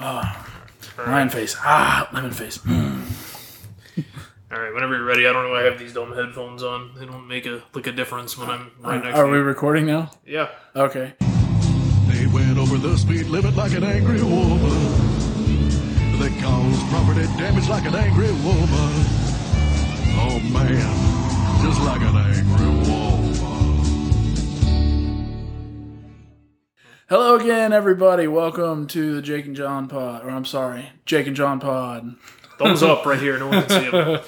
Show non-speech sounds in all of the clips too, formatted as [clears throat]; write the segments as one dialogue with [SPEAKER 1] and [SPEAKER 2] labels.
[SPEAKER 1] Lion face. Ah, lemon face.
[SPEAKER 2] Hmm.
[SPEAKER 1] Mm.
[SPEAKER 2] All right, whenever you're ready. I don't know why I have these dumb headphones on. They don't make a like a difference when I'm right next
[SPEAKER 1] Are
[SPEAKER 2] to
[SPEAKER 1] we
[SPEAKER 2] you.
[SPEAKER 1] recording now?
[SPEAKER 2] Yeah.
[SPEAKER 1] Okay.
[SPEAKER 3] They went over the speed limit like an angry woman. They caused property damage like an angry woman. Oh man, just like an angry woman.
[SPEAKER 1] Hello again, everybody. Welcome to the Jake and John pod. Or I'm sorry, Jake and John pod.
[SPEAKER 2] Thumbs up right here. No one can
[SPEAKER 1] [laughs]
[SPEAKER 2] see them.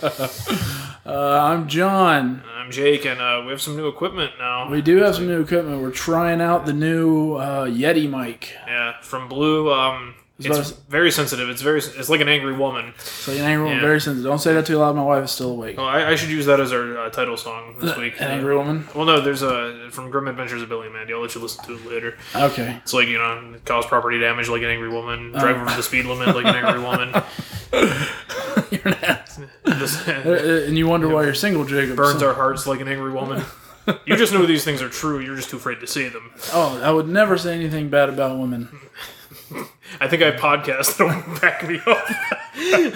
[SPEAKER 1] Uh, I'm John.
[SPEAKER 2] I'm Jake, and uh, we have some new equipment now.
[SPEAKER 1] We do have some new equipment. We're trying out the new uh, Yeti mic.
[SPEAKER 2] yeah, from Blue. Um,
[SPEAKER 1] about
[SPEAKER 2] it's
[SPEAKER 1] to
[SPEAKER 2] very sensitive. It's very. It's like an angry woman.
[SPEAKER 1] So an angry woman,
[SPEAKER 2] Yeah.
[SPEAKER 1] very sensitive. Don't say that too loud. My wife is still awake.
[SPEAKER 2] Oh, I, I should use that as our uh, title song this week. Uh,
[SPEAKER 1] An angry woman.
[SPEAKER 2] Well, no, there's a from Grim Adventures of Billy and Mandy. I'll let you listen to it later.
[SPEAKER 1] Okay.
[SPEAKER 2] It's like you know, cause property damage like an angry woman,
[SPEAKER 1] Uh.
[SPEAKER 2] drive over the speed limit like an angry woman,
[SPEAKER 1] [laughs] You're an ass.
[SPEAKER 2] This-
[SPEAKER 1] Uh, and you wonder why you're single, Jacob.
[SPEAKER 2] burns
[SPEAKER 1] So-
[SPEAKER 2] our hearts like an angry woman. [laughs] You just know these things are true. You're just too afraid to say them.
[SPEAKER 1] oh, I would never say anything bad about women.
[SPEAKER 2] I think I podcast that'll [laughs] back me up.
[SPEAKER 1] I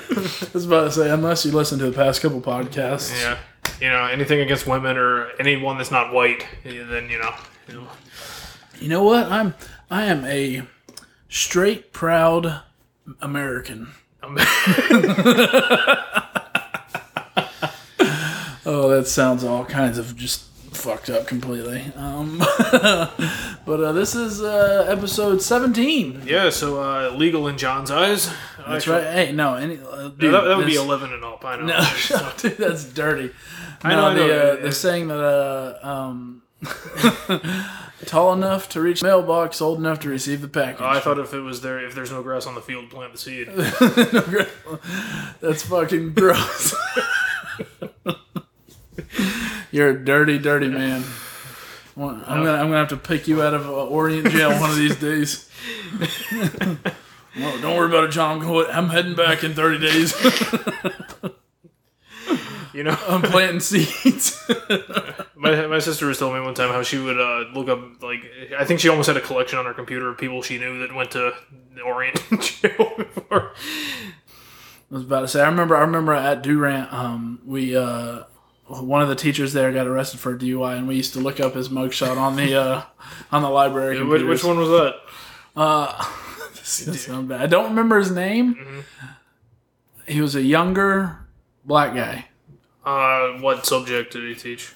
[SPEAKER 1] was about to say, unless you listen to the past couple podcasts.
[SPEAKER 2] yeah, you know, anything against women or anyone that's not white, yeah, then you know. you know.
[SPEAKER 1] You know what? I'm I am a straight, proud
[SPEAKER 2] [laughs]
[SPEAKER 1] American.
[SPEAKER 2] I'm-
[SPEAKER 1] Oh, that sounds all kinds of just fucked up completely. Um, [laughs] but uh, this is uh, episode 17.
[SPEAKER 2] yeah, so uh, legal in John's eyes.
[SPEAKER 1] That's right. Hey, no, any uh, dude,
[SPEAKER 2] that, that would be
[SPEAKER 1] this-
[SPEAKER 2] eleven and up. I know.
[SPEAKER 1] No, [laughs] dude, that's dirty. No,
[SPEAKER 2] know, I
[SPEAKER 1] the,
[SPEAKER 2] know.
[SPEAKER 1] Uh, they're saying that uh, um, [laughs] tall enough to reach mailbox, old enough to receive the package.
[SPEAKER 2] I thought if it was there, if there's no grass on the field, plant the seed.
[SPEAKER 1] That's fucking gross. You're a dirty, dirty man. One- I'm gonna, I'm gonna have to pick you out of uh, Orient Jail one of these days. [laughs] well, don't worry about it, John. I'm, going, I'm heading back in 30 days. [laughs]
[SPEAKER 2] You know.
[SPEAKER 1] I'm planting seeds. [laughs]
[SPEAKER 2] My, my sister was telling me one time how she would uh, look up like I think she almost had a collection on her computer of people she knew that went to the Orient [laughs] jail before.
[SPEAKER 1] I was about to say. I remember. I remember at Durant, um, we uh, one of the teachers there got arrested for a DUI, and we used to look up his mugshot on the uh, on the library.
[SPEAKER 2] Which,
[SPEAKER 1] computers.
[SPEAKER 2] which one was that?
[SPEAKER 1] [laughs] That sound bad. I don't remember his name.
[SPEAKER 2] Mm-hmm.
[SPEAKER 1] He was a younger black guy.
[SPEAKER 2] Uh, what subject did he teach?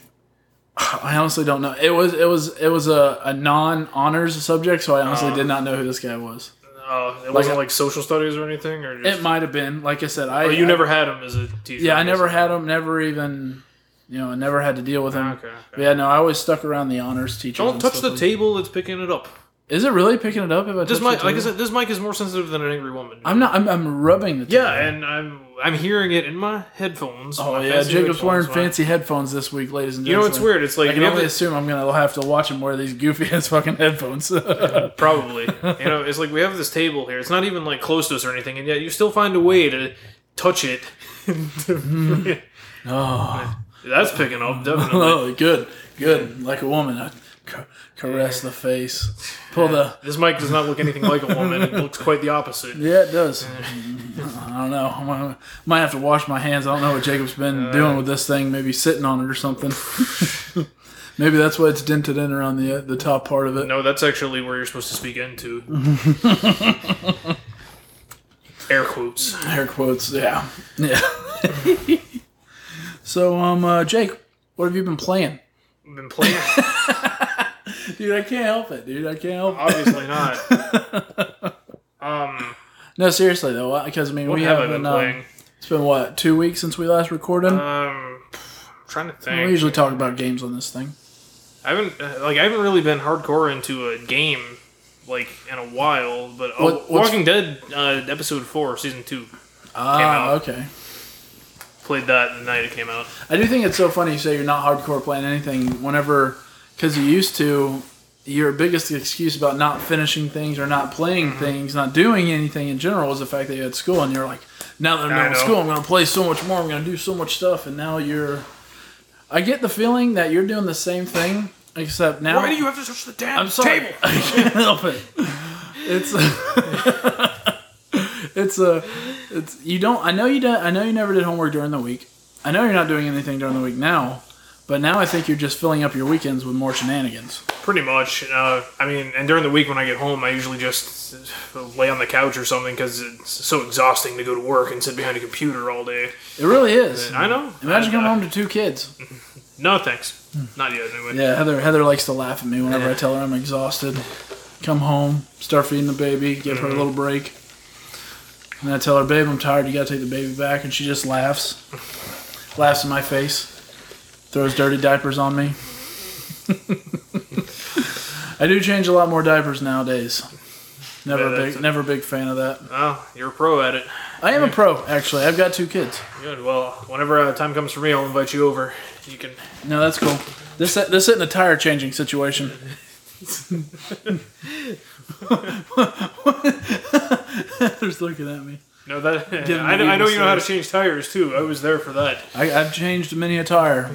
[SPEAKER 1] I honestly don't know. It was it was it was a, a non honors subject, so I
[SPEAKER 2] Uh-huh.
[SPEAKER 1] honestly did not know who this guy was.
[SPEAKER 2] Uh, it wasn't like social studies or anything, or just,
[SPEAKER 1] It might have been. Like I said, I
[SPEAKER 2] Oh, you
[SPEAKER 1] I-
[SPEAKER 2] never had him as a teacher.
[SPEAKER 1] yeah I
[SPEAKER 2] guess.
[SPEAKER 1] never had him. Never even you know I never had to deal with him.
[SPEAKER 2] Okay, okay.
[SPEAKER 1] But yeah, no, I always stuck around the honors teachers.
[SPEAKER 2] Don't
[SPEAKER 1] and
[SPEAKER 2] touch
[SPEAKER 1] stuff
[SPEAKER 2] the
[SPEAKER 1] like-
[SPEAKER 2] table that's picking it up.
[SPEAKER 1] Is it really picking it up? If I
[SPEAKER 2] This
[SPEAKER 1] touch
[SPEAKER 2] mic,
[SPEAKER 1] the
[SPEAKER 2] like I
[SPEAKER 1] table?
[SPEAKER 2] said, this mic is more sensitive than an angry woman.
[SPEAKER 1] I'm not. I'm, I'm rubbing the.
[SPEAKER 2] yeah,
[SPEAKER 1] table.
[SPEAKER 2] and I'm I'm hearing it in my headphones.
[SPEAKER 1] Oh
[SPEAKER 2] my
[SPEAKER 1] yeah,
[SPEAKER 2] fancy
[SPEAKER 1] Jacob's
[SPEAKER 2] headphones,
[SPEAKER 1] wearing
[SPEAKER 2] my-
[SPEAKER 1] fancy headphones this week, ladies and
[SPEAKER 2] You know
[SPEAKER 1] gentlemen.
[SPEAKER 2] it's weird. It's like
[SPEAKER 1] I can
[SPEAKER 2] we have
[SPEAKER 1] only
[SPEAKER 2] this-
[SPEAKER 1] assume I'm gonna have to watch him wear these goofy [laughs] ass fucking headphones. [laughs] Oh, yeah, [laughs]
[SPEAKER 2] Probably. you know, it's like we have this table here. It's not even like close to us or anything, and yet you still find a way to touch it. [laughs]
[SPEAKER 1] Hmm.
[SPEAKER 2] That's picking
[SPEAKER 1] [laughs]
[SPEAKER 2] up, definitely.
[SPEAKER 1] oh, good, good. Like a woman, I ca- caress the face, pull the.
[SPEAKER 2] This mic does not look anything like a woman. It looks quite the opposite.
[SPEAKER 1] Yeah, it does. I don't know. I might- might have to wash my hands. I don't know what Jacob's been doing with this thing. Maybe sitting on it or something. [laughs] Maybe that's why it's dented in around the the top part of it.
[SPEAKER 2] No, that's actually where you're supposed to speak into. [laughs] Air quotes.
[SPEAKER 1] Air quotes. Yeah, yeah. [laughs] so, um, uh, Jake, what have you been playing?
[SPEAKER 2] I've been playing.
[SPEAKER 1] Dude, I can't help it, dude. I can't help it.
[SPEAKER 2] Obviously not. Um,
[SPEAKER 1] No, seriously though, because I mean,
[SPEAKER 2] what
[SPEAKER 1] we
[SPEAKER 2] have I
[SPEAKER 1] haven't
[SPEAKER 2] been
[SPEAKER 1] um,
[SPEAKER 2] playing?
[SPEAKER 1] It's been what two weeks since we last recorded.
[SPEAKER 2] Um, I'm trying to think.
[SPEAKER 1] we usually talk about games on this thing.
[SPEAKER 2] I haven't uh, like I haven't really been hardcore into a game like in a while, but oh,
[SPEAKER 1] What- what's-
[SPEAKER 2] Walking Dead uh, episode four, season two,
[SPEAKER 1] Ah,
[SPEAKER 2] out.
[SPEAKER 1] okay.
[SPEAKER 2] played that the night it came out.
[SPEAKER 1] I do think it's so funny you say you're not hardcore playing anything whenever, because you used to. Your biggest excuse about not finishing things or not playing
[SPEAKER 2] Mm-hmm.
[SPEAKER 1] things, not doing anything in general, was the fact that you had school and you're like, now that I'm
[SPEAKER 2] I
[SPEAKER 1] done with
[SPEAKER 2] know.
[SPEAKER 1] school, I'm going to play so much more. I'm going to do so much stuff, and now you're. I get the feeling that you're doing the same thing, except now.
[SPEAKER 2] have to touch the damn
[SPEAKER 1] I'm sorry. I can't [laughs] help it. it's [laughs] it's a it's you don't I know you don't I know you never did homework during the week. I know you're not doing anything during the week now, but now I think you're just filling up your weekends with more shenanigans.
[SPEAKER 2] Pretty much. Uh, I mean, and during the week when I get home, I usually just lay on the couch or something because it's so exhausting to go to work and sit behind a computer all day.
[SPEAKER 1] It really is.
[SPEAKER 2] I know.
[SPEAKER 1] Mm. Imagine
[SPEAKER 2] I- I-
[SPEAKER 1] coming home to two kids.
[SPEAKER 2] No thanks. Not yet, anyway.
[SPEAKER 1] Yeah, Heather Heather likes to laugh at me whenever I tell her I'm exhausted. Come home, start feeding the baby, give her a little break. And I tell her, babe, I'm tired, you gotta take the baby back, and she just laughs. laughs in my face. Throws dirty diapers on me. [laughs] I do change a lot more diapers nowadays. Never
[SPEAKER 2] Yeah,
[SPEAKER 1] a
[SPEAKER 2] that's
[SPEAKER 1] big never a big fan of that.
[SPEAKER 2] Oh, you're a pro at it.
[SPEAKER 1] I am a pro, actually. I've got two kids.
[SPEAKER 2] Good. Well, whenever uh, time comes for me, I'll invite you over. You can.
[SPEAKER 1] No, that's cool. This this isn't a tire changing situation. [laughs] Heather's looking at me.
[SPEAKER 2] No, that [laughs]
[SPEAKER 1] me
[SPEAKER 2] I, know- I know
[SPEAKER 1] evil
[SPEAKER 2] you know how to
[SPEAKER 1] stares.
[SPEAKER 2] change tires too. I was there for that.
[SPEAKER 1] I, I've changed many a tire.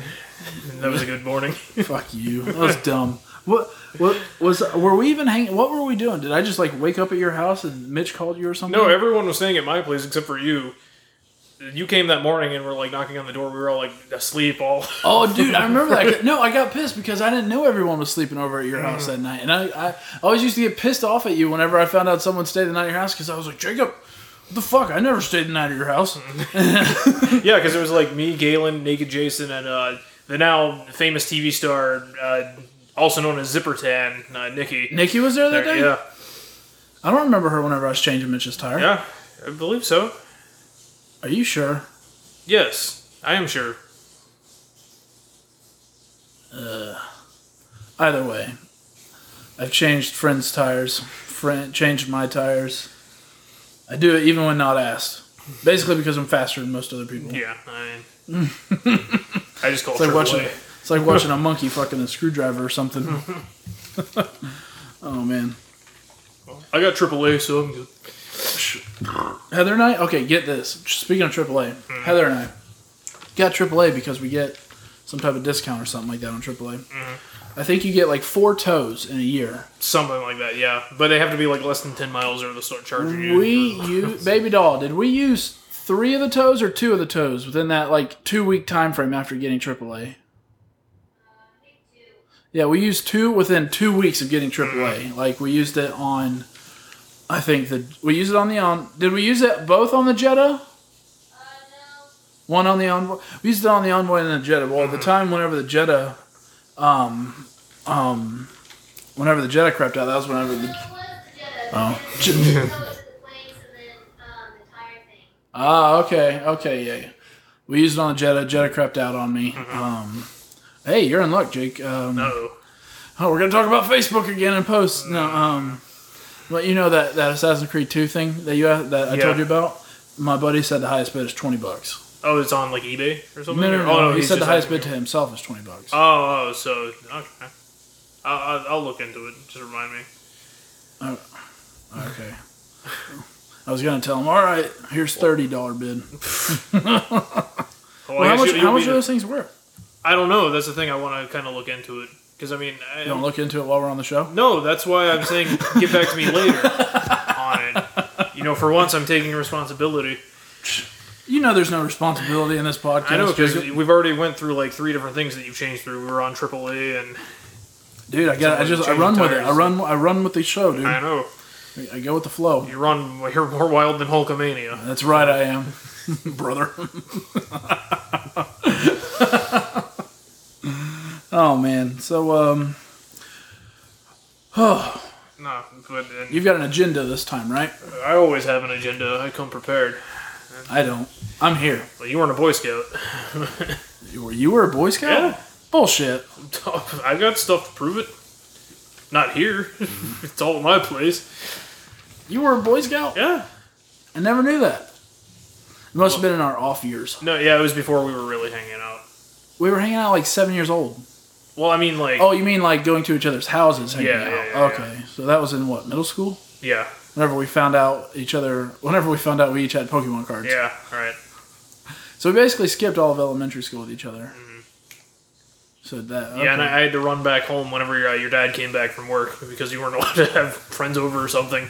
[SPEAKER 2] And that was a good morning.
[SPEAKER 1] [laughs] Fuck you. That was dumb. What what was were we even hanging? What were we doing? Did I just like wake up at your house and Mitch called you or something?
[SPEAKER 2] No, everyone was staying at my place except for you. You came that morning and were like knocking on the door. We were all like asleep. All
[SPEAKER 1] Oh, dude, I remember that. No, I got pissed because I didn't know everyone was sleeping over at your house that night, and I, I always used to get pissed off at you whenever I found out someone stayed the night at your house because I was like, Jacob, what the fuck? I never stayed the night at your house. [laughs]
[SPEAKER 2] yeah, because it was like me, Galen, Naked Jason, and uh, the now famous TV star, uh, also known as Zipper Tan, uh, Nikki.
[SPEAKER 1] Nikki was there that day.
[SPEAKER 2] yeah,
[SPEAKER 1] I don't remember her whenever I was changing Mitch's tire.
[SPEAKER 2] yeah, I believe so.
[SPEAKER 1] Are you sure?
[SPEAKER 2] Yes, I am sure.
[SPEAKER 1] Either way, I've changed friends' tires, friend, changed my tires. I do it even when not asked, basically because I'm faster than most other people.
[SPEAKER 2] Yeah, I I just call
[SPEAKER 1] It's like watching.
[SPEAKER 2] AAA.
[SPEAKER 1] It's like watching a monkey fucking a screwdriver or something. oh man,
[SPEAKER 2] I got AAA, so I'm good.
[SPEAKER 1] Heather and I. Okay, get this. Speaking of AAA, Heather and I got AAA because we get some type of discount or something like that on AAA. I think you get like four toes in a year.
[SPEAKER 2] something like that. Yeah, but they have to be like less than ten miles, or they'll start charging you.
[SPEAKER 1] We use baby doll. Did we use three of the toes or two of the toes within that like two week time frame after getting AAA? Yeah, we used two within two weeks of getting AAA. Like we used it on, I think the we used it on the on. Did we use it both on the Jetta? One on the envoy. We used it on the envoy and the Jetta. Well, at the time, whenever the Jetta, um, um, whenever the Jetta crept out, that was whenever the
[SPEAKER 4] Oh.
[SPEAKER 1] Ah, okay, okay, yeah, yeah. We used it on the Jetta. Jetta crept out on me. Um, hey, you're in luck, Jake. Um,
[SPEAKER 2] Mm-hmm. No,
[SPEAKER 1] Oh, we're gonna talk about Facebook again in post. No, um, but you know that that Assassin's Creed Two thing that you that I
[SPEAKER 2] Yeah.
[SPEAKER 1] told you about. My buddy said the highest bid is twenty bucks.
[SPEAKER 2] oh, it's on like eBay or something.
[SPEAKER 1] No, no, no.
[SPEAKER 2] oh,
[SPEAKER 1] he
[SPEAKER 2] he's
[SPEAKER 1] said the
[SPEAKER 2] just
[SPEAKER 1] highest
[SPEAKER 2] asking
[SPEAKER 1] bid to
[SPEAKER 2] you.
[SPEAKER 1] himself is twenty bucks.
[SPEAKER 2] Oh, oh, so okay. I'll, I'll- I'll look into it. Just remind me.
[SPEAKER 1] okay. I was gonna tell him. All right, here's thirty dollar
[SPEAKER 2] [laughs]
[SPEAKER 1] bid. [laughs]
[SPEAKER 2] Well, Oh, I
[SPEAKER 1] Well, how
[SPEAKER 2] guess
[SPEAKER 1] much?
[SPEAKER 2] you-
[SPEAKER 1] How
[SPEAKER 2] you'll
[SPEAKER 1] much are
[SPEAKER 2] be the-
[SPEAKER 1] those things worth?
[SPEAKER 2] I don't know. That's the thing. I want to kind of look into it because I mean, I,
[SPEAKER 1] You want to look into it while we're on the show?
[SPEAKER 2] no, that's why I'm saying get back to me [laughs] later on it. You know, for once, I'm taking responsibility.
[SPEAKER 1] You know, there's no responsibility in this podcast.
[SPEAKER 2] I know because
[SPEAKER 1] Jacob.
[SPEAKER 2] we've already went through like three different things that you've changed through. We were on AAA, and
[SPEAKER 1] Dude, I got. I
[SPEAKER 2] Someone
[SPEAKER 1] just I
[SPEAKER 2] change
[SPEAKER 1] run
[SPEAKER 2] the
[SPEAKER 1] with it.
[SPEAKER 2] tires.
[SPEAKER 1] I run. I run with the show, dude.
[SPEAKER 2] I know
[SPEAKER 1] I go with the flow.
[SPEAKER 2] you run. You're more wild than Hulkamania.
[SPEAKER 1] That's right, I am, [laughs] brother. oh man, so um,
[SPEAKER 2] No, but and
[SPEAKER 1] you've got an agenda this time, right?
[SPEAKER 2] I always have an agenda. I come prepared.
[SPEAKER 1] I don't. I'm here.
[SPEAKER 2] Well, you weren't a Boy Scout. [laughs]
[SPEAKER 1] You were, you were a Boy Scout?
[SPEAKER 2] Yeah.
[SPEAKER 1] Bullshit.
[SPEAKER 2] I got stuff to prove it. Not here. [laughs] it's all at my place.
[SPEAKER 1] You were a Boy Scout?
[SPEAKER 2] Yeah.
[SPEAKER 1] I never knew that. It must have been in our off years.
[SPEAKER 2] No, yeah, it was before we were really hanging out.
[SPEAKER 1] We were hanging out like seven years old.
[SPEAKER 2] Well, I mean, like,
[SPEAKER 1] Oh, you mean like going to each other's houses hanging
[SPEAKER 2] Yeah,
[SPEAKER 1] out?
[SPEAKER 2] yeah, yeah,
[SPEAKER 1] okay, so that was in what middle school?
[SPEAKER 2] yeah,
[SPEAKER 1] Whenever we found out each other, whenever we found out we each had Pokemon cards.
[SPEAKER 2] yeah, all right.
[SPEAKER 1] So we basically skipped all of elementary school with each other. So that okay.
[SPEAKER 2] Mm-hmm. Yeah, and I, I had to run back home whenever uh, your dad came back from work because you weren't [laughs] allowed to have friends over or something.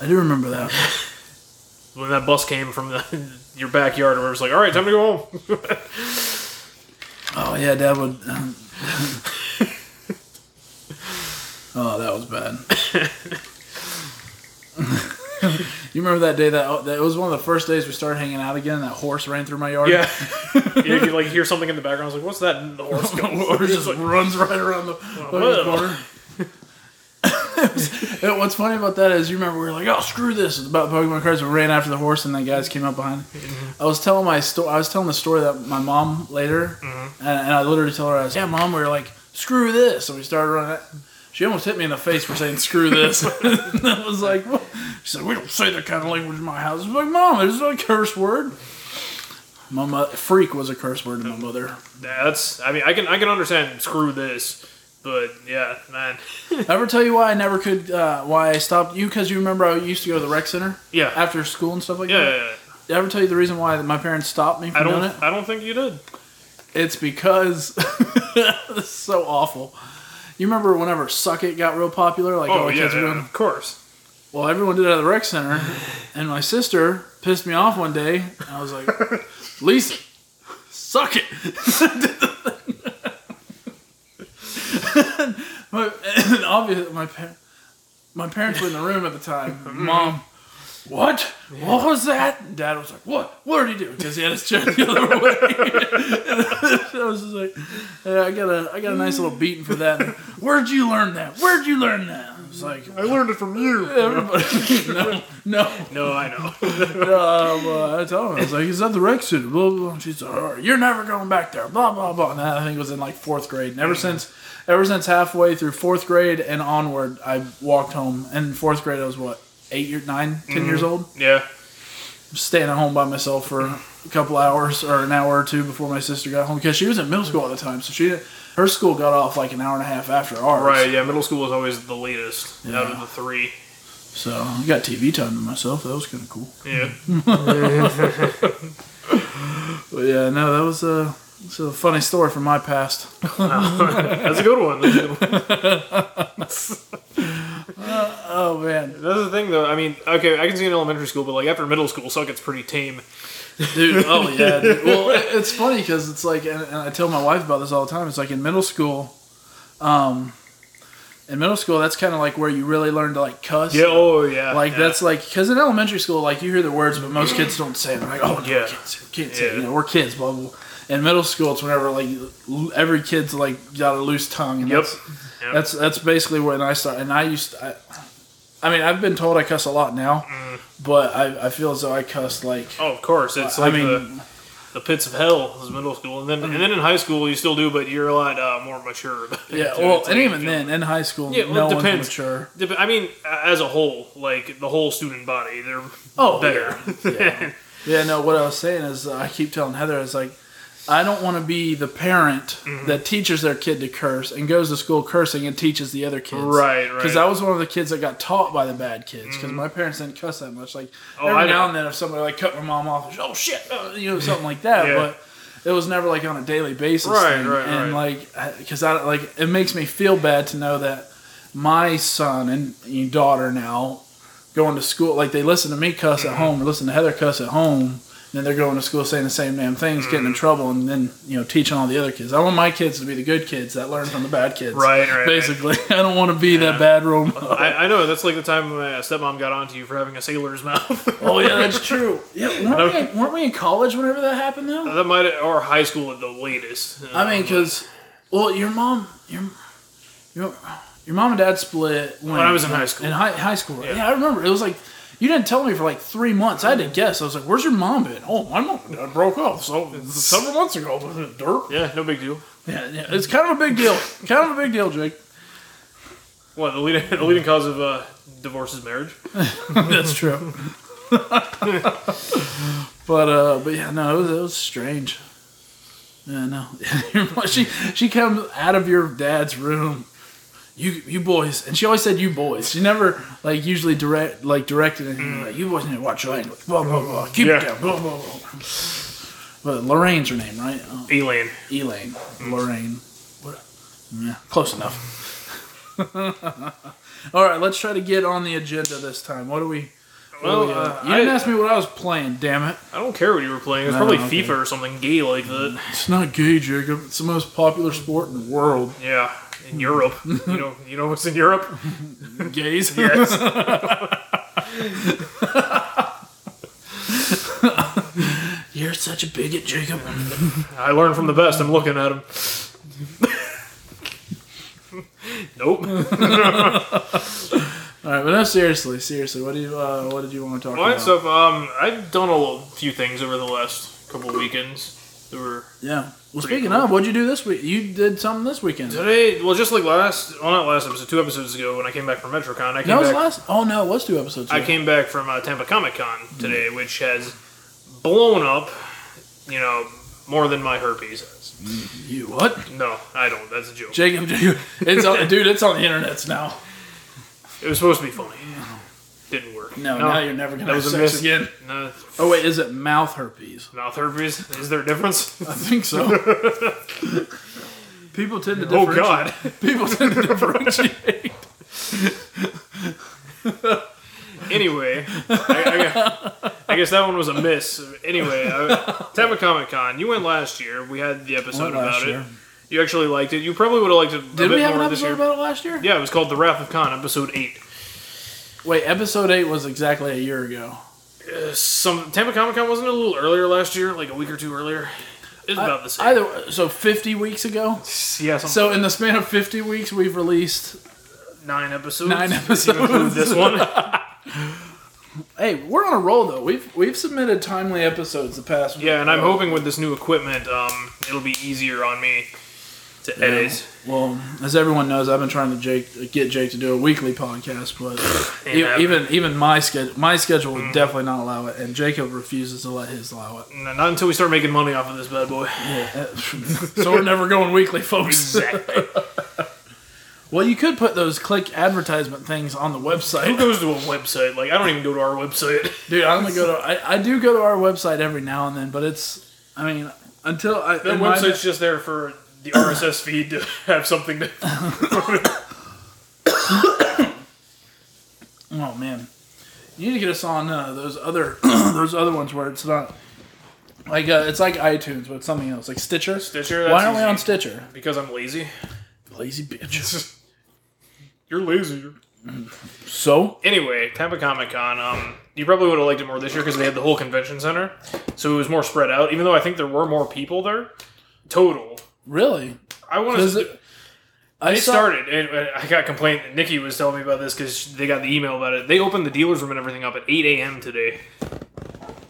[SPEAKER 1] I do remember that.
[SPEAKER 2] When that bus came from the, [laughs] your backyard, where it was like, "All right, time to go home."
[SPEAKER 1] Oh yeah, Dad would.
[SPEAKER 2] [laughs]
[SPEAKER 1] Um, oh, that was
[SPEAKER 2] [laughs]
[SPEAKER 1] bad. [laughs] you remember that day that, that it was one of the first days we started hanging out again. That horse ran through my yard.
[SPEAKER 2] Yeah, [laughs] you could like hear something in the background. I was like, "What's that?" And the horse
[SPEAKER 1] [laughs]
[SPEAKER 2] going, [laughs]
[SPEAKER 1] Or it just
[SPEAKER 2] like,
[SPEAKER 1] runs right around the fucking
[SPEAKER 2] [laughs]
[SPEAKER 1] corner. And what's funny about that is you remember we were like, "Oh, screw this!" It's about Pokemon cards. We ran after the horse, and the guys came up behind.
[SPEAKER 2] Mm-hmm.
[SPEAKER 1] I was telling my story. I was telling the story that my mom later,
[SPEAKER 2] Mm-hmm.
[SPEAKER 1] and, and I literally tell her, "I was, yeah, mom, we were like, screw this," and we started running. She almost hit me in the face for saying "screw
[SPEAKER 2] [laughs]
[SPEAKER 1] this." [laughs] and I was like, what? "She said we don't say that kind of language in my house." I was like, "Mom, there's no curse word." My mo- freak was a curse word to my mother.
[SPEAKER 2] That's. I mean, I can I can understand. Screw this, but yeah, man.
[SPEAKER 1] Ever tell you why I never could? Uh, why I stopped you? Because you remember I used to go to the rec center
[SPEAKER 2] Yeah.
[SPEAKER 1] after school and stuff like
[SPEAKER 2] Yeah,
[SPEAKER 1] that.
[SPEAKER 2] yeah, yeah.
[SPEAKER 1] Did I ever tell you the reason why my parents stopped me
[SPEAKER 2] I
[SPEAKER 1] from doing it?
[SPEAKER 2] don't. I don't think you did.
[SPEAKER 1] It's because [laughs] this is so awful. You remember whenever Suck It got real popular, like all
[SPEAKER 2] Oh
[SPEAKER 1] the
[SPEAKER 2] yeah,
[SPEAKER 1] kids were
[SPEAKER 2] yeah,
[SPEAKER 1] doing.
[SPEAKER 2] of course.
[SPEAKER 1] Well, everyone did it at the rec center, and my sister pissed me off one day. And I was
[SPEAKER 2] [laughs]
[SPEAKER 1] like, Lisa, suck it. [laughs] my, and obviously, my, par- my parents were in the room at the
[SPEAKER 2] [laughs] Mm-hmm.
[SPEAKER 1] time. Mom, what? What was that? And Dad was like, what? What did he do? Because he had his chair the other way. [laughs] I was just like, yeah, I got a, I got a nice little beating for that. Where'd you learn that? Where'd you learn that? I was like,
[SPEAKER 2] I learned it from
[SPEAKER 1] [laughs]
[SPEAKER 2] you.
[SPEAKER 1] everybody, [laughs] no, no.
[SPEAKER 2] No, [laughs] I know.
[SPEAKER 1] Um, uh, I told her, I was like, is that the rec center? Blah, blah, blah. And she's like, "All right, you're never going back there. Blah, blah, blah. And that, I think was in like fourth grade. And ever since, ever since halfway through fourth grade and onward, I walked home. And in fourth grade, I was what, eight, year, nine, ten
[SPEAKER 2] Mm-hmm.
[SPEAKER 1] years old?
[SPEAKER 2] yeah.
[SPEAKER 1] Staying at home by myself for a couple hours or an hour or two before my sister got home. Because she was in middle school at the time. So she didn't, her school got off like an hour and a half after ours.
[SPEAKER 2] Right. Yeah. Middle school is always the latest out of the three.
[SPEAKER 1] So I got TV time to myself. That was kind of cool.
[SPEAKER 2] Yeah.
[SPEAKER 1] But yeah, no, that was a, it's a funny story from my past.
[SPEAKER 2] That's a good one. That's a good one.
[SPEAKER 1] Oh, man.
[SPEAKER 2] That's the thing, though. I mean, okay, I can see in elementary school, but like after middle school, suck it's pretty tame.
[SPEAKER 1] dude. Oh yeah. [laughs] Dude. Well, it- it's funny because it's like, and, and I tell my wife about this all the time. It's like in middle school, um, in middle school, that's kind of like where you really learn to like cuss.
[SPEAKER 2] Yeah. Oh yeah.
[SPEAKER 1] Like
[SPEAKER 2] yeah.
[SPEAKER 1] that's like because in elementary school, like you hear the words, but most kids don't say them. Like, oh no,
[SPEAKER 2] Yeah.
[SPEAKER 1] kids, kids, say it.
[SPEAKER 2] Yeah.
[SPEAKER 1] you know, we're kids, blah blah. blah. In middle school, it's whenever like l- every kid's like got a loose tongue. And
[SPEAKER 2] Yep.
[SPEAKER 1] That's,
[SPEAKER 2] Yep.
[SPEAKER 1] that's that's basically when I started. And I used, I, I mean, I've been told I cuss a lot now, but I, I feel as though I cuss like.
[SPEAKER 2] Oh, of course. Mm. It's
[SPEAKER 1] I
[SPEAKER 2] like
[SPEAKER 1] mean-
[SPEAKER 2] the, the pits of hell is middle school, and then and then in high school you still do, but you're a lot uh, more mature. About it,
[SPEAKER 1] Yeah,
[SPEAKER 2] too.
[SPEAKER 1] well,
[SPEAKER 2] It's
[SPEAKER 1] and
[SPEAKER 2] like-
[SPEAKER 1] even then, in high school,
[SPEAKER 2] Yeah, well,
[SPEAKER 1] no
[SPEAKER 2] it depends.
[SPEAKER 1] one's mature.
[SPEAKER 2] Dep- I mean, a- as a whole, like the whole student body, they're
[SPEAKER 1] Oh,
[SPEAKER 2] better.
[SPEAKER 1] [laughs] Yeah. yeah, no, what I was saying is uh, I keep telling Heather, I was like, I don't want to be the parent
[SPEAKER 2] Mm-hmm.
[SPEAKER 1] that teaches their kid to curse and goes to school cursing and teaches the other kids.
[SPEAKER 2] Right, right.
[SPEAKER 1] Because I was one of the kids that got taught by the bad kids because my parents didn't cuss that much. Like,
[SPEAKER 2] Oh,
[SPEAKER 1] every
[SPEAKER 2] I
[SPEAKER 1] now
[SPEAKER 2] know.
[SPEAKER 1] and then if somebody like cut my mom off, she's, oh shit, uh, you know, something like that.
[SPEAKER 2] Yeah.
[SPEAKER 1] But it was never like on a daily basis.
[SPEAKER 2] Right,
[SPEAKER 1] thing.
[SPEAKER 2] right,
[SPEAKER 1] And
[SPEAKER 2] right.
[SPEAKER 1] like, because I like, it makes me feel bad to know that my son and your daughter now going to school like they listen to me cuss
[SPEAKER 2] Mm-hmm.
[SPEAKER 1] at home or listen to heather cuss at home and then they're going to school saying the same damn things getting in
[SPEAKER 2] Mm-hmm.
[SPEAKER 1] trouble and then you know teaching all the other kids i want my kids to be the good kids that learn from the bad kids
[SPEAKER 2] Right, right, right.
[SPEAKER 1] basically [laughs] i don't want to be that bad role model
[SPEAKER 2] I, I know that's like the time my stepmom got onto you for having a sailor's mouth.
[SPEAKER 1] [laughs] oh yeah that's true yeah weren't, we in, weren't we in college whenever that happened though
[SPEAKER 2] that might or high school at the latest.
[SPEAKER 1] I mean, because well, your mom, your, your your mom and dad split when,
[SPEAKER 2] I was in high school.
[SPEAKER 1] In high, high school, right? yeah. I remember. It was like you didn't tell me for like three months. I had to guess. I was like, "Where's your mom been?" Oh, my mom and dad broke up so several months ago. Derp.
[SPEAKER 2] yeah, no big deal.
[SPEAKER 1] Yeah, yeah, it's kind of a big deal. kind of a big deal, Jake.
[SPEAKER 2] What the leading [laughs] the leading cause of uh, divorce is marriage.
[SPEAKER 1] That's true. [laughs] but uh, but yeah, no, it was, it was strange. Yeah, no. [laughs] Your mom- she she comes out of your dad's room. You you boys, and she always said you boys. She never like usually direct Mm. like directed anything. Like you boys need to watch your language. Blah blah blah. Keep
[SPEAKER 2] Yeah.
[SPEAKER 1] it down. Blah blah blah. But Lorraine's her name, right? Oh,
[SPEAKER 2] Elaine.
[SPEAKER 1] Elaine. Lorraine. What? Yeah, close enough. [laughs] All right, let's try to get on the agenda this time. What do we? what do
[SPEAKER 2] Well,
[SPEAKER 1] we, uh,
[SPEAKER 2] uh,
[SPEAKER 1] you didn't
[SPEAKER 2] I,
[SPEAKER 1] ask me what I was playing. Damn it!
[SPEAKER 2] I don't care what you were playing. It's
[SPEAKER 1] No,
[SPEAKER 2] probably
[SPEAKER 1] okay.
[SPEAKER 2] FIFA or something gay like that.
[SPEAKER 1] It's not gay, Jacob. It's the most popular sport in the world. [laughs]
[SPEAKER 2] Yeah, in [laughs] Europe. you know, you know what's in Europe?
[SPEAKER 1] [laughs] Gays.
[SPEAKER 2] [laughs] Yes.
[SPEAKER 1] You're such a bigot, Jacob.
[SPEAKER 2] I learned from the best. I'm looking [laughs] at him. nope.
[SPEAKER 1] All right, but no, seriously, seriously, what do you, uh, what did you want to talk
[SPEAKER 2] All right,
[SPEAKER 1] about?
[SPEAKER 2] so um, I've done a little- few things over the last couple weekends. There were
[SPEAKER 1] yeah. Well,
[SPEAKER 2] Pretty
[SPEAKER 1] speaking
[SPEAKER 2] cool.
[SPEAKER 1] of, what'd you do this week? You did something this weekend.
[SPEAKER 2] today. Well, just like last, well, not last episode, two episodes ago, when I came back from MetroCon, I came
[SPEAKER 1] No, it was
[SPEAKER 2] back.
[SPEAKER 1] last. Oh no, it was two episodes.
[SPEAKER 2] I
[SPEAKER 1] ago.
[SPEAKER 2] came back from uh, Tampa Comic Con today,
[SPEAKER 1] Mm-hmm.
[SPEAKER 2] which has blown up. You know, more than my herpes has.
[SPEAKER 1] You what?
[SPEAKER 2] No, I don't. That's a joke.
[SPEAKER 1] Jacob, [laughs] Jacob, it's on, dude. It's on the internet's now.
[SPEAKER 2] It was supposed to be funny. Didn't work.
[SPEAKER 1] No, now you're never gonna
[SPEAKER 2] That
[SPEAKER 1] have
[SPEAKER 2] was a
[SPEAKER 1] sex
[SPEAKER 2] miss.
[SPEAKER 1] again.
[SPEAKER 2] No,
[SPEAKER 1] Oh wait, is it mouth herpes?
[SPEAKER 2] mouth herpes. Is there a difference?
[SPEAKER 1] I think so. people tend to.
[SPEAKER 2] [laughs] oh
[SPEAKER 1] differentiate-
[SPEAKER 2] [laughs] God.
[SPEAKER 1] [laughs] People tend to differentiate.
[SPEAKER 2] Anyway, I, I, I guess that one was a miss. Anyway, I, Tampa Comic Con. You went last year. We had the episode
[SPEAKER 1] Went
[SPEAKER 2] about
[SPEAKER 1] last
[SPEAKER 2] it.
[SPEAKER 1] year.
[SPEAKER 2] You actually liked it. You probably would have liked it. A
[SPEAKER 1] Did
[SPEAKER 2] bit
[SPEAKER 1] we have an
[SPEAKER 2] more this
[SPEAKER 1] episode
[SPEAKER 2] year.
[SPEAKER 1] about it last year?
[SPEAKER 2] Yeah, it was called The Wrath of Khan, episode eight.
[SPEAKER 1] Wait, episode eight was exactly a year ago.
[SPEAKER 2] Uh, some Tampa Comic Con wasn't it a little earlier last year, like a week or two earlier. It's about the same.
[SPEAKER 1] Either way, so fifty weeks ago.
[SPEAKER 2] yeah, some
[SPEAKER 1] So in the span of fifty weeks, we've released
[SPEAKER 2] nine episodes.
[SPEAKER 1] nine
[SPEAKER 2] Include
[SPEAKER 1] episodes. [laughs]
[SPEAKER 2] This one.
[SPEAKER 1] Hey, we're on a roll though. We've we've submitted timely episodes the past. Oh,
[SPEAKER 2] Yeah, and I'm hoping with this new equipment, um, it'll be easier on me to edit.
[SPEAKER 1] Well, as everyone knows, I've been trying to Jake, get Jake to do a weekly podcast, but
[SPEAKER 2] [laughs] Ain't Mm-hmm.
[SPEAKER 1] e-
[SPEAKER 2] happening.
[SPEAKER 1] even even my schedule my schedule would definitely not allow it, and Jacob refuses to let his allow it.
[SPEAKER 2] N- Not until we start making money off of this bad boy.
[SPEAKER 1] [laughs] so we're never going weekly, folks.
[SPEAKER 2] Exactly.
[SPEAKER 1] [laughs] Well, you could put those click advertisement things on the
[SPEAKER 2] [laughs] Who
[SPEAKER 1] website, [laughs]
[SPEAKER 2] goes to a website? Like I don't even go to our website.
[SPEAKER 1] dude. I'm gonna go to I, I do go to our website every now and then, but it's I mean until I
[SPEAKER 2] That
[SPEAKER 1] in my-
[SPEAKER 2] website's just there for the RSS feed to [laughs] have something to.
[SPEAKER 1] Oh man, you need to get us on uh, those other [clears throat] those other ones where it's not like uh, it's like iTunes, but it's something else, like Stitcher.
[SPEAKER 2] Stitcher,
[SPEAKER 1] Why
[SPEAKER 2] that's
[SPEAKER 1] aren't we
[SPEAKER 2] easy.
[SPEAKER 1] on Stitcher?
[SPEAKER 2] Because I'm lazy. [laughs]
[SPEAKER 1] Lazy bitch.
[SPEAKER 2] You're lazy.
[SPEAKER 1] So
[SPEAKER 2] Anyway, Tampa Comic Con. Um, you probably would have liked it more this year because they had the whole convention center, so it was more spread out. Even though I think there were more people there, total.
[SPEAKER 1] really,
[SPEAKER 2] I want
[SPEAKER 1] Does
[SPEAKER 2] to.
[SPEAKER 1] it- I
[SPEAKER 2] It
[SPEAKER 1] saw-
[SPEAKER 2] started. It, I got complaint. Nikki was telling me about this because they got the email about it. They opened the dealer's room and everything up at 8 a.m. today.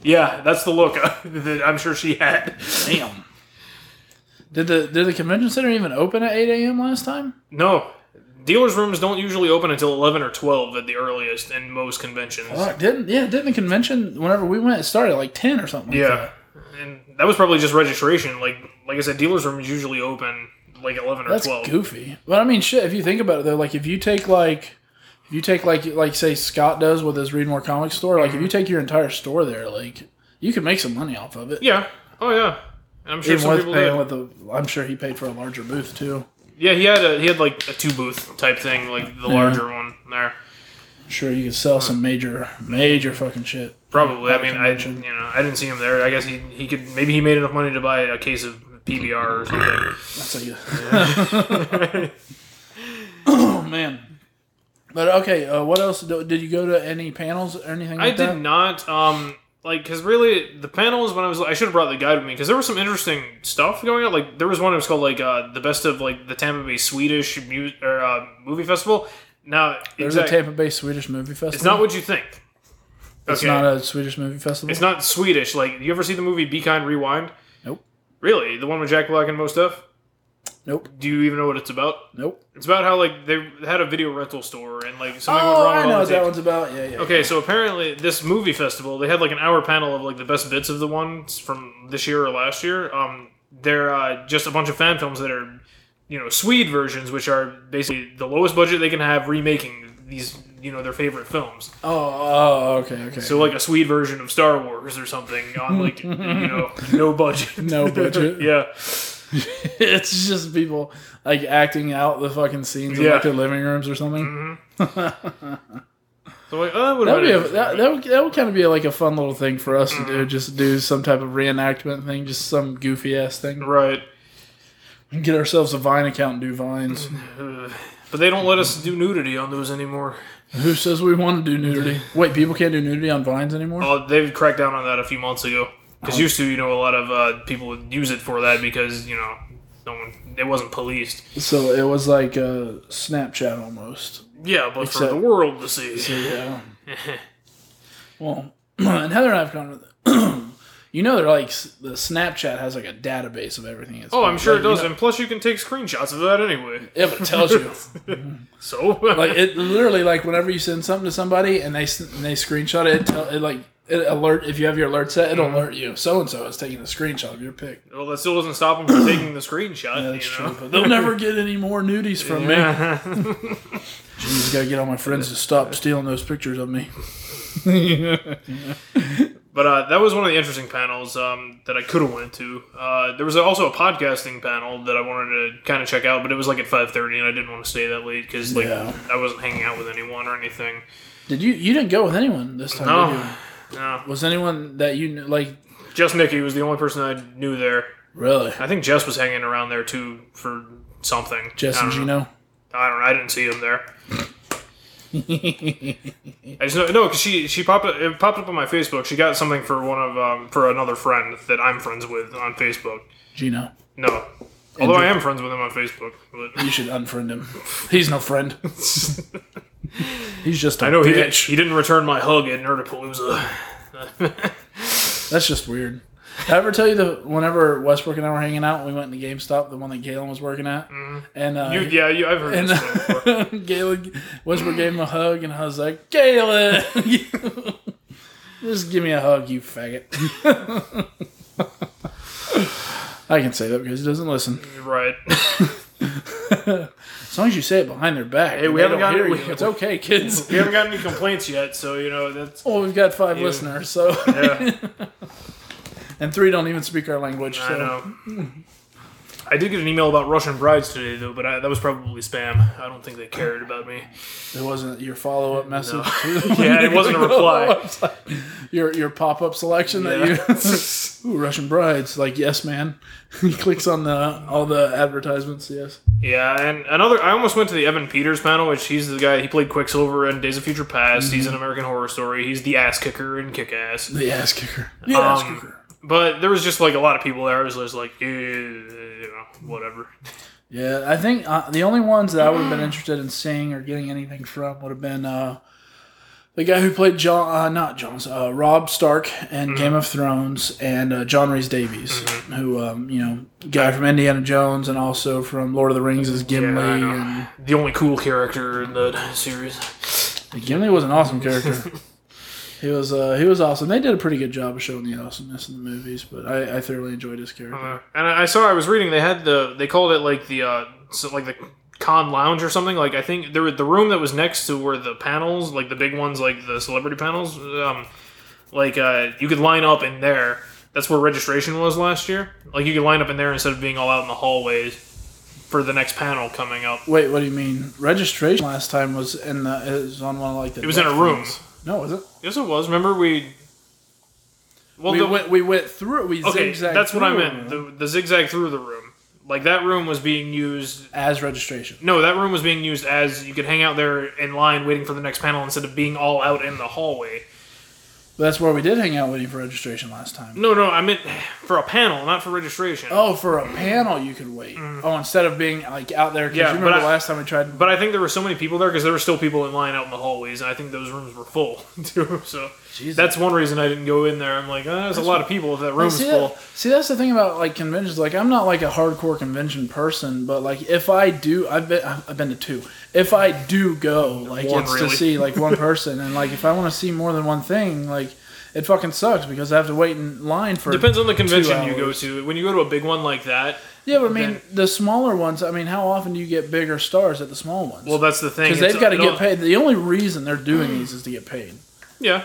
[SPEAKER 2] Yeah, that's the look [laughs] that I'm sure she had.
[SPEAKER 1] Damn. Did the did the convention center even open at eight a.m. last time?
[SPEAKER 2] No, dealer's rooms don't usually open until 11 or 12 at the earliest in most conventions.
[SPEAKER 1] Fuck, didn't yeah? Didn't the convention whenever we went it started at like ten or something? like
[SPEAKER 2] Yeah,
[SPEAKER 1] that?
[SPEAKER 2] and that was probably just registration. Like, like I said, dealer's room is usually open like 11 or
[SPEAKER 1] that's
[SPEAKER 2] 12.
[SPEAKER 1] goofy. But I mean, shit. If you think about it though, like if you take like. If you take like like say Scott does with his Read More Comic store,
[SPEAKER 2] Mm-hmm.
[SPEAKER 1] like if you take your entire store there, like you can make some money off of it.
[SPEAKER 2] Yeah. Oh yeah. And I'm sure
[SPEAKER 1] Even
[SPEAKER 2] some
[SPEAKER 1] with
[SPEAKER 2] people.
[SPEAKER 1] paying
[SPEAKER 2] Did.
[SPEAKER 1] with the, I'm sure he paid for a larger booth too.
[SPEAKER 2] Yeah, he had a he had like a two booth type thing, like the larger one there.
[SPEAKER 1] Sure, you could sell some major, major fucking shit.
[SPEAKER 2] Probably. I
[SPEAKER 1] At a
[SPEAKER 2] mean, I you
[SPEAKER 1] convention.
[SPEAKER 2] know I didn't see him there. I guess he he could maybe he made enough money to buy a case of PBR or something.
[SPEAKER 1] That's
[SPEAKER 2] [clears throat]
[SPEAKER 1] like, [laughs] oh man. But okay, uh, what else do- did you go to? Any panels or anything?
[SPEAKER 2] I
[SPEAKER 1] Like
[SPEAKER 2] did not. Um, like because really the panels when I was I should have brought the guide with me because there was some interesting stuff going on. Like there was one that was called like uh the best of like the Tampa Bay Swedish mu- or, uh, movie festival. Now
[SPEAKER 1] That? There's
[SPEAKER 2] exact-
[SPEAKER 1] a Tampa Bay Swedish movie festival.
[SPEAKER 2] it's not what you think.
[SPEAKER 1] It's not a Swedish movie festival.
[SPEAKER 2] It's not Swedish. Like, you ever see the movie Be Kind Rewind?
[SPEAKER 1] Nope.
[SPEAKER 2] Really? The one with Jack Black and most stuff?
[SPEAKER 1] Nope.
[SPEAKER 2] Do you even know what it's about?
[SPEAKER 1] Nope.
[SPEAKER 2] It's about how like they had a video rental store and like something went
[SPEAKER 1] Oh,
[SPEAKER 2] wrong.
[SPEAKER 1] I
[SPEAKER 2] with all
[SPEAKER 1] know
[SPEAKER 2] the
[SPEAKER 1] what that
[SPEAKER 2] tapes.
[SPEAKER 1] one's about. Yeah, yeah.
[SPEAKER 2] Okay, so apparently this movie festival they had like an hour panel of like the best bits of the ones from this year or last year. Um, they're uh, just a bunch of fan films that are, you know, Swede versions, which are basically the lowest budget they can have remaking these you know their favorite films.
[SPEAKER 1] Oh, oh, okay, okay.
[SPEAKER 2] So like a Swede version of Star Wars or something on
[SPEAKER 1] [laughs]
[SPEAKER 2] like you know no budget.
[SPEAKER 1] no budget.
[SPEAKER 2] [laughs] Yeah,
[SPEAKER 1] [laughs] it's just people like acting out the fucking scenes in
[SPEAKER 2] Yeah. Mm-hmm.
[SPEAKER 1] like their living rooms or something.
[SPEAKER 2] so like oh, that
[SPEAKER 1] That would be
[SPEAKER 2] would have been
[SPEAKER 1] a,
[SPEAKER 2] interesting.
[SPEAKER 1] that, that would, that would kind of be like a fun little thing for us to
[SPEAKER 2] Mm-hmm.
[SPEAKER 1] do. Just do some type of reenactment thing, just some goofy ass thing.
[SPEAKER 2] right.
[SPEAKER 1] Get ourselves a Vine account and do vines.
[SPEAKER 2] Uh, but they don't let us do nudity on those anymore.
[SPEAKER 1] Who says we want to do nudity? Wait, people can't do nudity on vines anymore.
[SPEAKER 2] Oh, they've cracked down on that a few months ago. Because
[SPEAKER 1] Uh-huh.
[SPEAKER 2] used to, you know, a lot of uh, people would use it for that because you know, no one it wasn't policed.
[SPEAKER 1] So it was like uh, Snapchat almost.
[SPEAKER 2] Yeah, but
[SPEAKER 1] Except-
[SPEAKER 2] for the world to see.
[SPEAKER 1] So, yeah. well, [clears throat] and Heather and I have gone to. [clears throat] you know, they're like s- the Snapchat has like a database of everything. It's
[SPEAKER 2] Oh, I'm sure it
[SPEAKER 1] like, you
[SPEAKER 2] does, and plus you can take screenshots of that anyway.
[SPEAKER 1] know- yeah, but it tells
[SPEAKER 2] [laughs]
[SPEAKER 1] you
[SPEAKER 2] So [laughs]
[SPEAKER 1] like it literally like whenever you send something to somebody and they s- and they screenshot it, it tell it like it alert if you have your alert set, it'll
[SPEAKER 2] Mm-hmm.
[SPEAKER 1] alert you. So and so is taking a screenshot of your pic.
[SPEAKER 2] well, that still doesn't stop them from taking the screenshot.
[SPEAKER 1] That's
[SPEAKER 2] you know?
[SPEAKER 1] true. But they'll
[SPEAKER 2] [laughs]
[SPEAKER 1] never get any more nudies from me.
[SPEAKER 2] Yeah. [laughs]
[SPEAKER 1] Jeez, gotta get all my friends to stop stealing those pictures of me.
[SPEAKER 2] But uh, that was one of the interesting panels um, that I could have went to. Uh, there was also a podcasting panel that I wanted to kind of check out, but it was like at five thirty, and I didn't want to stay that late because like
[SPEAKER 1] Yeah.
[SPEAKER 2] I wasn't hanging out with anyone or anything.
[SPEAKER 1] Did you? You didn't go with anyone this time?
[SPEAKER 2] No.
[SPEAKER 1] Did you?
[SPEAKER 2] No,
[SPEAKER 1] Was anyone that you knew, like
[SPEAKER 2] just Nikki was the only person I knew there.
[SPEAKER 1] really?
[SPEAKER 2] I think Jess was hanging around there too for something.
[SPEAKER 1] Jess
[SPEAKER 2] I
[SPEAKER 1] and
[SPEAKER 2] don't know.
[SPEAKER 1] Gino.
[SPEAKER 2] I don't know. I didn't see him there. [laughs] I just know no because she she popped up, it popped up on my Facebook. She got something for one of um, for another friend that I'm friends with on Facebook.
[SPEAKER 1] Gino,
[SPEAKER 2] No, although I
[SPEAKER 1] Andrew.
[SPEAKER 2] am friends with him on Facebook. But
[SPEAKER 1] you should unfriend him. He's no friend. [laughs] He's just a
[SPEAKER 2] [laughs] I know he didn't,
[SPEAKER 1] bitch.
[SPEAKER 2] he didn't return my hug at Nerdapalooza. [laughs]
[SPEAKER 1] That's just weird. Did I ever tell you that whenever Westbrook and I were hanging out, we went to GameStop, the one that Galen was working at, and uh,
[SPEAKER 2] Mm-hmm. You, yeah, you, I've heard
[SPEAKER 1] and
[SPEAKER 2] this one
[SPEAKER 1] [laughs]
[SPEAKER 2] before.
[SPEAKER 1] Galen Westbrook gave him a hug, and I was like, Galen, [laughs] just give me a hug, you faggot. [laughs] I can say that because he doesn't listen.
[SPEAKER 2] You're right. [laughs]
[SPEAKER 1] As long as you say it behind their back, hey,
[SPEAKER 2] we haven't gotten- we-
[SPEAKER 1] It's okay, kids.
[SPEAKER 2] we haven't got any complaints yet, so you
[SPEAKER 1] [laughs]
[SPEAKER 2] know that's
[SPEAKER 1] Well, we've got five listeners, so
[SPEAKER 2] yeah.
[SPEAKER 1] [laughs] and three don't even speak our language. So.
[SPEAKER 2] I know. I did get an email about Russian brides today though, but I, that was probably spam. I don't think they cared about me.
[SPEAKER 1] It wasn't your follow up message.
[SPEAKER 2] [laughs] Yeah, it wasn't a
[SPEAKER 1] [laughs]
[SPEAKER 2] reply.
[SPEAKER 1] your your pop up selection
[SPEAKER 2] Yeah.
[SPEAKER 1] that you [laughs] ooh Russian brides like yes man. [laughs] he clicks on the all the advertisements. Yes,
[SPEAKER 2] Yeah, and another. I almost went to the Evan Peters panel, which he's the guy. He played Quicksilver in Days of Future Past. He's an American Horror Story. He's the ass kicker in Kick Ass.
[SPEAKER 1] the ass kicker. The ass
[SPEAKER 2] Um,
[SPEAKER 1] kicker.
[SPEAKER 2] But there was just like a lot of people there. I was just like, eh, you know, whatever.
[SPEAKER 1] Yeah, I think uh, the only ones that I would have been interested in seeing or getting anything from would have been uh, the guy who played John, uh, not John's, uh, Rob Stark and
[SPEAKER 2] Mm-hmm.
[SPEAKER 1] Game of Thrones, and uh, John Rhys Davies, who um, you know, guy from Indiana Jones and also from Lord of the Rings is
[SPEAKER 2] Yeah, I
[SPEAKER 1] Gimli.
[SPEAKER 2] know. The only cool character in the series.
[SPEAKER 1] and Gimli was an awesome
[SPEAKER 2] [laughs]
[SPEAKER 1] character. he was uh, he was awesome. They did a pretty good job of showing the awesomeness in the movies, but I, I thoroughly enjoyed his character.
[SPEAKER 2] Uh, and I I saw I was reading they had the they called it like the uh so like the con lounge or something like I think there were the room that was next to where the panels like the big ones like the celebrity panels um like uh you could line up in there that's where registration was last year like you could line up in there instead of being all out in the hallways for the next panel coming up
[SPEAKER 1] Wait, what do you mean? Registration last time was in the it was on one of like the
[SPEAKER 2] it was in a room
[SPEAKER 1] No, was it?
[SPEAKER 2] yes it was remember we well
[SPEAKER 1] we
[SPEAKER 2] the,
[SPEAKER 1] went we went through it. We
[SPEAKER 2] okay
[SPEAKER 1] zigzagged
[SPEAKER 2] that's what I
[SPEAKER 1] through
[SPEAKER 2] meant the, the zigzag through the room like that room was being used
[SPEAKER 1] as registration.
[SPEAKER 2] No, that room was being used as you could hang out there in line waiting for the next panel instead of being all out in the hallway.
[SPEAKER 1] That's where we did hang out waiting for registration last time.
[SPEAKER 2] No, no, I meant for a panel, not for registration.
[SPEAKER 1] Oh, for a panel you could wait. Oh, instead of being like out there. 'cause
[SPEAKER 2] Mm. Yeah,
[SPEAKER 1] you remember
[SPEAKER 2] but I-
[SPEAKER 1] last time we tried.
[SPEAKER 2] But I think there were so many people there because there were still people in line out in the hallways, and I think those rooms were full [laughs] too. So
[SPEAKER 1] Jesus.
[SPEAKER 2] that's one reason I didn't go in there. I'm like, oh, there's a lot of people if that room's
[SPEAKER 1] see,
[SPEAKER 2] full.
[SPEAKER 1] that, see, that's the thing about like conventions. Like, I'm not like a hardcore convention person, but like if I do, I've been I've I've been to two. If I do go, like
[SPEAKER 2] One,
[SPEAKER 1] it's
[SPEAKER 2] really.
[SPEAKER 1] to see like
[SPEAKER 2] [laughs]
[SPEAKER 1] one person, and like if I want to see more than one thing, like it fucking sucks because I have to wait in line for.
[SPEAKER 2] Depends on the convention you go
[SPEAKER 1] hours.
[SPEAKER 2] to. When you go to a big one like that,
[SPEAKER 1] Yeah, but I mean
[SPEAKER 2] Then-
[SPEAKER 1] the smaller ones. I mean, how often do you get bigger stars at the small ones?
[SPEAKER 2] Well, that's the thing.
[SPEAKER 1] because they've
[SPEAKER 2] It's-
[SPEAKER 1] got to
[SPEAKER 2] it all-
[SPEAKER 1] get paid. The only reason they're doing these is to get paid.
[SPEAKER 2] Yeah.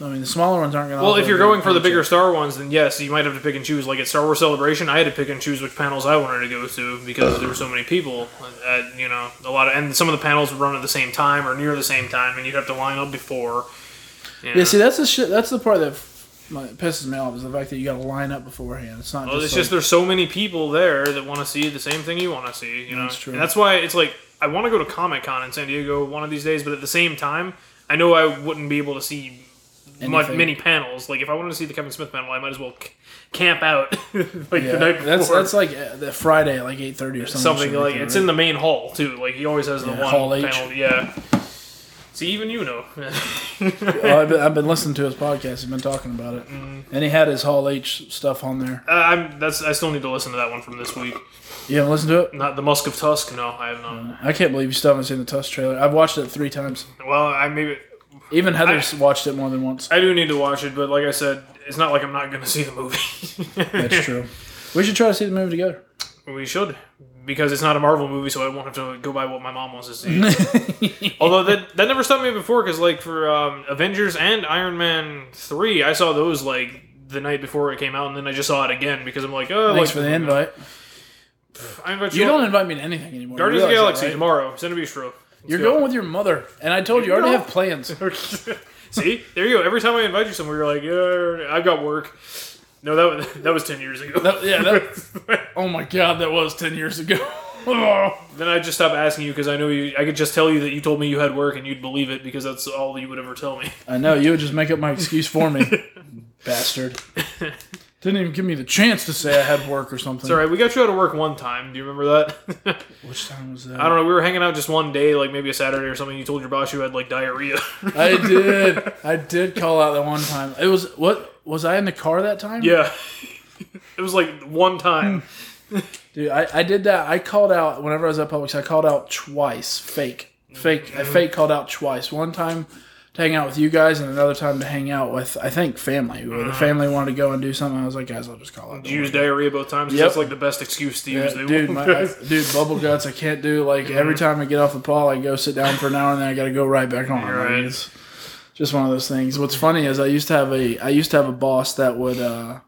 [SPEAKER 1] I mean, the smaller ones aren't going to.
[SPEAKER 2] Well, if you're going for the bigger Star ones, then yes, you might have to pick and choose. Like at Star Wars Celebration, I had to pick and choose which panels I wanted to go to because there were so many people. Uh, you know, a lot of and some of the panels would run at the same time or near the same time, and you'd have to line up before. you know.
[SPEAKER 1] Yeah, see, that's the shit. That's the part that f- my- pisses me off is the fact that you got to line up beforehand. It's not.
[SPEAKER 2] Well,
[SPEAKER 1] just
[SPEAKER 2] it's
[SPEAKER 1] like-
[SPEAKER 2] just there's so many people there that want to see the same thing you want to see. You know,
[SPEAKER 1] That's true.
[SPEAKER 2] And that's why it's like I want to go to Comic Con in San Diego one of these days, but at the same time, I know I wouldn't be able to see much,
[SPEAKER 1] Anything.
[SPEAKER 2] many panels. Like if I wanted to see the Kevin Smith panel, I might as well c- camp out [laughs] like
[SPEAKER 1] yeah,
[SPEAKER 2] the night before.
[SPEAKER 1] that's that's like uh, the Friday, at like eight thirty or something.
[SPEAKER 2] something
[SPEAKER 1] Shit
[SPEAKER 2] like
[SPEAKER 1] that,
[SPEAKER 2] it's
[SPEAKER 1] right?
[SPEAKER 2] in the main hall too. Like he always has the
[SPEAKER 1] Yeah,
[SPEAKER 2] one
[SPEAKER 1] Hall H.
[SPEAKER 2] panel. Yeah. [laughs] See, even you know. [laughs]
[SPEAKER 1] Well, I've, been, I've been listening to his podcast. He's been talking about it,
[SPEAKER 2] Mm-hmm.
[SPEAKER 1] and he had his Hall H stuff on there.
[SPEAKER 2] Uh, I'm, that's I still need to listen to that one from this week.
[SPEAKER 1] You haven't listened to it?
[SPEAKER 2] Not the Musk of Tusk. No, I have not.
[SPEAKER 1] I can't believe you still haven't seen the Tusk trailer. I've watched it three times.
[SPEAKER 2] Well, I maybe
[SPEAKER 1] Even Heather's watched it more than once.
[SPEAKER 2] I do need to watch it, but like I said, it's not like I'm not going to [laughs] see the movie.
[SPEAKER 1] That's
[SPEAKER 2] [laughs]
[SPEAKER 1] true. We should try to see the movie together.
[SPEAKER 2] We should, because it's not a Marvel movie, so I won't have to go by what my mom wants to see. Although that that never stopped me before, because like for um, Avengers and Iron Man three, I saw those like the night before it came out, and then I just saw it again because I'm like, oh,
[SPEAKER 1] Thanks
[SPEAKER 2] like,
[SPEAKER 1] for the invite.
[SPEAKER 2] I invite you.
[SPEAKER 1] You don't invite me to anything anymore. You
[SPEAKER 2] Guardians of the
[SPEAKER 1] realize
[SPEAKER 2] Galaxy
[SPEAKER 1] that, right?
[SPEAKER 2] tomorrow. Send a bistro.
[SPEAKER 1] You're going with your mother, and I told you, I already
[SPEAKER 2] No.
[SPEAKER 1] have
[SPEAKER 2] [laughs]
[SPEAKER 1] plans.
[SPEAKER 2] See, there you go. Every time I invite you somewhere, you're like, yeah, I've got work. No, that was, that was ten years ago.
[SPEAKER 1] That- yeah,
[SPEAKER 2] [laughs]
[SPEAKER 1] that- oh my god, that was ten years ago. [laughs]
[SPEAKER 2] Then I just stop asking you because I know you. I could just tell you that you told me you had work and you'd believe it because that's all you would ever tell me.
[SPEAKER 1] I know you would just make up my excuse for [laughs] me, bastard. [laughs] Didn't even give me the chance to say I had work or something.
[SPEAKER 2] All right, we got you out of work one time. Do you remember that? [laughs]
[SPEAKER 1] Which time was
[SPEAKER 2] I
[SPEAKER 1] that?
[SPEAKER 2] don't know. We were hanging out just one day, like maybe a Saturday or something. You told your boss you had like diarrhea. [laughs]
[SPEAKER 1] I did. I did call out that one time. It was what was I in the car that time?
[SPEAKER 2] yeah, [laughs] it was like one time.
[SPEAKER 1] Hmm. Dude, I, I did that. I called out whenever I was at Publix. I called out twice, fake, fake. I fake called out twice. One time to hang out with you guys, and another time to hang out with I think family. Where the family wanted to go and do something. I was like, guys, I'll just call out.
[SPEAKER 2] Did you use diarrhea both times? 'Cause
[SPEAKER 1] Yep.
[SPEAKER 2] That's like the best excuse to use. They
[SPEAKER 1] dude,
[SPEAKER 2] won't- [laughs]
[SPEAKER 1] my, I, dude, bubble guts. I can't do like every time I get off the pole, I go sit down for an hour, and then I got to go right back on. Like,
[SPEAKER 2] right.
[SPEAKER 1] It's just one of those things. What's funny is I used to have a I used to have a boss that would. uh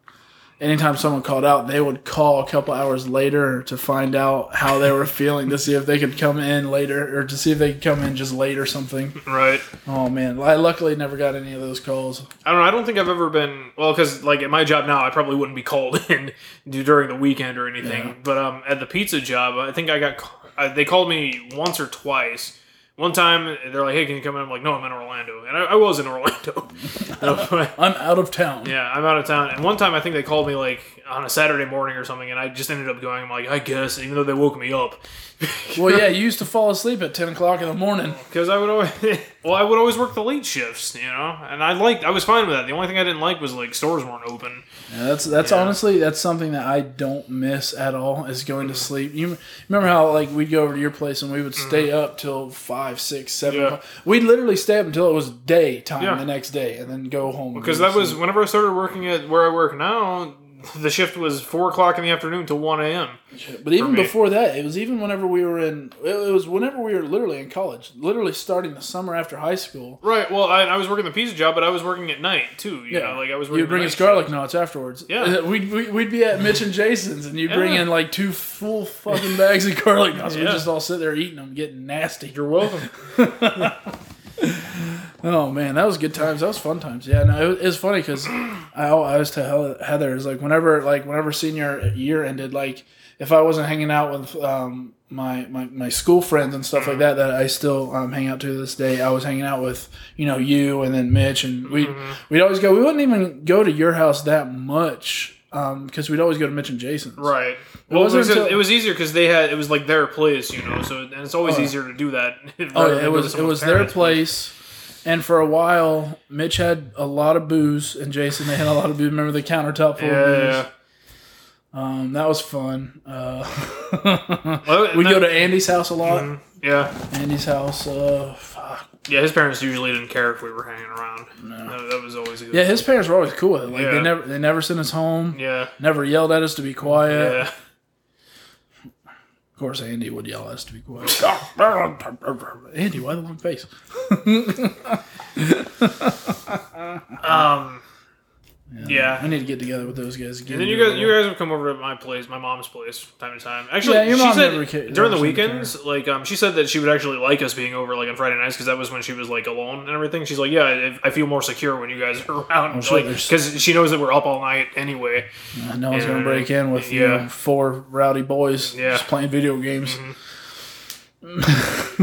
[SPEAKER 1] Anytime someone called out, they would call a couple hours later to find out how they were feeling to see if they could come in later or to see if they could come in just late or something.
[SPEAKER 2] right.
[SPEAKER 1] Oh man, I luckily never got any of those calls.
[SPEAKER 2] I don't know. I don't think I've ever been well because like at my job now, I probably wouldn't be called [laughs] in do- during the weekend or anything.
[SPEAKER 1] Yeah.
[SPEAKER 2] But um, at the pizza job, I think I got ca- uh, they called me once or twice. One time they're like, "Hey, can you come in?" I'm like, "No, I'm in Orlando," and I, I was in Orlando. [laughs]
[SPEAKER 1] I'm out of town.
[SPEAKER 2] yeah, I'm out of town. And one time I think they called me like on a Saturday morning or something, and I just ended up going. I'm like, I guess, even though they woke me up
[SPEAKER 1] Well, yeah, you used to fall asleep at ten o'clock in the morning.
[SPEAKER 2] because I would always [laughs] well, I would always work the late shifts, you know. And I liked, I was fine with that. The only thing I didn't like was like stores weren't open.
[SPEAKER 1] Yeah, that's that's honestly that's something that I don't miss at all is going to sleep. You remember how like we'd go over to your place and we would stay up till five, six, seven.
[SPEAKER 2] Mm-hmm. Yeah.
[SPEAKER 1] o'clock. We'd literally stay up until it was daytime
[SPEAKER 2] Yeah.
[SPEAKER 1] the next day and then go home. and
[SPEAKER 2] Because
[SPEAKER 1] go to
[SPEAKER 2] that was
[SPEAKER 1] sleep.
[SPEAKER 2] whenever I started working at where I work now. The shift was four o'clock in the afternoon to one a.m.
[SPEAKER 1] But even
[SPEAKER 2] me.
[SPEAKER 1] before that, it was even whenever we were in. It it was whenever we were literally in college, literally starting the summer after high school.
[SPEAKER 2] Right. Well, I, I was working the pizza job, but I was working at night too. You
[SPEAKER 1] Yeah.
[SPEAKER 2] know, like I was. Working
[SPEAKER 1] You'd
[SPEAKER 2] the
[SPEAKER 1] bring
[SPEAKER 2] night
[SPEAKER 1] us garlic
[SPEAKER 2] shift.
[SPEAKER 1] knots afterwards. Uh,
[SPEAKER 2] Yeah.
[SPEAKER 1] We'd, we- we'd be at Mitch and Jason's and you'd bring
[SPEAKER 2] Yeah.
[SPEAKER 1] in like two full fucking bags of garlic knots. We'd
[SPEAKER 2] Yeah.
[SPEAKER 1] just all sit there eating them, getting nasty. [laughs]
[SPEAKER 2] You're welcome.
[SPEAKER 1] Oh man, that was good times. That was fun times. Yeah, no, it was, it was funny because I al- I always tell Heather- Heather is like whenever like whenever senior year ended, like if I wasn't hanging out with um, my, my my school friends and stuff like that that I still um, hang out to this day, I was hanging out with you know you and then Mitch and we we'd always go. We wouldn't even go to your house that much because we'd always go to Mitch and Jason's.
[SPEAKER 2] right. Well, it was,
[SPEAKER 1] wasn't until-
[SPEAKER 2] it was easier because they had it was like their place, you know. So and it's always
[SPEAKER 1] Oh.
[SPEAKER 2] easier to do that. [laughs]
[SPEAKER 1] Oh, yeah, it was it was their place. And for a while, Mitch had a lot of booze, and Jason they had a lot of booze. Remember the countertop full
[SPEAKER 2] Yeah.
[SPEAKER 1] of
[SPEAKER 2] yeah,
[SPEAKER 1] booze.
[SPEAKER 2] yeah.
[SPEAKER 1] Um, that was fun. [laughs] Uh,
[SPEAKER 2] Well,
[SPEAKER 1] we
[SPEAKER 2] and
[SPEAKER 1] go to
[SPEAKER 2] that- Mm-hmm.
[SPEAKER 1] Andy's house a lot.
[SPEAKER 2] yeah,
[SPEAKER 1] Andy's house. Uh, fuck.
[SPEAKER 2] yeah. His parents usually didn't care if we were hanging around. That, that was always a good.
[SPEAKER 1] Yeah, his parents were always cool with it. Like
[SPEAKER 2] Yeah.
[SPEAKER 1] they never they never sent us home.
[SPEAKER 2] Yeah.
[SPEAKER 1] Never yelled at us to be quiet.
[SPEAKER 2] Yeah.
[SPEAKER 1] Of course, Andy would yell at us to be quiet. [laughs] Andy, why the long face?
[SPEAKER 2] Um, yeah.
[SPEAKER 1] I need to get together with those guys again.
[SPEAKER 2] And then you guys, you guys would come over to my place, my mom's place, from time to time. Actually,
[SPEAKER 1] Yeah, your
[SPEAKER 2] she
[SPEAKER 1] mom
[SPEAKER 2] said
[SPEAKER 1] never ca-
[SPEAKER 2] during the
[SPEAKER 1] never seemed to
[SPEAKER 2] weekends, like, um, she said that she would actually like us being over, like, on Friday nights because that was when she was like alone and everything. She's like, yeah, I, I feel more secure when you guys are [laughs] around,
[SPEAKER 1] sure there's-
[SPEAKER 2] because she knows that we're up all night anyway.
[SPEAKER 1] I know I was going to
[SPEAKER 2] Yeah.
[SPEAKER 1] break in with you
[SPEAKER 2] Yeah.
[SPEAKER 1] know, four rowdy boys
[SPEAKER 2] Yeah.
[SPEAKER 1] just playing video games. [laughs] it's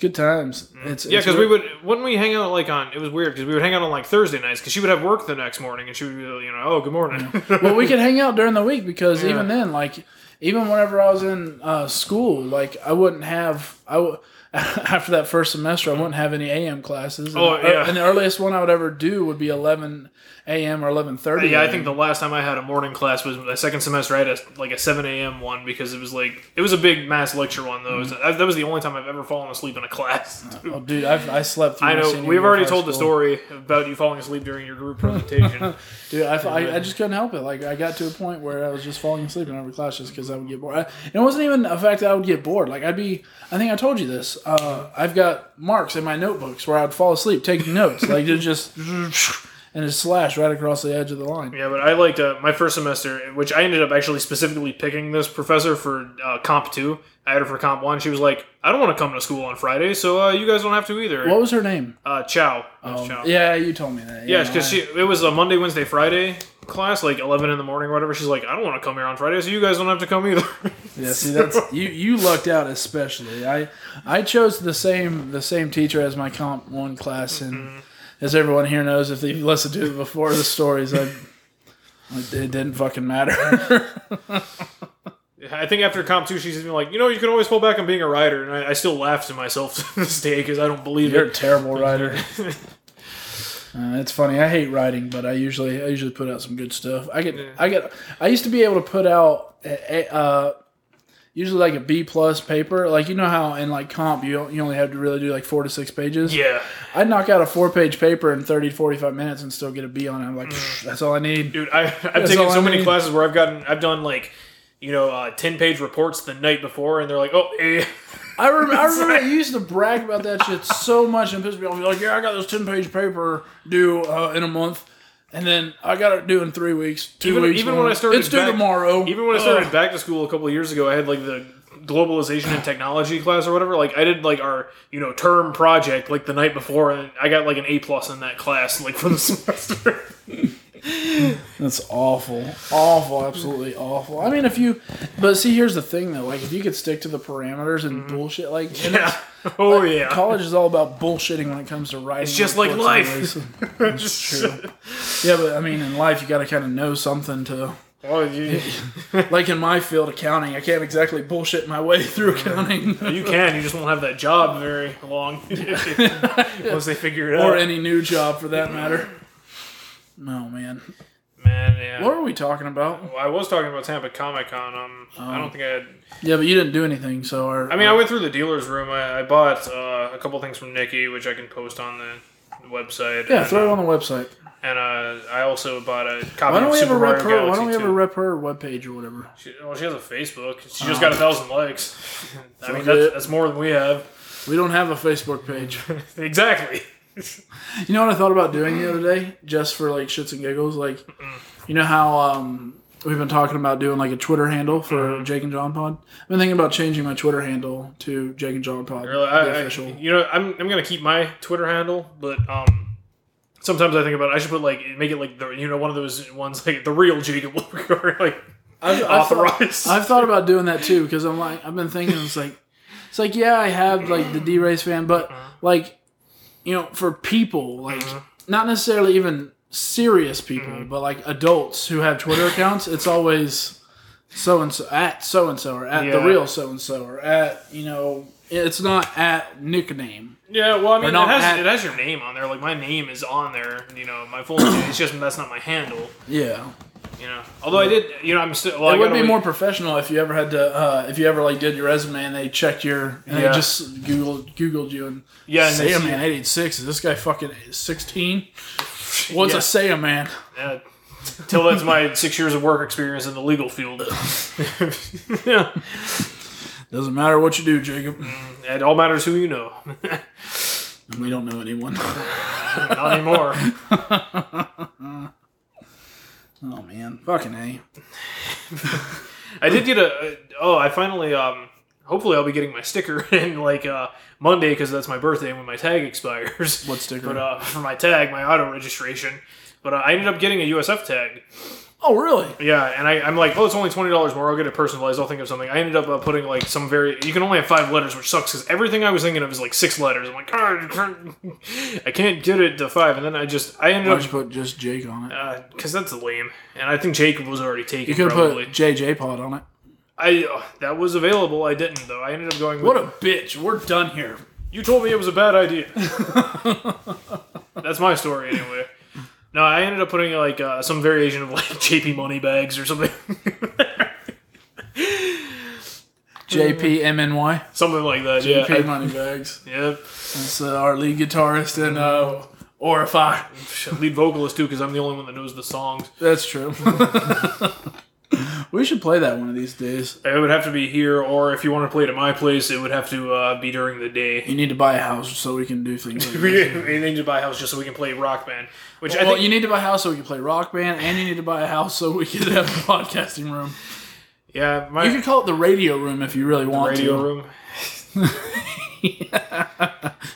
[SPEAKER 1] good times. It's,
[SPEAKER 2] Mm-hmm. Yeah,
[SPEAKER 1] it's
[SPEAKER 2] because we
[SPEAKER 1] weird.
[SPEAKER 2] would when we hang out like on it was weird because we would hang out on like Thursday nights because she would have work the next morning and she would be you know oh good morning
[SPEAKER 1] well,
[SPEAKER 2] [laughs]
[SPEAKER 1] we could hang out during the week because
[SPEAKER 2] Yeah.
[SPEAKER 1] even then, like, even whenever I was in uh, school, like, I wouldn't have I w- [laughs] after that first semester, I wouldn't have any AM classes. And, er,
[SPEAKER 2] Oh, yeah.
[SPEAKER 1] and the earliest one I would ever do would be eleven AM or eleven thirty.
[SPEAKER 2] Uh, yeah I think the last time I had a morning class was the second semester I had a, like a seven a.m. one because it was like it was a big mass lecture one though It was-
[SPEAKER 1] Mm-hmm.
[SPEAKER 2] that was the only time I've ever fallen asleep in a class.
[SPEAKER 1] [laughs] Oh, dude, I've, I slept. Through
[SPEAKER 2] I
[SPEAKER 1] my
[SPEAKER 2] know
[SPEAKER 1] senior
[SPEAKER 2] we've
[SPEAKER 1] year of
[SPEAKER 2] already
[SPEAKER 1] high
[SPEAKER 2] told the
[SPEAKER 1] school.
[SPEAKER 2] story about you falling asleep during your group presentation.
[SPEAKER 1] [laughs] Dude, I, I, I just couldn't help it. Like, I got to a point where I was just falling asleep in every class just because I would get bored. I, and it wasn't even a fact that I would get bored. Like, I'd be, I think I told you this. Uh, I've got marks in my notebooks where I would fall asleep taking notes. Like, it just, and it slashed right across the edge of the line.
[SPEAKER 2] yeah, but I liked uh, my first semester, which I ended up actually specifically picking this professor for uh, comp two. I had her for comp one. She was like, "I don't want to come to school on Friday, so uh, you guys don't have to either."
[SPEAKER 1] What was her name?
[SPEAKER 2] Uh, Chow. It was Chow.
[SPEAKER 1] Um, Yeah, you told me that.
[SPEAKER 2] Yeah, because she it was a Monday, Wednesday, Friday class, like eleven in the morning or whatever. She's like, I don't want to come here on Friday, so you guys don't have to come either. [laughs]
[SPEAKER 1] Yeah, see, that's you. You lucked out especially. I I chose the same the same teacher as my comp one class, and as everyone here knows, if they've listened to it before, the stories I. It didn't fucking matter. [laughs]
[SPEAKER 2] I think after comp two, she's even like, you know, you can always fall back on being a writer, and I, I still laugh to myself [laughs] to this day because I don't believe
[SPEAKER 1] You're a
[SPEAKER 2] it.
[SPEAKER 1] terrible writer. Uh, it's funny. I hate writing, but I usually I usually put out some good stuff. I get I get I used to be able to put out a, a- uh, usually like a B plus paper. Like you know how in like comp you you only have to really do like four to six pages.
[SPEAKER 2] Yeah,
[SPEAKER 1] I'd knock out a four page paper in 30 45 minutes and still get a B on it. I'm like, "Pfft, that's all I need.
[SPEAKER 2] dude, I, I've taken
[SPEAKER 1] all
[SPEAKER 2] so
[SPEAKER 1] I
[SPEAKER 2] many
[SPEAKER 1] need.
[SPEAKER 2] classes where I've gotten, I've done like, you know, uh, ten page reports the night before, and they're like, oh, eh.
[SPEAKER 1] I, rem-
[SPEAKER 2] [laughs]
[SPEAKER 1] I remember you used to brag about that shit so much and piss me off. You're like, yeah, I got this 10 page paper due uh, in a month. And then I got it due in three weeks, two
[SPEAKER 2] even,
[SPEAKER 1] weeks.
[SPEAKER 2] even
[SPEAKER 1] one
[SPEAKER 2] when I
[SPEAKER 1] week.
[SPEAKER 2] started
[SPEAKER 1] it's due
[SPEAKER 2] back-
[SPEAKER 1] tomorrow.
[SPEAKER 2] Even when I started
[SPEAKER 1] Ugh.
[SPEAKER 2] back to school a couple of years ago, I had like the globalization and technology class or whatever. Like I did like our you know term project like the night before, and I got like an A plus in that class like for the [laughs] semester.
[SPEAKER 1] That's awful, awful, absolutely awful. I mean, if you, but see, here's the thing though. Like, if you could stick to the parameters and bullshit, like, and it's-
[SPEAKER 2] Mm-hmm. yeah. [laughs] Oh yeah.
[SPEAKER 1] college is all about bullshitting when it comes to writing. It's
[SPEAKER 2] just like life. [laughs]
[SPEAKER 1] That's true. Yeah, but I mean, in life, you got to kind of know something to.
[SPEAKER 2] Oh, you,
[SPEAKER 1] Like in my field, accounting, I can't exactly bullshit my way through [laughs] accounting
[SPEAKER 2] you can. You just won't have that job very
[SPEAKER 1] [laughs]
[SPEAKER 2] long [laughs] once they figure it out.
[SPEAKER 1] or any new job for that matter. No, man.
[SPEAKER 2] Man, yeah.
[SPEAKER 1] What were we talking about?
[SPEAKER 2] Well, I was talking about Tampa Comic Con. Um,
[SPEAKER 1] Oh.
[SPEAKER 2] I don't think I had
[SPEAKER 1] Yeah, but you didn't do anything, so our,
[SPEAKER 2] I mean, I went through the dealer's room. I, I bought uh, a couple things from Nikki, which I can post on the website.
[SPEAKER 1] yeah,
[SPEAKER 2] and,
[SPEAKER 1] throw it on the website.
[SPEAKER 2] and uh, I also bought a copy
[SPEAKER 1] Why don't
[SPEAKER 2] of
[SPEAKER 1] we have
[SPEAKER 2] Super
[SPEAKER 1] a
[SPEAKER 2] Mario
[SPEAKER 1] rep her? Why
[SPEAKER 2] Galaxy
[SPEAKER 1] don't we have
[SPEAKER 2] 2.
[SPEAKER 1] a rep her webpage or whatever?
[SPEAKER 2] She, well, she has a Facebook. She just got a thousand likes. [laughs] I mean,
[SPEAKER 1] Fuck
[SPEAKER 2] that's,
[SPEAKER 1] it.
[SPEAKER 2] that's more than we have. [laughs]
[SPEAKER 1] We don't have a Facebook page.
[SPEAKER 2] Exactly. [laughs]
[SPEAKER 1] You know what I thought about doing the other day, just for like shits and giggles. Like, you know how um, we've been talking about doing like a Twitter handle for
[SPEAKER 2] Mm-hmm.
[SPEAKER 1] Jake and John Pod. I've been thinking about changing my Twitter handle to Jake and John Pod,
[SPEAKER 2] Really, I,
[SPEAKER 1] the
[SPEAKER 2] I-
[SPEAKER 1] official.
[SPEAKER 2] you know, I'm, I'm gonna keep my Twitter handle, but um, sometimes I think about it. I should put like make it like the you know one of those ones like the real Jacob Luger, [laughs] like
[SPEAKER 1] I've, I've thought,
[SPEAKER 2] authorized.
[SPEAKER 1] I've thought about doing that too because I'm like I've been thinking it's like it's like yeah I have like the D race fan, but
[SPEAKER 2] Uh-huh.
[SPEAKER 1] like you know for people like not necessarily even serious people,
[SPEAKER 2] Mm-hmm.
[SPEAKER 1] but like adults who have Twitter accounts, it's always. so and so at so and so or at the
[SPEAKER 2] Yeah.
[SPEAKER 1] real so and so or at you know it's not at nickname.
[SPEAKER 2] Yeah, well, I mean, it
[SPEAKER 1] not
[SPEAKER 2] has,
[SPEAKER 1] at-
[SPEAKER 2] it has your name on there. Like, my name is on there, you know, my full name. It's just that's not my handle,
[SPEAKER 1] Yeah,
[SPEAKER 2] you know. Although I did, you know, I'm still. Well, I e
[SPEAKER 1] it would
[SPEAKER 2] gotta
[SPEAKER 1] be
[SPEAKER 2] wait-
[SPEAKER 1] more professional if you ever had to uh, if you ever like did your resume and they checked your and
[SPEAKER 2] Yeah.
[SPEAKER 1] they just googled googled you and
[SPEAKER 2] Yeah, and
[SPEAKER 1] say a
[SPEAKER 2] it's-
[SPEAKER 1] man eight eight six is this guy fucking sixteen? What's
[SPEAKER 2] Yeah.
[SPEAKER 1] a say a man?
[SPEAKER 2] Yeah. Till that's my six years of work experience in the
[SPEAKER 1] [laughs]
[SPEAKER 2] legal field. yeah.
[SPEAKER 1] Doesn't matter what you do, Jacob.
[SPEAKER 2] It all matters who you know. [laughs]
[SPEAKER 1] We don't know anyone.
[SPEAKER 2] Not anymore.
[SPEAKER 1] Oh man, fucking a.
[SPEAKER 2] I did get a. a- Oh, I finally. Um, hopefully, I'll be getting my sticker [laughs] in like uh, Monday because that's my birthday when my tag expires.
[SPEAKER 1] What sticker?
[SPEAKER 2] But uh, for my tag, my auto registration. But uh, I ended up getting a USF tag.
[SPEAKER 1] Oh really?
[SPEAKER 2] Yeah, and I, I'm like, oh, it's only twenty dollars more. I'll get it personalized. I'll think of something. I ended up uh, putting like some very. You can only have five letters, which sucks because everything I was thinking of is like six letters. I'm like, "Ah, [laughs] I can't get it to five, and then I just I ended
[SPEAKER 1] Why
[SPEAKER 2] up
[SPEAKER 1] don't you put just Jake on it?
[SPEAKER 2] because that's lame, and I think Jacob was already taken.
[SPEAKER 1] You could have
[SPEAKER 2] probably.
[SPEAKER 1] put JJ Pod on it.
[SPEAKER 2] I uh, that was available. I didn't though. I ended up going. With,
[SPEAKER 1] What a bitch. We're done here.
[SPEAKER 2] You told me it was a bad
[SPEAKER 1] [laughs]
[SPEAKER 2] idea. That's my story anyway. No, I ended up putting like uh, some variation of like [laughs] JP money bags or something, [laughs]
[SPEAKER 1] JPMNY.
[SPEAKER 2] something like that.
[SPEAKER 1] JP
[SPEAKER 2] yeah, I-
[SPEAKER 1] Moneybags.
[SPEAKER 2] yeah.
[SPEAKER 1] That's uh, our lead guitarist and uh, Orify.
[SPEAKER 2] Lead vocalist too, because I'm the only one that knows the songs.
[SPEAKER 1] That's true. [laughs] we should play that one of these days.
[SPEAKER 2] It would have to be here, or if you want to play it at my place, it would have to uh, be during the day. [laughs]
[SPEAKER 1] You need to buy a house so we can do things like
[SPEAKER 2] We
[SPEAKER 1] this.
[SPEAKER 2] need to buy a house just so we can play Rock Band, which I
[SPEAKER 1] Well,
[SPEAKER 2] think
[SPEAKER 1] you need to buy a house so we can play rock band, and you need to buy a house so we can have a [laughs] podcasting room.
[SPEAKER 2] yeah,
[SPEAKER 1] You
[SPEAKER 2] my
[SPEAKER 1] could call it the radio room if you really want
[SPEAKER 2] radio
[SPEAKER 1] to.
[SPEAKER 2] room.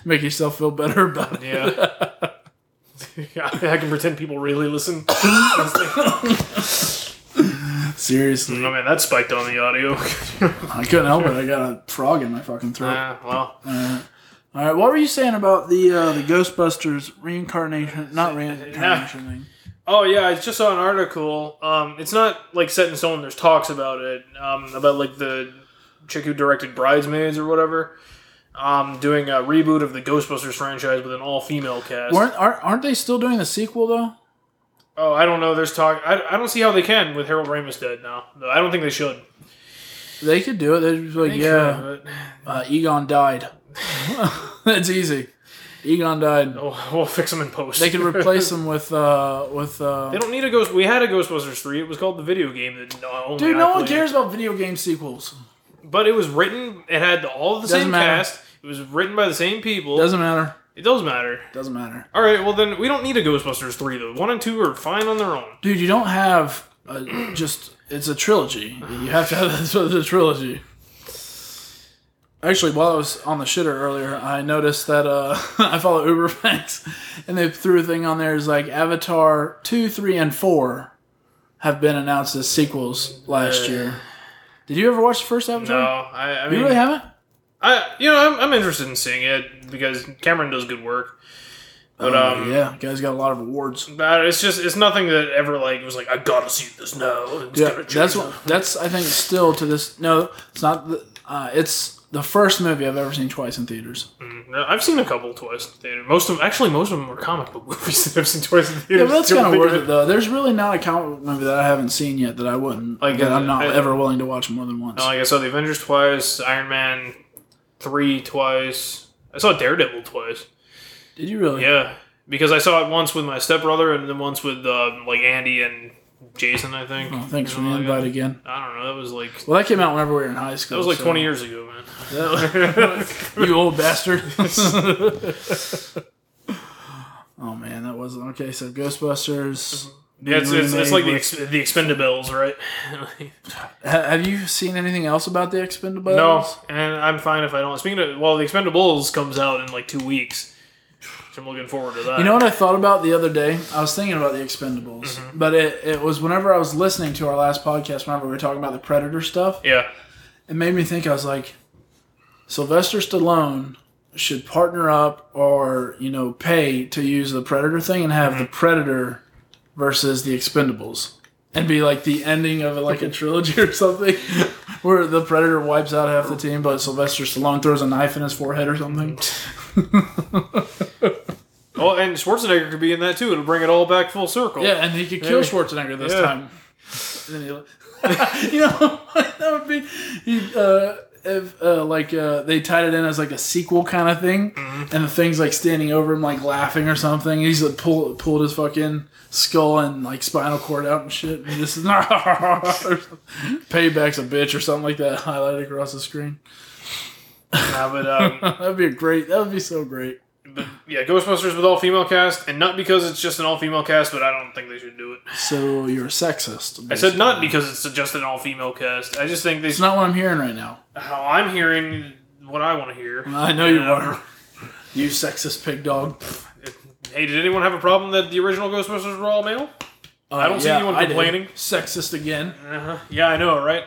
[SPEAKER 1] Make yourself feel better about it.
[SPEAKER 2] Yeah.
[SPEAKER 1] [laughs]
[SPEAKER 2] [laughs] I can pretend people really listen. Oh,
[SPEAKER 1] Seriously.
[SPEAKER 2] Oh man, that spiked on the audio. [laughs]
[SPEAKER 1] I couldn't help it. I got a frog in my fucking throat.
[SPEAKER 2] Ah, well,
[SPEAKER 1] All right, what were you saying about the uh, the Ghostbusters reincarnation? Not reincarnation thing.
[SPEAKER 2] oh yeah, I just saw an article. Um, it's not like set in stone. There's talks about it. Um, about like the chick who directed Bridesmaids or whatever. Um, doing a reboot of the Ghostbusters franchise with an all-female cast.
[SPEAKER 1] Weren't aren't, aren't they still doing the sequel though?
[SPEAKER 2] Oh, I don't know. There's talk. I, I don't see how they can with Harold Ramis dead now. No, I don't think they should.
[SPEAKER 1] They could do it. They'd just be like, yeah,
[SPEAKER 2] But-
[SPEAKER 1] uh, Egon died. [laughs] That's easy. Egon died.
[SPEAKER 2] oh, we'll fix them in post.
[SPEAKER 1] They could
[SPEAKER 2] [laughs]
[SPEAKER 1] replace him with uh, with. Uh,
[SPEAKER 2] They don't need a ghost. We had a Ghostbusters three. It was called the video game that no, only
[SPEAKER 1] dude,
[SPEAKER 2] I
[SPEAKER 1] no one
[SPEAKER 2] played.
[SPEAKER 1] cares about video game sequels.
[SPEAKER 2] But it was written. It had all the
[SPEAKER 1] Doesn't
[SPEAKER 2] same
[SPEAKER 1] matter.
[SPEAKER 2] cast. It was written by the same people.
[SPEAKER 1] Doesn't matter.
[SPEAKER 2] it does matter.
[SPEAKER 1] Doesn't matter.
[SPEAKER 2] All right. Well, then we don't need a Ghostbusters three though. One and two are fine on their own.
[SPEAKER 1] Dude, you don't have a, just. It's a trilogy. You have to have [laughs] this with a trilogy. Actually, while I was on the shitter earlier, I noticed that uh, [laughs] I follow Uber Facts, and they threw a thing on there is like Avatar two, three, and four have been announced as sequels last year. Did you ever watch the first
[SPEAKER 2] No,
[SPEAKER 1] Avatar?
[SPEAKER 2] I, I
[SPEAKER 1] You
[SPEAKER 2] mean,
[SPEAKER 1] really haven't?
[SPEAKER 2] I you know I'm, I'm interested in seeing it because Cameron does good work. But um,
[SPEAKER 1] Oh, yeah, guys got a lot of awards.
[SPEAKER 2] But it's just it's nothing that ever like was like I gotta see this now. It's
[SPEAKER 1] Yeah,
[SPEAKER 2] gotta change
[SPEAKER 1] that's
[SPEAKER 2] it."
[SPEAKER 1] what, that's I think still to this. No, it's not. The, uh, it's the first movie I've ever seen twice in theaters.
[SPEAKER 2] No, I've seen a couple twice in theater. Most of actually most of them were comic book [laughs] movies that I've seen twice in theater.
[SPEAKER 1] Yeah, but that's kind of worth it though. There's really not a comic book movie that I haven't seen yet that I wouldn't.
[SPEAKER 2] Like,
[SPEAKER 1] Like that
[SPEAKER 2] uh,
[SPEAKER 1] I'm not
[SPEAKER 2] I-
[SPEAKER 1] ever willing to watch more than once.
[SPEAKER 2] Like I saw the Avengers twice, Iron Man three twice. I saw Daredevil twice.
[SPEAKER 1] Did you really?
[SPEAKER 2] Yeah, because I saw it once with my stepbrother and then once with um, like Andy and Jason. I think.
[SPEAKER 1] Oh, thanks for the
[SPEAKER 2] Something like
[SPEAKER 1] invite
[SPEAKER 2] that.
[SPEAKER 1] again.
[SPEAKER 2] I don't know. That was like
[SPEAKER 1] Well, that came out whenever we were in high school.
[SPEAKER 2] that was like
[SPEAKER 1] so-
[SPEAKER 2] twenty years ago, man.
[SPEAKER 1] [laughs] you old
[SPEAKER 2] [laughs]
[SPEAKER 1] bastard. [laughs] oh man, that wasn't okay. So Ghostbusters.
[SPEAKER 2] Yeah, it's, it's, it's like the
[SPEAKER 1] remade
[SPEAKER 2] ex- the Expendables, right? [laughs]
[SPEAKER 1] with- Ha- have you seen anything else about the Expendables?
[SPEAKER 2] Mm-hmm. No, and I'm fine if I don't. Speaking of, well, the Expendables comes out in like two weeks, so I'm looking forward to that.
[SPEAKER 1] You know what I thought about the other day? I was thinking about the Expendables, but it, it was whenever I was listening to our last podcast, whenever we were talking about the Predator stuff,
[SPEAKER 2] Yeah,
[SPEAKER 1] it made me think. I was like, Sylvester Stallone should partner up or, you know, pay to use the Predator thing and have the Predator versus the Expendables and be like the ending of like a trilogy or something [laughs] where the Predator wipes out half the team, but Sylvester Stallone throws a knife in his forehead or something.
[SPEAKER 2] Oh, and Schwarzenegger could be in that too. It'll bring it all back full circle.
[SPEAKER 1] Yeah, and he could kill
[SPEAKER 2] Yeah.
[SPEAKER 1] Schwarzenegger this [laughs]
[SPEAKER 2] Yeah.
[SPEAKER 1] time. And then he, you know, that would be he, uh, if, uh, like uh, they tied it in as like a sequel kind of thing, and the thing's like standing over him, like laughing or something. And he's like pull, pulled his fucking skull and like spinal cord out and shit. And [laughs] this is payback's a bitch or something like that [laughs] highlighted across the screen. [laughs]
[SPEAKER 2] Nah, but um,
[SPEAKER 1] That'd be a great. That would be so great.
[SPEAKER 2] but yeah, Ghostbusters with all female cast, and not because it's just an all female cast, but I don't think they should do it.
[SPEAKER 1] So you're a sexist.
[SPEAKER 2] I said not because it's just an all female cast. I just think they.
[SPEAKER 1] It's not what I'm hearing right now.
[SPEAKER 2] how I'm hearing what I want to hear.
[SPEAKER 1] I know you
[SPEAKER 2] Um,
[SPEAKER 1] are. You sexist pig dog.
[SPEAKER 2] Hey, did anyone have a problem that the original Ghostbusters were all male? I don't see anyone
[SPEAKER 1] I did.
[SPEAKER 2] complaining.
[SPEAKER 1] Sexist again.
[SPEAKER 2] Uh-huh. Yeah, I know, right?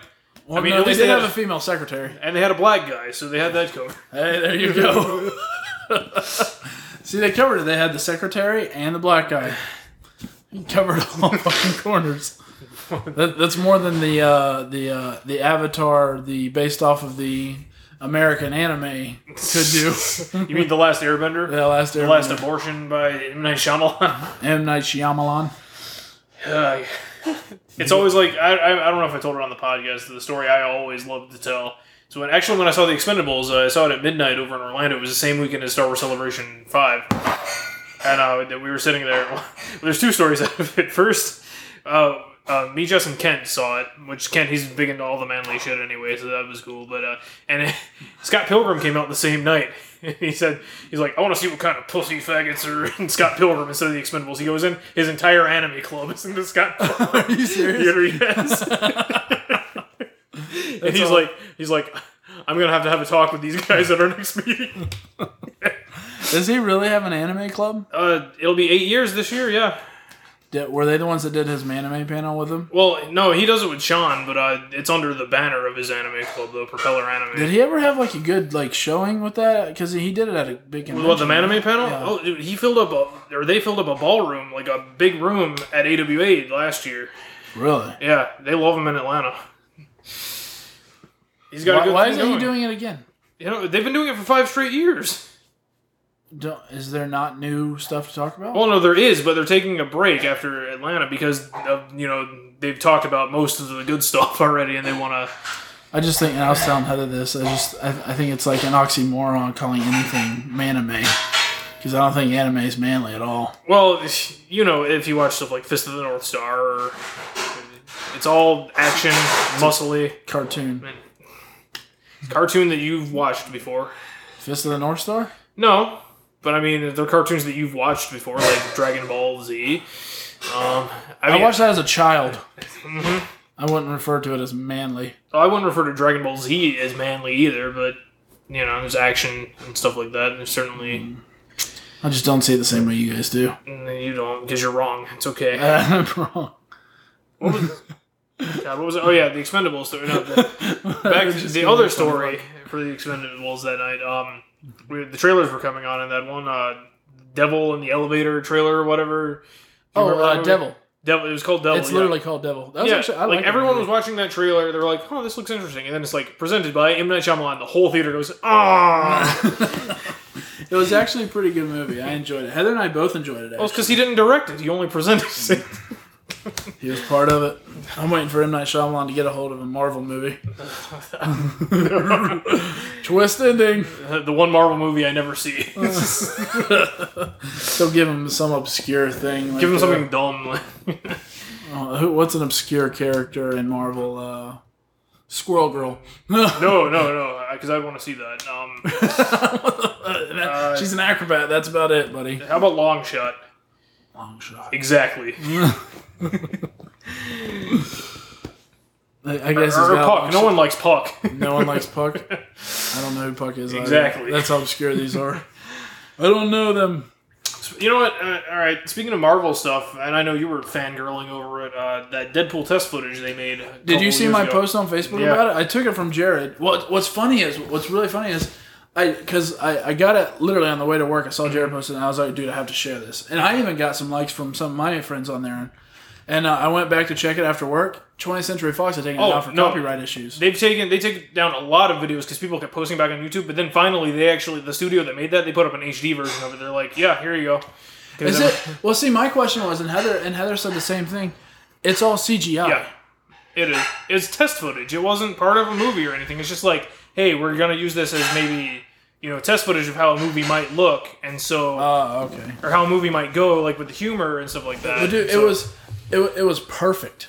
[SPEAKER 1] Well,
[SPEAKER 2] mean,
[SPEAKER 1] no,
[SPEAKER 2] at
[SPEAKER 1] they
[SPEAKER 2] least
[SPEAKER 1] did
[SPEAKER 2] they
[SPEAKER 1] have
[SPEAKER 2] had-
[SPEAKER 1] a female
[SPEAKER 2] [laughs]
[SPEAKER 1] secretary.
[SPEAKER 2] And they had a black guy, so they had that covered.
[SPEAKER 1] Hey, there you go. [laughs] See, they covered it. They had the secretary and the black guy. He covered all fucking corners. That, that's more than the uh, the uh, the Avatar, the based off of the American anime could
[SPEAKER 2] [laughs]
[SPEAKER 1] do. [laughs]
[SPEAKER 2] You mean the last Airbender?
[SPEAKER 1] The last,
[SPEAKER 2] The last
[SPEAKER 1] Airbender.
[SPEAKER 2] abortion by M Night Shyamalan. [laughs]
[SPEAKER 1] M Night Shyamalan.
[SPEAKER 2] Uh, it's always like I, I, I don't know if I told it on the podcast. The story I always love to tell. So when actually when I saw the Expendables, uh, I saw it at midnight over in Orlando. It was the same weekend as Star Wars Celebration Five, and uh, that we were sitting there. [laughs] Well, there's two stories out of it. First, uh, uh, me, Jess, and Kent saw it. Which Kent, he's big into all the manly shit anyway, so that was cool. But uh, and [laughs] Scott Pilgrim came out the same night. [laughs] he said he's like, I want to see what kind of pussy faggots are in Scott Pilgrim instead of the Expendables. He goes in his entire anime club is in
[SPEAKER 1] [laughs]
[SPEAKER 2] the Scott Pilgrim
[SPEAKER 1] Are you serious?
[SPEAKER 2] [laughs] theater, yes. [laughs] and he's
[SPEAKER 1] all.
[SPEAKER 2] like, he's like, I'm gonna have to have a talk with these guys at our next meeting.
[SPEAKER 1] Does he really have an anime club?
[SPEAKER 2] Uh, it'll be eight years this year, yeah.
[SPEAKER 1] Did, were they the ones that did his anime panel with him?
[SPEAKER 2] Well, no, he does it with Sean, but uh, it's under the banner of his anime club, though Propeller Anime.
[SPEAKER 1] Did he ever have like a good like showing with that? Because he did it at a big convention.
[SPEAKER 2] what the anime panel?
[SPEAKER 1] Yeah.
[SPEAKER 2] Oh, dude, he filled up a, or they filled up a ballroom, like a big room at AWA last year.
[SPEAKER 1] Really?
[SPEAKER 2] Yeah, they love him in Atlanta. He's got a
[SPEAKER 1] Why,
[SPEAKER 2] good
[SPEAKER 1] why
[SPEAKER 2] thing
[SPEAKER 1] isn't he
[SPEAKER 2] going.
[SPEAKER 1] doing it again?
[SPEAKER 2] You know, they've been doing it for five straight years.
[SPEAKER 1] Don't, is there not new stuff to talk about?
[SPEAKER 2] Well, no, there is, but they're taking a break after Atlanta because of, you know they've talked about most of the good [laughs] stuff already, and they want to.
[SPEAKER 1] I just think, and I was telling Heather this. I just, I, I think it's like an oxymoron calling anything manime, because I don't think anime is manly at all.
[SPEAKER 2] Well, you know, if you watch stuff like Fist of the North Star, or, it's all action, muscly
[SPEAKER 1] Cartoon.
[SPEAKER 2] cartoon that you've watched before.
[SPEAKER 1] Fist of the North Star.
[SPEAKER 2] No, but I mean they're cartoons that you've watched before, like Dragon Ball Z. Um, I,
[SPEAKER 1] I
[SPEAKER 2] mean,
[SPEAKER 1] watched that as a child.
[SPEAKER 2] Mm-hmm.
[SPEAKER 1] I wouldn't refer to it as manly.
[SPEAKER 2] I wouldn't refer to Dragon Ball Z as manly either, but you know, there's action and stuff like that. And there's certainly.
[SPEAKER 1] I just don't see it the same way you guys do. [laughs]
[SPEAKER 2] No, You don't, because you're wrong. It's okay.
[SPEAKER 1] I'm wrong.
[SPEAKER 2] what was God, what was it? Oh yeah, the Expendables story. No,
[SPEAKER 1] [laughs]
[SPEAKER 2] the, back to the other story for the Expendables that night. Um, we, the trailers were coming on, and that one uh, Devil in the Elevator trailer or whatever. Do you
[SPEAKER 1] Oh,
[SPEAKER 2] remember that
[SPEAKER 1] uh,
[SPEAKER 2] movie?
[SPEAKER 1] Devil.
[SPEAKER 2] Devil. It was called Devil.
[SPEAKER 1] it's
[SPEAKER 2] yeah.
[SPEAKER 1] literally called Devil. That was
[SPEAKER 2] Yeah,
[SPEAKER 1] actually I
[SPEAKER 2] like
[SPEAKER 1] like
[SPEAKER 2] everyone was watching that trailer, they were like, "Oh, this looks interesting," and then it's like presented by M Night Shyamalan. The whole theater goes,
[SPEAKER 1] [laughs]
[SPEAKER 2] "Ah!" well,
[SPEAKER 1] It was actually a pretty good movie. I enjoyed it. Heather and I both enjoyed it.
[SPEAKER 2] it's because he didn't direct it; he only presented [laughs] it.
[SPEAKER 1] actually. He was part of it. I'm waiting for M Night Shyamalan to get a hold of a Marvel movie. [laughs] Twist ending.
[SPEAKER 2] the one Marvel movie I
[SPEAKER 1] [laughs]
[SPEAKER 2] never see.
[SPEAKER 1] So give him some obscure thing. like,
[SPEAKER 2] Give him
[SPEAKER 1] uh,
[SPEAKER 2] something dumb. [laughs] like-
[SPEAKER 1] uh, who- what's an obscure character in Marvel? Uh, Squirrel Girl. [laughs]
[SPEAKER 2] No, no, no, because I want to see that. Um,
[SPEAKER 1] She's an acrobat. That's about it, buddy.
[SPEAKER 2] how about long shot?
[SPEAKER 1] Long shot.
[SPEAKER 2] Exactly.
[SPEAKER 1] I, I guess he's
[SPEAKER 2] Or
[SPEAKER 1] got
[SPEAKER 2] puck.
[SPEAKER 1] Long
[SPEAKER 2] No one
[SPEAKER 1] [laughs]
[SPEAKER 2] likes puck.
[SPEAKER 1] No one likes
[SPEAKER 2] [laughs]
[SPEAKER 1] Puck. I don't know who Puck is. either.
[SPEAKER 2] Exactly.
[SPEAKER 1] That's how obscure these are. I don't know them.
[SPEAKER 2] you know what? Uh, all right. Speaking of Marvel stuff, and I know you were fangirling over it. Uh, that Deadpool test footage they made. a
[SPEAKER 1] Did
[SPEAKER 2] couple
[SPEAKER 1] you see
[SPEAKER 2] years
[SPEAKER 1] my
[SPEAKER 2] ago.
[SPEAKER 1] post on Facebook
[SPEAKER 2] Yeah.
[SPEAKER 1] about it? I took it from Jared. What What's funny is what's really funny is I because I, I got it literally on the way to work. I saw Jared
[SPEAKER 2] Mm-hmm.
[SPEAKER 1] post it and I was like, dude, I have to share this. And I even got some likes from some of my friends on there. And uh, I went back to check it after work. 20th Century Fox had taken
[SPEAKER 2] Oh,
[SPEAKER 1] it down for
[SPEAKER 2] no.
[SPEAKER 1] copyright issues.
[SPEAKER 2] They've taken they take down a lot of videos because people kept posting back on YouTube. But then finally, they actually the studio that made that they put up an HD version of it. They're like, yeah, here you go.
[SPEAKER 1] Is
[SPEAKER 2] 'Cause I'm-
[SPEAKER 1] it? Well, see, my question was, and Heather and Heather said the same thing. It's all CGI.
[SPEAKER 2] Yeah, it is. It's test footage. It wasn't part of a movie or anything. It's just like hey, we're gonna use this as maybe you know test footage of how a movie might look, and so
[SPEAKER 1] Oh, okay.
[SPEAKER 2] or how a movie might go, like with the humor and stuff like that.
[SPEAKER 1] But dude, it
[SPEAKER 2] So- Mm-hmm.
[SPEAKER 1] was it, wa- it was perfect.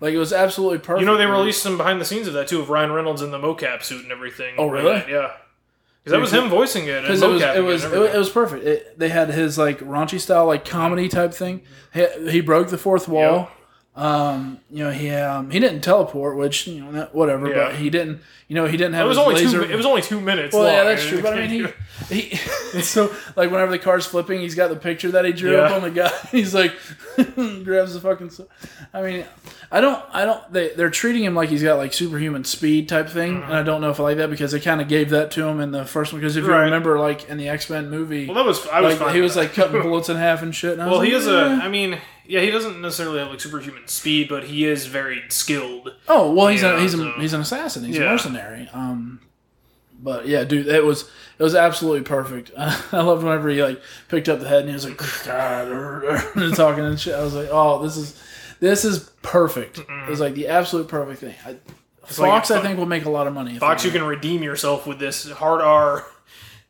[SPEAKER 1] Like it was absolutely perfect.
[SPEAKER 2] You know, they released some behind the scenes of that too, of Ryan Reynolds in the mocap suit and everything.
[SPEAKER 1] Oh, really?
[SPEAKER 2] Like that, yeah, because that was him voicing it. And
[SPEAKER 1] because it was
[SPEAKER 2] mocap
[SPEAKER 1] it was it, was- it was perfect. It, they had his like raunchy style like comedy type thing. He, he broke the fourth wall. Um, you know he um, he didn't teleport, which you know that- whatever,
[SPEAKER 2] Yeah.
[SPEAKER 1] but he didn't. You know he didn't have.
[SPEAKER 2] it was
[SPEAKER 1] his
[SPEAKER 2] only
[SPEAKER 1] laser.
[SPEAKER 2] two. It was only two minutes.
[SPEAKER 1] Well,
[SPEAKER 2] long.
[SPEAKER 1] yeah, that's true. But I
[SPEAKER 2] [laughs]
[SPEAKER 1] mean, he, he [laughs] so like whenever the car's flipping, he's got the picture that he drew up
[SPEAKER 2] Yeah.
[SPEAKER 1] on the guy. [laughs] He's like grabs the fucking. s- I mean, I don't, I don't. They they're treating him like he's got like superhuman speed type thing, and I don't know if I like that because they kind of gave that to him in the first one. Because if you
[SPEAKER 2] Mm-hmm. Right.
[SPEAKER 1] remember, like in the X Men movie,
[SPEAKER 2] well, that was I was
[SPEAKER 1] like
[SPEAKER 2] fine
[SPEAKER 1] he
[SPEAKER 2] with
[SPEAKER 1] was
[SPEAKER 2] that.
[SPEAKER 1] like
[SPEAKER 2] [laughs]
[SPEAKER 1] cutting bullets in half and shit. And I was
[SPEAKER 2] Well, he
[SPEAKER 1] like,
[SPEAKER 2] is a.
[SPEAKER 1] "Eh."
[SPEAKER 2] I mean, yeah, he doesn't necessarily have like superhuman speed, but he is very skilled.
[SPEAKER 1] Oh well, he's
[SPEAKER 2] Yeah,
[SPEAKER 1] a, he's
[SPEAKER 2] so-
[SPEAKER 1] a, he's an assassin. He's a
[SPEAKER 2] Yeah.
[SPEAKER 1] mercenary. Um, but yeah, dude, it was it was absolutely perfect. [laughs] I loved whenever he like picked up the head and he was like [laughs] and talking and shit. I was like, oh, this is this is perfect. It was like the absolute perfect thing. I,
[SPEAKER 2] like
[SPEAKER 1] Fox,
[SPEAKER 2] a
[SPEAKER 1] I think, will make a lot of money. if
[SPEAKER 2] Fox,
[SPEAKER 1] they-
[SPEAKER 2] you can redeem yourself with this hard R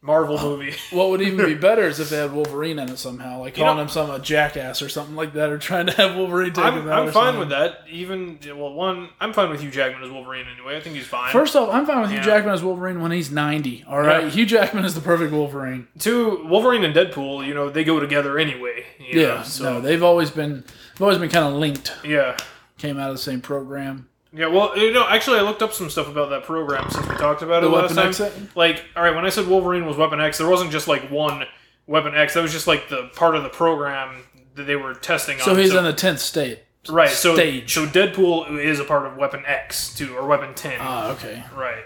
[SPEAKER 2] Marvel movie.
[SPEAKER 1] What would even
[SPEAKER 2] [laughs]
[SPEAKER 1] be better is if they had Wolverine in it somehow, like calling
[SPEAKER 2] know-
[SPEAKER 1] him some a jackass or something like that, or trying to have Wolverine take
[SPEAKER 2] I'm, [laughs]
[SPEAKER 1] him out.
[SPEAKER 2] I'm
[SPEAKER 1] or
[SPEAKER 2] fine
[SPEAKER 1] something.
[SPEAKER 2] with that. Even well, one, I'm fine with Hugh Jackman as Wolverine anyway. I think he's fine.
[SPEAKER 1] First off, I'm fine with
[SPEAKER 2] Yeah.
[SPEAKER 1] Hugh Jackman as Wolverine when he's 90. All right,
[SPEAKER 2] Yeah.
[SPEAKER 1] Hugh Jackman is the perfect Wolverine.
[SPEAKER 2] two, Wolverine and Deadpool, you know, they go together anyway. you
[SPEAKER 1] Yeah,
[SPEAKER 2] know, so
[SPEAKER 1] no, they've always been they've always been kind of linked.
[SPEAKER 2] yeah.
[SPEAKER 1] Came out of the same program.
[SPEAKER 2] Yeah, well, you know, actually, I looked up some stuff about that program since we talked about
[SPEAKER 1] The
[SPEAKER 2] it last
[SPEAKER 1] Weapon
[SPEAKER 2] time.
[SPEAKER 1] X thing?
[SPEAKER 2] Like, all right, when I said Wolverine was Weapon X, there wasn't just like one Weapon X. That was just like the part of the program that they were testing
[SPEAKER 1] So
[SPEAKER 2] on.
[SPEAKER 1] he's in the tenth state.
[SPEAKER 2] right. So
[SPEAKER 1] stage.
[SPEAKER 2] so Deadpool is a part of Weapon X too, or Weapon Ten.
[SPEAKER 1] Ah, okay.
[SPEAKER 2] right.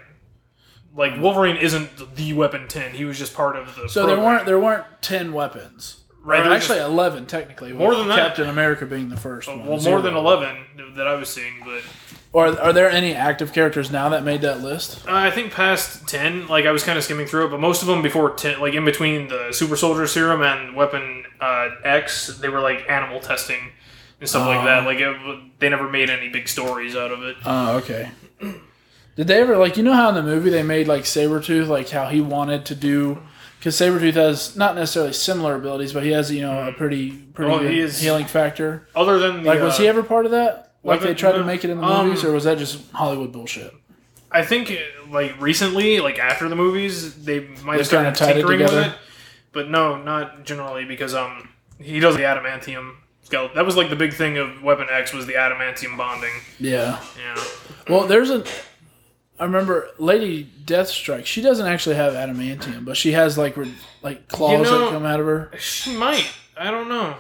[SPEAKER 2] Like Wolverine isn't the Weapon Ten. He was just part of the.
[SPEAKER 1] So there
[SPEAKER 2] program.
[SPEAKER 1] weren't there weren't ten weapons.
[SPEAKER 2] Right,
[SPEAKER 1] Right.
[SPEAKER 2] there was
[SPEAKER 1] actually, eleven technically.
[SPEAKER 2] More
[SPEAKER 1] with
[SPEAKER 2] than that. Oh,
[SPEAKER 1] Captain America being the first. one.
[SPEAKER 2] well more
[SPEAKER 1] Zero.
[SPEAKER 2] than eleven that I was seeing, but
[SPEAKER 1] Or are there any active characters now that made that list?
[SPEAKER 2] Uh, I think past ten, like I was kind of skimming through it, but most of them before ten, like in between the Super Soldier Serum and Weapon uh, X, they were like animal testing and stuff like
[SPEAKER 1] Uh-huh.
[SPEAKER 2] that. Like it, w- they never made any big stories out of it.
[SPEAKER 1] Oh, okay. Did they ever like you know how in the movie they made like Sabretooth like how he wanted to do because Sabretooth has not necessarily similar abilities but he has you know a pretty pretty
[SPEAKER 2] Well,
[SPEAKER 1] good
[SPEAKER 2] he is-
[SPEAKER 1] healing factor.
[SPEAKER 2] Other than the,
[SPEAKER 1] Like, was
[SPEAKER 2] uh,
[SPEAKER 1] he ever part of that? Like,
[SPEAKER 2] Weapon-
[SPEAKER 1] they tried
[SPEAKER 2] no.
[SPEAKER 1] to make it in the
[SPEAKER 2] Um,
[SPEAKER 1] movies, or was that just Hollywood bullshit?
[SPEAKER 2] I think uh, like recently, like after the movies, they might have
[SPEAKER 1] kinda
[SPEAKER 2] started
[SPEAKER 1] tied it
[SPEAKER 2] tinkering with
[SPEAKER 1] together.
[SPEAKER 2] it. But no, not generally because um he does the adamantium skeleton. That was like the big thing of Weapon X was the adamantium bonding.
[SPEAKER 1] Yeah.
[SPEAKER 2] Yeah.
[SPEAKER 1] Well, there's a. I remember Lady Deathstrike. She doesn't actually have adamantium, but she has like re- like claws
[SPEAKER 2] know-
[SPEAKER 1] that come out of her.
[SPEAKER 2] She might. I don't know.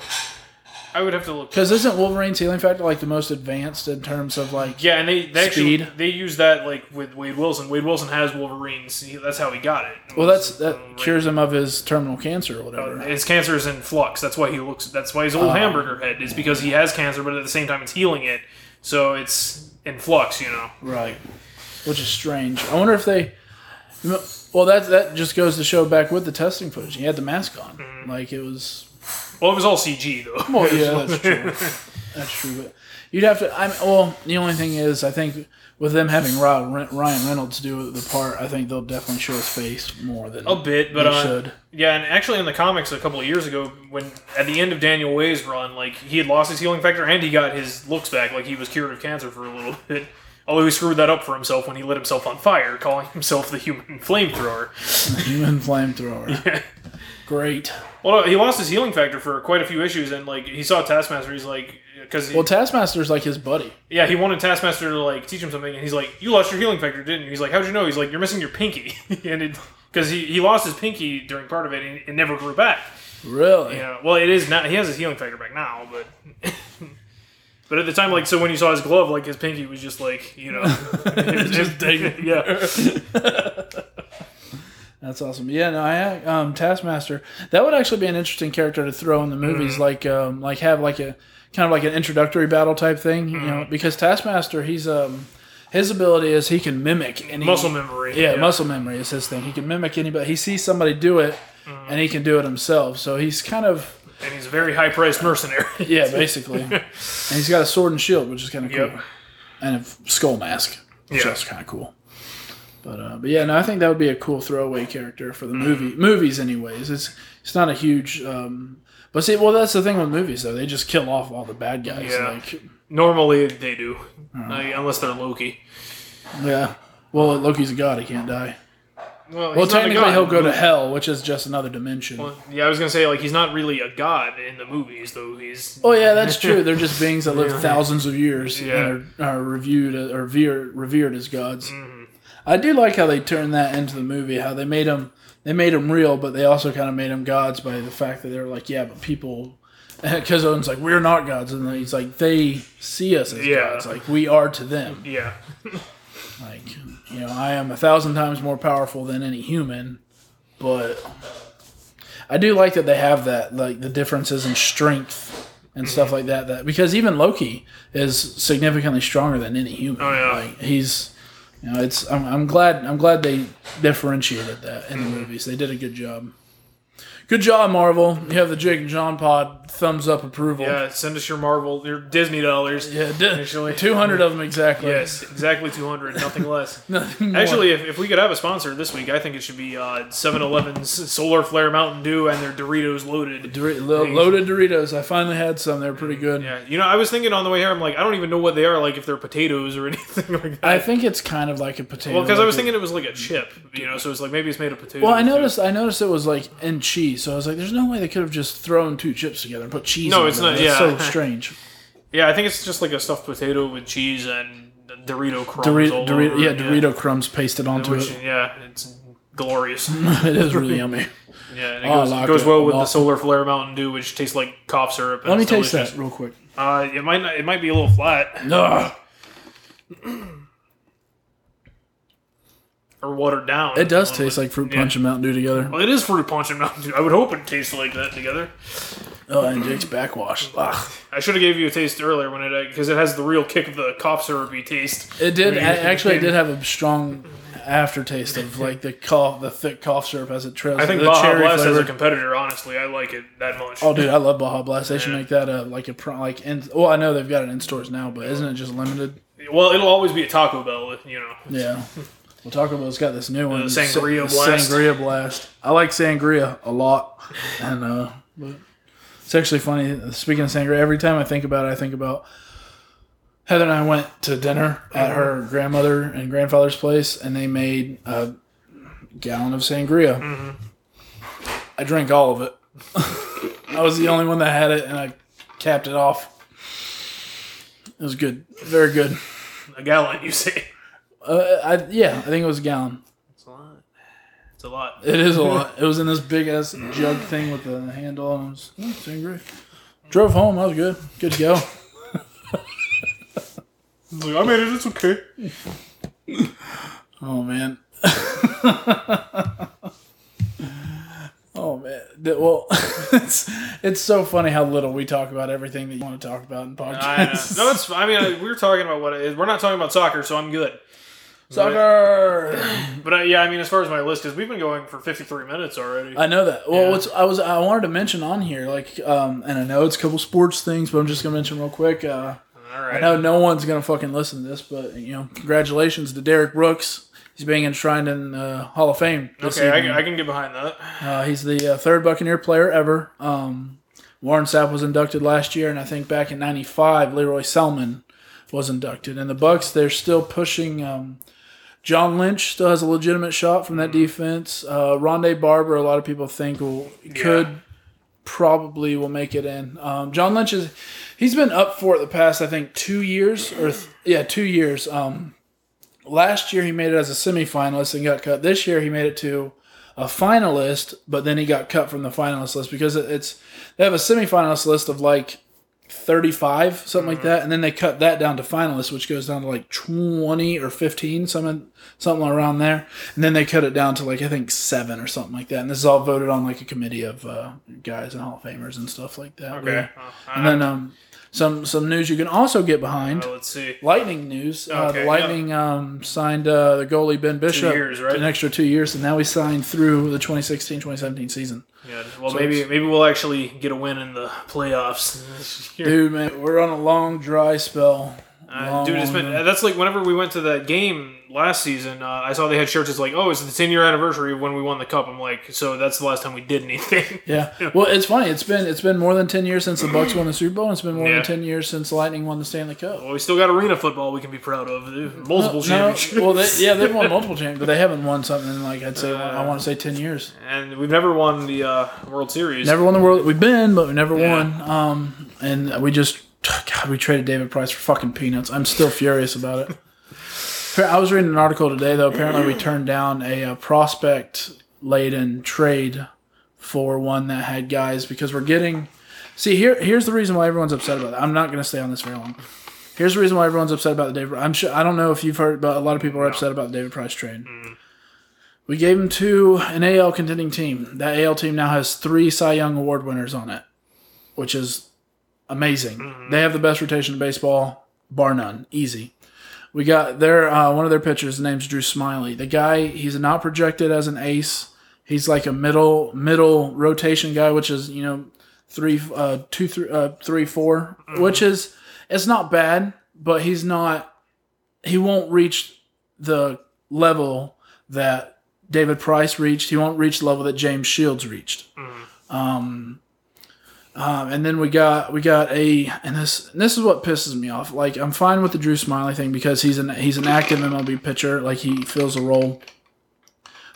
[SPEAKER 2] I would have to look.
[SPEAKER 1] Because isn't Wolverine's healing factor like the most advanced in terms of like?
[SPEAKER 2] Yeah, and they, they actually
[SPEAKER 1] Speed.
[SPEAKER 2] they use that like with Wade Wilson. Wade Wilson has Wolverines. He, that's how he got it.
[SPEAKER 1] Well, that's that
[SPEAKER 2] Wolverine.
[SPEAKER 1] cures him of his terminal cancer or whatever.
[SPEAKER 2] His cancer is in flux. That's why he looks. That's why his
[SPEAKER 1] Uh-huh.
[SPEAKER 2] old hamburger head is because he has cancer, but at the same time it's healing it. So it's in flux, you know.
[SPEAKER 1] Right. Which is strange. I wonder if they. Well, that that just goes to show back with the testing footage. He had the mask on,
[SPEAKER 2] Mm-hmm.
[SPEAKER 1] like it was
[SPEAKER 2] Well, it was all CG though.
[SPEAKER 1] Well, yeah, that's true.
[SPEAKER 2] [laughs]
[SPEAKER 1] That's true. But you'd have to. I'm well. The only thing is, I think with them having Ryan Ryan Reynolds do the part, I think they'll definitely show his face more than
[SPEAKER 2] A bit, but
[SPEAKER 1] they
[SPEAKER 2] uh,
[SPEAKER 1] should.
[SPEAKER 2] [laughs]
[SPEAKER 1] [laughs]
[SPEAKER 2] yeah, and actually in the comics a couple of years ago, when at the end of Daniel Way's run, like he had lost his healing factor and he got his looks back, like he was cured of cancer for a little [laughs] bit. Although he screwed that up for himself when he lit himself on fire, calling [laughs] himself the human flamethrower.
[SPEAKER 1] Human flamethrower.
[SPEAKER 2] [laughs]
[SPEAKER 1] Great.
[SPEAKER 2] Well, he lost his healing factor for quite a few issues, and like he saw Taskmaster, he's like, because
[SPEAKER 1] Well, Taskmaster's like his buddy.
[SPEAKER 2] yeah, he wanted Taskmaster to like teach him something, and he's like, "You lost your healing factor, didn't you?" He's like, "How'd you know?" He's like, "You're missing your pinky," [laughs] and it because he, he lost his pinky during part of it, and it never grew back.
[SPEAKER 1] Really?
[SPEAKER 2] Yeah, well, it is now. He has his healing factor back now, but [laughs] but at the time, like, so when you saw his glove, like his pinky was just
[SPEAKER 1] [laughs]
[SPEAKER 2] like, you know, [laughs] it was just yeah.
[SPEAKER 1] That's awesome. Yeah, no, I um, Taskmaster. That would actually be an interesting character to throw in the movies,
[SPEAKER 2] Mm-hmm.
[SPEAKER 1] like um, like have like a kind of like an introductory battle type thing, you
[SPEAKER 2] Mm-hmm.
[SPEAKER 1] know? Because Taskmaster, he's um, his ability is he can mimic any
[SPEAKER 2] Muscle memory.
[SPEAKER 1] Yeah, muscle memory is his thing. He can mimic anybody. He sees somebody do it,
[SPEAKER 2] Mm-hmm.
[SPEAKER 1] and he can do it himself. So he's kind of
[SPEAKER 2] and he's a very high priced mercenary. [laughs]
[SPEAKER 1] yeah, basically. and he's got a sword and shield, which is kind of cool,
[SPEAKER 2] Yep.
[SPEAKER 1] and a f- skull mask, which
[SPEAKER 2] Yeah.
[SPEAKER 1] is kind of cool. But uh, but yeah, no, I think that would be a cool throwaway character for the
[SPEAKER 2] Mm-hmm.
[SPEAKER 1] movie movies. Anyways, it's it's not a huge. Um, but see, well, that's the thing with movies though; they just kill off all the bad guys.
[SPEAKER 2] Yeah.
[SPEAKER 1] Like,
[SPEAKER 2] Normally they do,
[SPEAKER 1] Mm-hmm.
[SPEAKER 2] like, unless they're Loki.
[SPEAKER 1] yeah. Well, Loki's a god; he can't die.
[SPEAKER 2] Well,
[SPEAKER 1] Well,
[SPEAKER 2] he's not a
[SPEAKER 1] technically,
[SPEAKER 2] god.
[SPEAKER 1] he'll go to hell, which is just another dimension.
[SPEAKER 2] Yeah, I was gonna say like he's not really a god in the movies, though he's.
[SPEAKER 1] Oh yeah, that's true. They're just beings that
[SPEAKER 2] [laughs]
[SPEAKER 1] live thousands of years
[SPEAKER 2] Yeah.
[SPEAKER 1] and are, are reviewed or revered, revered as gods.
[SPEAKER 2] Mm-hmm.
[SPEAKER 1] I do like how they turned that into the movie. How they made them they made them real, but they also kind of made them gods by the fact that they were like, yeah, but people. [laughs] Because Owen's like, we're not gods, and he's like, they see us as
[SPEAKER 2] Yeah.
[SPEAKER 1] gods, like we are to them.
[SPEAKER 2] Yeah,
[SPEAKER 1] Like, you know, I am a thousand times more powerful than any human, but I do like that they have that, like the differences in strength and stuff like that. That because even Loki is significantly stronger than any human.
[SPEAKER 2] Oh, yeah.
[SPEAKER 1] Like he's, you know, it's. I'm, I'm glad. I'm glad they differentiated that in the
[SPEAKER 2] Mm-hmm.
[SPEAKER 1] movies. They did a good job. Good job, Marvel. You have the Jake and John pod thumbs up approval.
[SPEAKER 2] yeah. Send us your Marvel, your Disney dollars.
[SPEAKER 1] Yeah, two hundred of them exactly.
[SPEAKER 2] Yes, exactly two hundred, nothing
[SPEAKER 1] [laughs]
[SPEAKER 2] less.
[SPEAKER 1] Nothing [laughs] more.
[SPEAKER 2] Actually, if, if we could have a sponsor this week, I think it should be uh, 7-Eleven's Solar Flare Mountain Dew and their Doritos Loaded.
[SPEAKER 1] Dor- lo- loaded Doritos. I finally had some. They're pretty good.
[SPEAKER 2] Yeah, you know, I was thinking on the way here, I'm like, I don't even know what they are, like if they're potatoes or [laughs] anything like that.
[SPEAKER 1] I think it's kind of like a potato.
[SPEAKER 2] Well, because I
[SPEAKER 1] like
[SPEAKER 2] was
[SPEAKER 1] a-
[SPEAKER 2] thinking it was like a chip, you know, so it's like maybe it's made of potato.
[SPEAKER 1] Well, I noticed. I noticed it was like in cheese. So I was like, "There's no way they could have just thrown two chips together and put cheese."
[SPEAKER 2] No,
[SPEAKER 1] on
[SPEAKER 2] it's
[SPEAKER 1] them.
[SPEAKER 2] not-
[SPEAKER 1] That's
[SPEAKER 2] [laughs] yeah.
[SPEAKER 1] so strange.
[SPEAKER 2] Yeah, I think it's just like a stuffed potato with cheese and Dorito crumbs. all
[SPEAKER 1] Dorito, Dorito,
[SPEAKER 2] over
[SPEAKER 1] yeah,
[SPEAKER 2] it,
[SPEAKER 1] Dorito crumbs pasted onto
[SPEAKER 2] Which,
[SPEAKER 1] it.
[SPEAKER 2] yeah, it's
[SPEAKER 1] [laughs]
[SPEAKER 2] glorious.
[SPEAKER 1] it is really yummy.
[SPEAKER 2] Yeah, and it
[SPEAKER 1] Oh, I
[SPEAKER 2] goes,
[SPEAKER 1] like
[SPEAKER 2] goes
[SPEAKER 1] it.
[SPEAKER 2] well with
[SPEAKER 1] Well-
[SPEAKER 2] the Solar Flare Mountain Dew, which tastes like cough syrup. and
[SPEAKER 1] Let me
[SPEAKER 2] it's
[SPEAKER 1] taste
[SPEAKER 2] delicious.
[SPEAKER 1] that real quick.
[SPEAKER 2] Uh, it might not, it might be a little flat
[SPEAKER 1] No,
[SPEAKER 2] or watered down.
[SPEAKER 1] it does
[SPEAKER 2] Um,
[SPEAKER 1] taste
[SPEAKER 2] but-
[SPEAKER 1] like fruit
[SPEAKER 2] yeah.
[SPEAKER 1] punch and Mountain Dew together.
[SPEAKER 2] Well, it is fruit punch and Mountain Dew. I would hope it tastes like that together.
[SPEAKER 1] Oh, and Jake's backwash. Ugh.
[SPEAKER 2] I should have gave you a taste earlier when it because it has the real kick of the cough syrupy taste.
[SPEAKER 1] It did. I,
[SPEAKER 2] Maybe it
[SPEAKER 1] actually, it
[SPEAKER 2] can-
[SPEAKER 1] did have a strong aftertaste of like the cough, the thick cough syrup as it trails.
[SPEAKER 2] I think
[SPEAKER 1] the
[SPEAKER 2] Baja
[SPEAKER 1] cherry
[SPEAKER 2] Blast as
[SPEAKER 1] flavor.
[SPEAKER 2] a competitor. Honestly, I like it that much.
[SPEAKER 1] Oh, dude, I love Baja Blast. They should
[SPEAKER 2] Yeah.
[SPEAKER 1] make that a like a pro, like in. Well, I know they've got it in stores now, but isn't it just limited?
[SPEAKER 2] Well, it'll always be a Taco Bell, you know. [laughs]
[SPEAKER 1] Yeah. Well, Taco Bell's got this new one,
[SPEAKER 2] The Uh, Sangria
[SPEAKER 1] Sa-
[SPEAKER 2] Blast.
[SPEAKER 1] Sangria Blast. I like Sangria a lot, and uh, but it's actually funny. Speaking of Sangria, every time I think about it, I think about Heather and I went to dinner at her grandmother and grandfather's place, and they made a gallon of Sangria.
[SPEAKER 2] Mm-hmm.
[SPEAKER 1] I drank all of it. [laughs] I was the only one that had it, and I capped it off. It was good, very good.
[SPEAKER 2] A gallon, you say.
[SPEAKER 1] Uh, I, yeah, I think it was a gallon.
[SPEAKER 2] It's a lot. It's a lot.
[SPEAKER 1] It is a lot. It was in this big ass jug thing with the handle, and I was oh, it's angry. Drove home. I was good. Good to go.
[SPEAKER 2] I made it. It's okay.
[SPEAKER 1] Oh man. [laughs] oh man. That- Well, [laughs] it's it's so funny how little we talk about everything that you want to talk about in
[SPEAKER 2] [laughs] I know.
[SPEAKER 1] podcasts.
[SPEAKER 2] No, it's. I mean, I- we were talking about what it is. We're not talking about soccer, so I'm good.
[SPEAKER 1] [laughs] Soccer.
[SPEAKER 2] But uh, yeah, I mean, as far as my list is, we've been going for 53 minutes already.
[SPEAKER 1] I know that. Well,
[SPEAKER 2] Yeah.
[SPEAKER 1] what's I was I wanted to mention on here, like, um, and I know it's a couple sports things, but I'm just gonna mention real quick. Uh,
[SPEAKER 2] All right.
[SPEAKER 1] I know no one's gonna fucking listen to this, but you know, congratulations to Derek Brooks. He's being enshrined in uh, Hall of Fame. This
[SPEAKER 2] Okay,
[SPEAKER 1] evening.
[SPEAKER 2] I, I can get behind that.
[SPEAKER 1] Uh, he's the uh, third Buccaneer player ever. Um, Warren Sapp was inducted last year, and I think back in '95, Leroy Selman was inducted. And the Bucks, they're still pushing. Um, John Lynch still has a legitimate shot from that defense. Uh, Rondé Barber, a lot of people think will could probably will make it in. Um, John Lynch is he's been up for it the past I think two years or th- yeah two years. Um, last year he made it as a semifinalist and got cut. This year he made it to a finalist, but then he got cut from the finalist list because it- it's they have a semifinalist list of like. 35 something like
[SPEAKER 2] Mm-hmm.
[SPEAKER 1] that and then they cut that down to finalists which goes down to like 20 or 15 something something around there and then they cut it down to like i think seven or something like that and this is all voted on like a committee of uh, guys and hall of famers and stuff like that
[SPEAKER 2] Okay. Uh, I-
[SPEAKER 1] and then um, some some news you can also get behind.
[SPEAKER 2] uh, let's see.
[SPEAKER 1] Lightning news. Uh,
[SPEAKER 2] Okay,
[SPEAKER 1] the Lightning um, signed uh, the goalie Ben Bishop
[SPEAKER 2] years, right?
[SPEAKER 1] to an extra two years, and now he signed through the 2016-2017 season.
[SPEAKER 2] Yeah, well, maybe maybe we'll actually get a win in the playoffs. [laughs] this year.
[SPEAKER 1] Dude, man, we're on a long dry spell.
[SPEAKER 2] Uh,
[SPEAKER 1] Long,
[SPEAKER 2] dude, it's
[SPEAKER 1] long
[SPEAKER 2] been
[SPEAKER 1] night.
[SPEAKER 2] that's like whenever we went to that game last season, uh, I saw they had shirts. It's like, oh, it's the ten year anniversary of when we won the cup. I'm like, so that's the last time we did anything. [laughs]
[SPEAKER 1] Yeah. Well, it's funny. It's been it's been more than ten years since the
[SPEAKER 2] [clears throat]
[SPEAKER 1] Bucks won the Super Bowl, and it's been more
[SPEAKER 2] Yeah.
[SPEAKER 1] than ten years since Lightning won the Stanley Cup.
[SPEAKER 2] well, we still got arena football we can be proud of. Dude, multiple
[SPEAKER 1] No,
[SPEAKER 2] championships. Uh,
[SPEAKER 1] well, they, yeah, they've won multiple championships, but they haven't won something in, like I'd say I want to say ten years.
[SPEAKER 2] [laughs] and we've never won the uh, World Series.
[SPEAKER 1] Never won the world. We've been, but we never
[SPEAKER 2] Yeah.
[SPEAKER 1] won. Um, and we just [sighs] God, we traded David Price for fucking peanuts. I'm still furious about it. I was reading an article today though. Apparently, we turned down a, uh prospect laden trade for one that had guys because we're getting. See here, here's the reason why everyone's upset about it. I'm not going to stay on this very long. Here's the reason why everyone's upset about the David. I'm sure I don't know if you've heard, but a lot of people are upset about the David Price trade. We gave him to an AL contending team. That AL team now has three Cy Young Award winners on it, which is amazing. They have the best rotation in baseball, bar none. Easy. We got their uh, one of their pitchers. His name's Drew Smiley. The guy he's not projected as an ace. He's like a middle middle rotation guy, which is you know three uh, two three uh, three four, which is it's not bad, but he's not he won't reach the level that David Price reached. He won't reach the level that James Shields reached. Um, um, and then we got we got a and this and this is what pisses me off. Like I'm fine with the Drew Smiley thing because he's an he's an active MLB pitcher. Like he fills a role.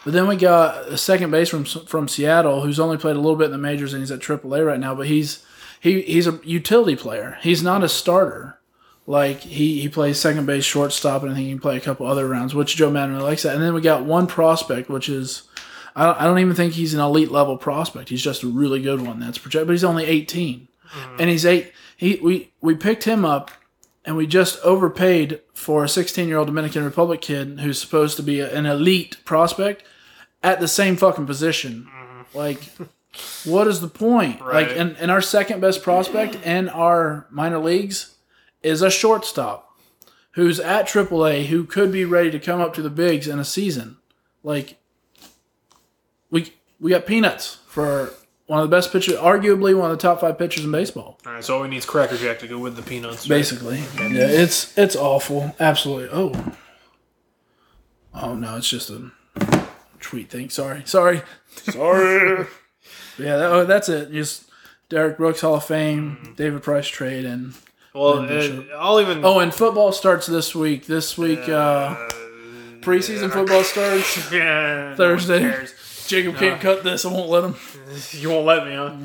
[SPEAKER 1] But then we got a second base from from Seattle who's only played a little bit in the majors and he's at AAA right now. But he's he he's a utility player. He's not a starter. Like he, he plays second base, shortstop, and I think he can play a couple other rounds, which Joe Madden really likes that. And then we got one prospect, which is I don't, I don't even think he's an elite level prospect. He's just a really good one that's projected, but he's only 18, and he's eight. He we we picked him up, and we just overpaid for a 16 year old Dominican Republic kid who's supposed to be a- an elite prospect at the same fucking position. Like, what is the point?
[SPEAKER 2] Right.
[SPEAKER 1] Like, and, and our second best prospect in our minor leagues is a shortstop who's at AAA who could be ready to come up to the bigs in a season. Like we we got peanuts for one of the best pitchers, arguably one of the top five pitchers in baseball.
[SPEAKER 2] All right, so all we need is Cracker Jack to go with the peanuts.
[SPEAKER 1] Basically, yeah, it's it's awful, absolutely. Oh, oh no, it's just a tweet thing. Sorry, sorry, sorry. yeah, that, oh, that's it. Just Derek Brooks Hall of Fame,
[SPEAKER 2] Mm-hmm.
[SPEAKER 1] David Price trade, and
[SPEAKER 2] Well,
[SPEAKER 1] Bishop.
[SPEAKER 2] uh, I'll even.
[SPEAKER 1] oh, and football starts this week. This week, uh, preseason football starts.
[SPEAKER 2] yeah,
[SPEAKER 1] Thursday.
[SPEAKER 2] no one cares.
[SPEAKER 1] Jacob can't cut this. I won't let him.
[SPEAKER 2] You won't let me, huh?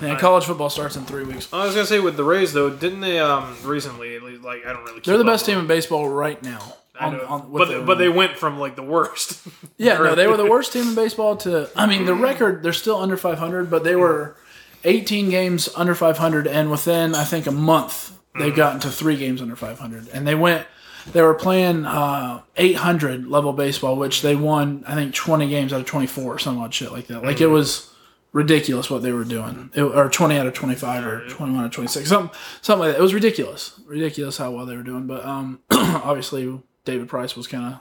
[SPEAKER 1] And college football starts in three weeks.
[SPEAKER 2] I was gonna say with the Rays though, didn't they um recently at least, like I don't really.
[SPEAKER 1] They're
[SPEAKER 2] keep
[SPEAKER 1] the
[SPEAKER 2] up
[SPEAKER 1] best
[SPEAKER 2] with
[SPEAKER 1] team in baseball right now.
[SPEAKER 2] them. I
[SPEAKER 1] on-
[SPEAKER 2] know.
[SPEAKER 1] on- with
[SPEAKER 2] but
[SPEAKER 1] their-
[SPEAKER 2] but they went from like the worst.
[SPEAKER 1] [laughs] yeah no they were the worst team in baseball to I mean the record they're still under 500 but they were 18 games under 500 and within I think a month they've gotten to three games under 500 and they went they were playing uh, 800 level baseball which they won I think 20 games out of 24 or some odd shit like that like it was ridiculous what they were doing it, or 20 out of 25 or 21 out of 26 something something like that it was ridiculous ridiculous how well they were doing but um [clears throat] obviously David Price was kind of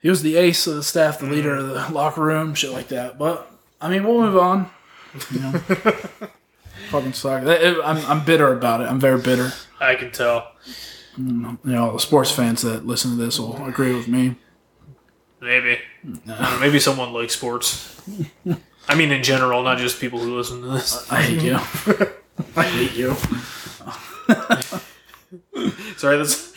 [SPEAKER 1] he was the ace of the staff, the leader of the locker room, shit like that. But I mean, we'll move on. You [laughs] know, fucking suck. That- it- I'm, I'm bitter about it. I'm very bitter.
[SPEAKER 2] I can tell.
[SPEAKER 1] You know, the sports fans that listen to this will agree with me.
[SPEAKER 2] Maybe. I don't know, maybe someone
[SPEAKER 1] [laughs]
[SPEAKER 2] likes sports. I mean, in general, not just people who listen to this.
[SPEAKER 1] I hate you. [laughs] I hate you.
[SPEAKER 2] Sorry, that's.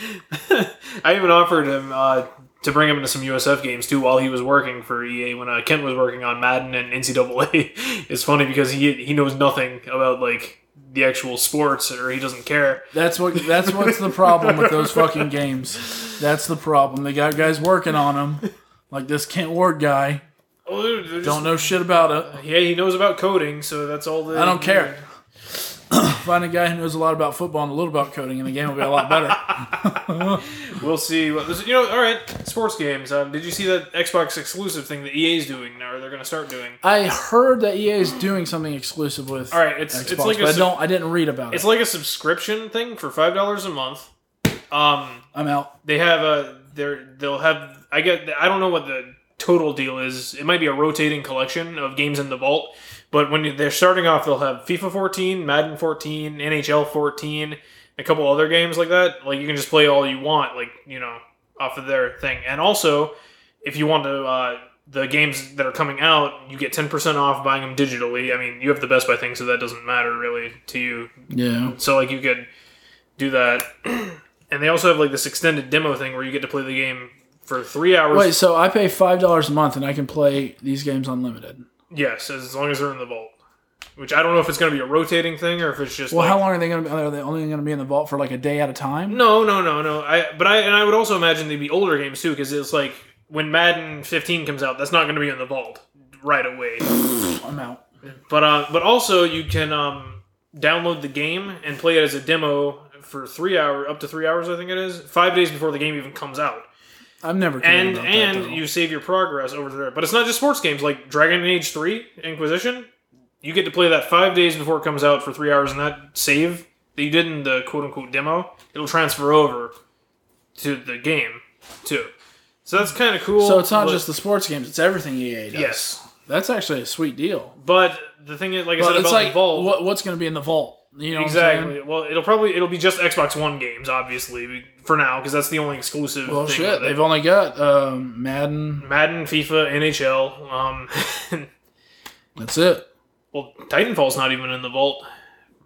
[SPEAKER 2] [laughs] I even offered him uh, to bring him into some USF games too while he was working for EA when uh, Kent was working on Madden and NCAA. [laughs] it's funny because he he knows nothing about like the actual sports or he doesn't care.
[SPEAKER 1] That's what. That's what's the problem with those fucking games. That's the problem. They got guys working on them, like this Kent Ward guy.
[SPEAKER 2] Oh, they're- they're just-
[SPEAKER 1] Don't know shit about it.
[SPEAKER 2] Yeah, he knows about coding, so that's all. The,
[SPEAKER 1] I don't care. [clears throat] Find a guy who knows a lot about football and a little about coding, and the game will be a lot better.
[SPEAKER 2] We'll see. What, you know, all right. Sports games. Um, did you see that Xbox exclusive thing that EA's doing now, or they're going to start doing?
[SPEAKER 1] I heard that EA is doing something exclusive with
[SPEAKER 2] All right, it's
[SPEAKER 1] Xbox,
[SPEAKER 2] it's like a
[SPEAKER 1] but I
[SPEAKER 2] sub-
[SPEAKER 1] don't. I didn't read about
[SPEAKER 2] it's
[SPEAKER 1] it.
[SPEAKER 2] like a subscription thing for five dollars a month. Um,
[SPEAKER 1] I'm out.
[SPEAKER 2] they have a they're they'll have I get I don't know what the total deal is. It might be a rotating collection of games in the vault. But when they're starting off, they'll have FIFA 14, Madden 14, NHL 14, a couple other games like that. Like you can just play all you want, like you know, off of their thing. And also, if you want to, uh, the games that are coming out, you get ten percent off buying them digitally. I mean, you have the Best Buy thing, so that doesn't matter really to you.
[SPEAKER 1] Yeah.
[SPEAKER 2] So like you could do that, [clears throat] and they also have like this extended demo thing where you get to play the game for three hours.
[SPEAKER 1] Wait, so I pay five dollars a month and I can play these games unlimited.
[SPEAKER 2] Yes, as long as they're in the vault. Which I don't know if it's going to be a rotating thing or if it's just
[SPEAKER 1] Well,
[SPEAKER 2] like-
[SPEAKER 1] how long are they going to be? Are they only going to be in the vault for like a day at a time?
[SPEAKER 2] No, no, no, no. I but I and I would also imagine they'd be older games too because it's like when Madden 15 comes out, that's not going to be in the vault right away. Mm.
[SPEAKER 1] I'm out.
[SPEAKER 2] But uh, but also you can um, download the game and play it as a demo for three hour up to three hours. I think it is five days before the game even comes out,
[SPEAKER 1] I'm never. cared
[SPEAKER 2] and
[SPEAKER 1] about that, though.
[SPEAKER 2] and you save your progress over there. But it's not just sports games like Dragon Age 3 Inquisition. You get to play that five days before it comes out for three hours, and that save that you did in the quote unquote demo, it'll transfer over to the game too. So that's kind of cool.
[SPEAKER 1] So it's not
[SPEAKER 2] but-
[SPEAKER 1] just the sports games; it's everything EA does.
[SPEAKER 2] yes,
[SPEAKER 1] that's actually a sweet deal.
[SPEAKER 2] but the thing is, like I
[SPEAKER 1] But
[SPEAKER 2] said
[SPEAKER 1] it's
[SPEAKER 2] about
[SPEAKER 1] like
[SPEAKER 2] Evolve,
[SPEAKER 1] what, what's going to be in the vault? You know what I'm saying?
[SPEAKER 2] Exactly. Well, it'll probably it'll be just Xbox One games, obviously, for now, because that's the only exclusive.
[SPEAKER 1] Well,
[SPEAKER 2] thing
[SPEAKER 1] shit,
[SPEAKER 2] with it.
[SPEAKER 1] they've only got um, Madden.
[SPEAKER 2] Madden, FIFA, NHL. Um, [laughs]
[SPEAKER 1] That's it.
[SPEAKER 2] well, Titanfall's not even in the vault,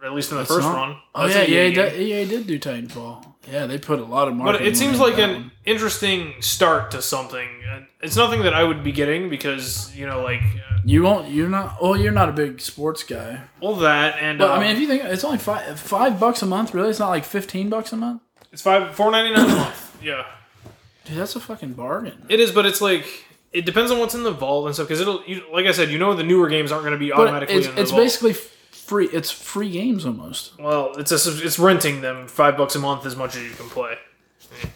[SPEAKER 2] or at least in the
[SPEAKER 1] That's
[SPEAKER 2] first
[SPEAKER 1] not-
[SPEAKER 2] one.
[SPEAKER 1] Oh
[SPEAKER 2] That's an
[SPEAKER 1] yeah, EA
[SPEAKER 2] game.
[SPEAKER 1] did, EA did do Titanfall. Yeah, they put a lot of
[SPEAKER 2] But
[SPEAKER 1] marketing.
[SPEAKER 2] it seems
[SPEAKER 1] into
[SPEAKER 2] like
[SPEAKER 1] that
[SPEAKER 2] an
[SPEAKER 1] one.
[SPEAKER 2] interesting start to something. Uh, It's nothing that I would be getting because you know, like uh,
[SPEAKER 1] you won't. You're not. Oh, you're not a big sports guy.
[SPEAKER 2] all that, and
[SPEAKER 1] But
[SPEAKER 2] uh,
[SPEAKER 1] I mean, if you think it's only five five bucks a month, really, it's not like fifteen bucks a month.
[SPEAKER 2] it's five four ninety nine a month. Yeah.
[SPEAKER 1] Dude, that's a fucking bargain.
[SPEAKER 2] It is, but it's like it depends on what's in the vault and stuff. Because it'll, you, like I said, you know the newer games aren't going to be
[SPEAKER 1] But
[SPEAKER 2] automatically
[SPEAKER 1] it's,
[SPEAKER 2] in the
[SPEAKER 1] it's
[SPEAKER 2] vault.
[SPEAKER 1] basically free. It's free games almost.
[SPEAKER 2] well, it's a, sub- it's renting them five bucks a month as much as you can play.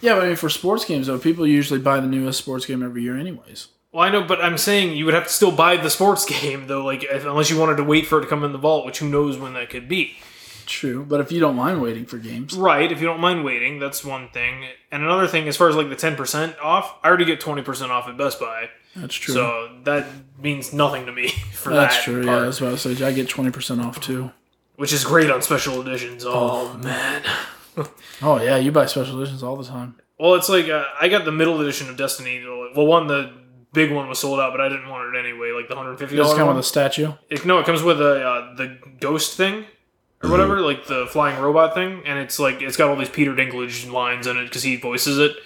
[SPEAKER 1] Yeah, but I mean, for sports games though, people usually buy the newest sports game every year, anyways.
[SPEAKER 2] Well, I know, but I'm saying you would have to still buy the sports [laughs] game though, like if, unless you wanted to wait for it to come in the vault, which who knows when that could be.
[SPEAKER 1] True, but if you don't mind waiting for games,
[SPEAKER 2] Right, if you don't mind waiting, that's one thing. And another thing, as far as like the ten percent off, I already get twenty percent off at Best Buy,
[SPEAKER 1] that's true.
[SPEAKER 2] so that means nothing to me [laughs] for
[SPEAKER 1] that's
[SPEAKER 2] that
[SPEAKER 1] true. Yeah,
[SPEAKER 2] part,
[SPEAKER 1] that's what I was saying. I get twenty percent off too.
[SPEAKER 2] which is great on special editions. Oh,
[SPEAKER 1] man. oh yeah, you buy special editions all the time.
[SPEAKER 2] Well, it's like uh, I got the middle edition of Destiny. Well, one the big one was sold out, but I didn't want it anyway. Like the hundred fifty
[SPEAKER 1] Does it
[SPEAKER 2] dollars
[SPEAKER 1] come
[SPEAKER 2] one.
[SPEAKER 1] with a statue?
[SPEAKER 2] It- no, it comes with a uh, the ghost thing or whatever, like the flying robot thing, and it's like it's got all these Peter Dinklage lines in it because he voices it.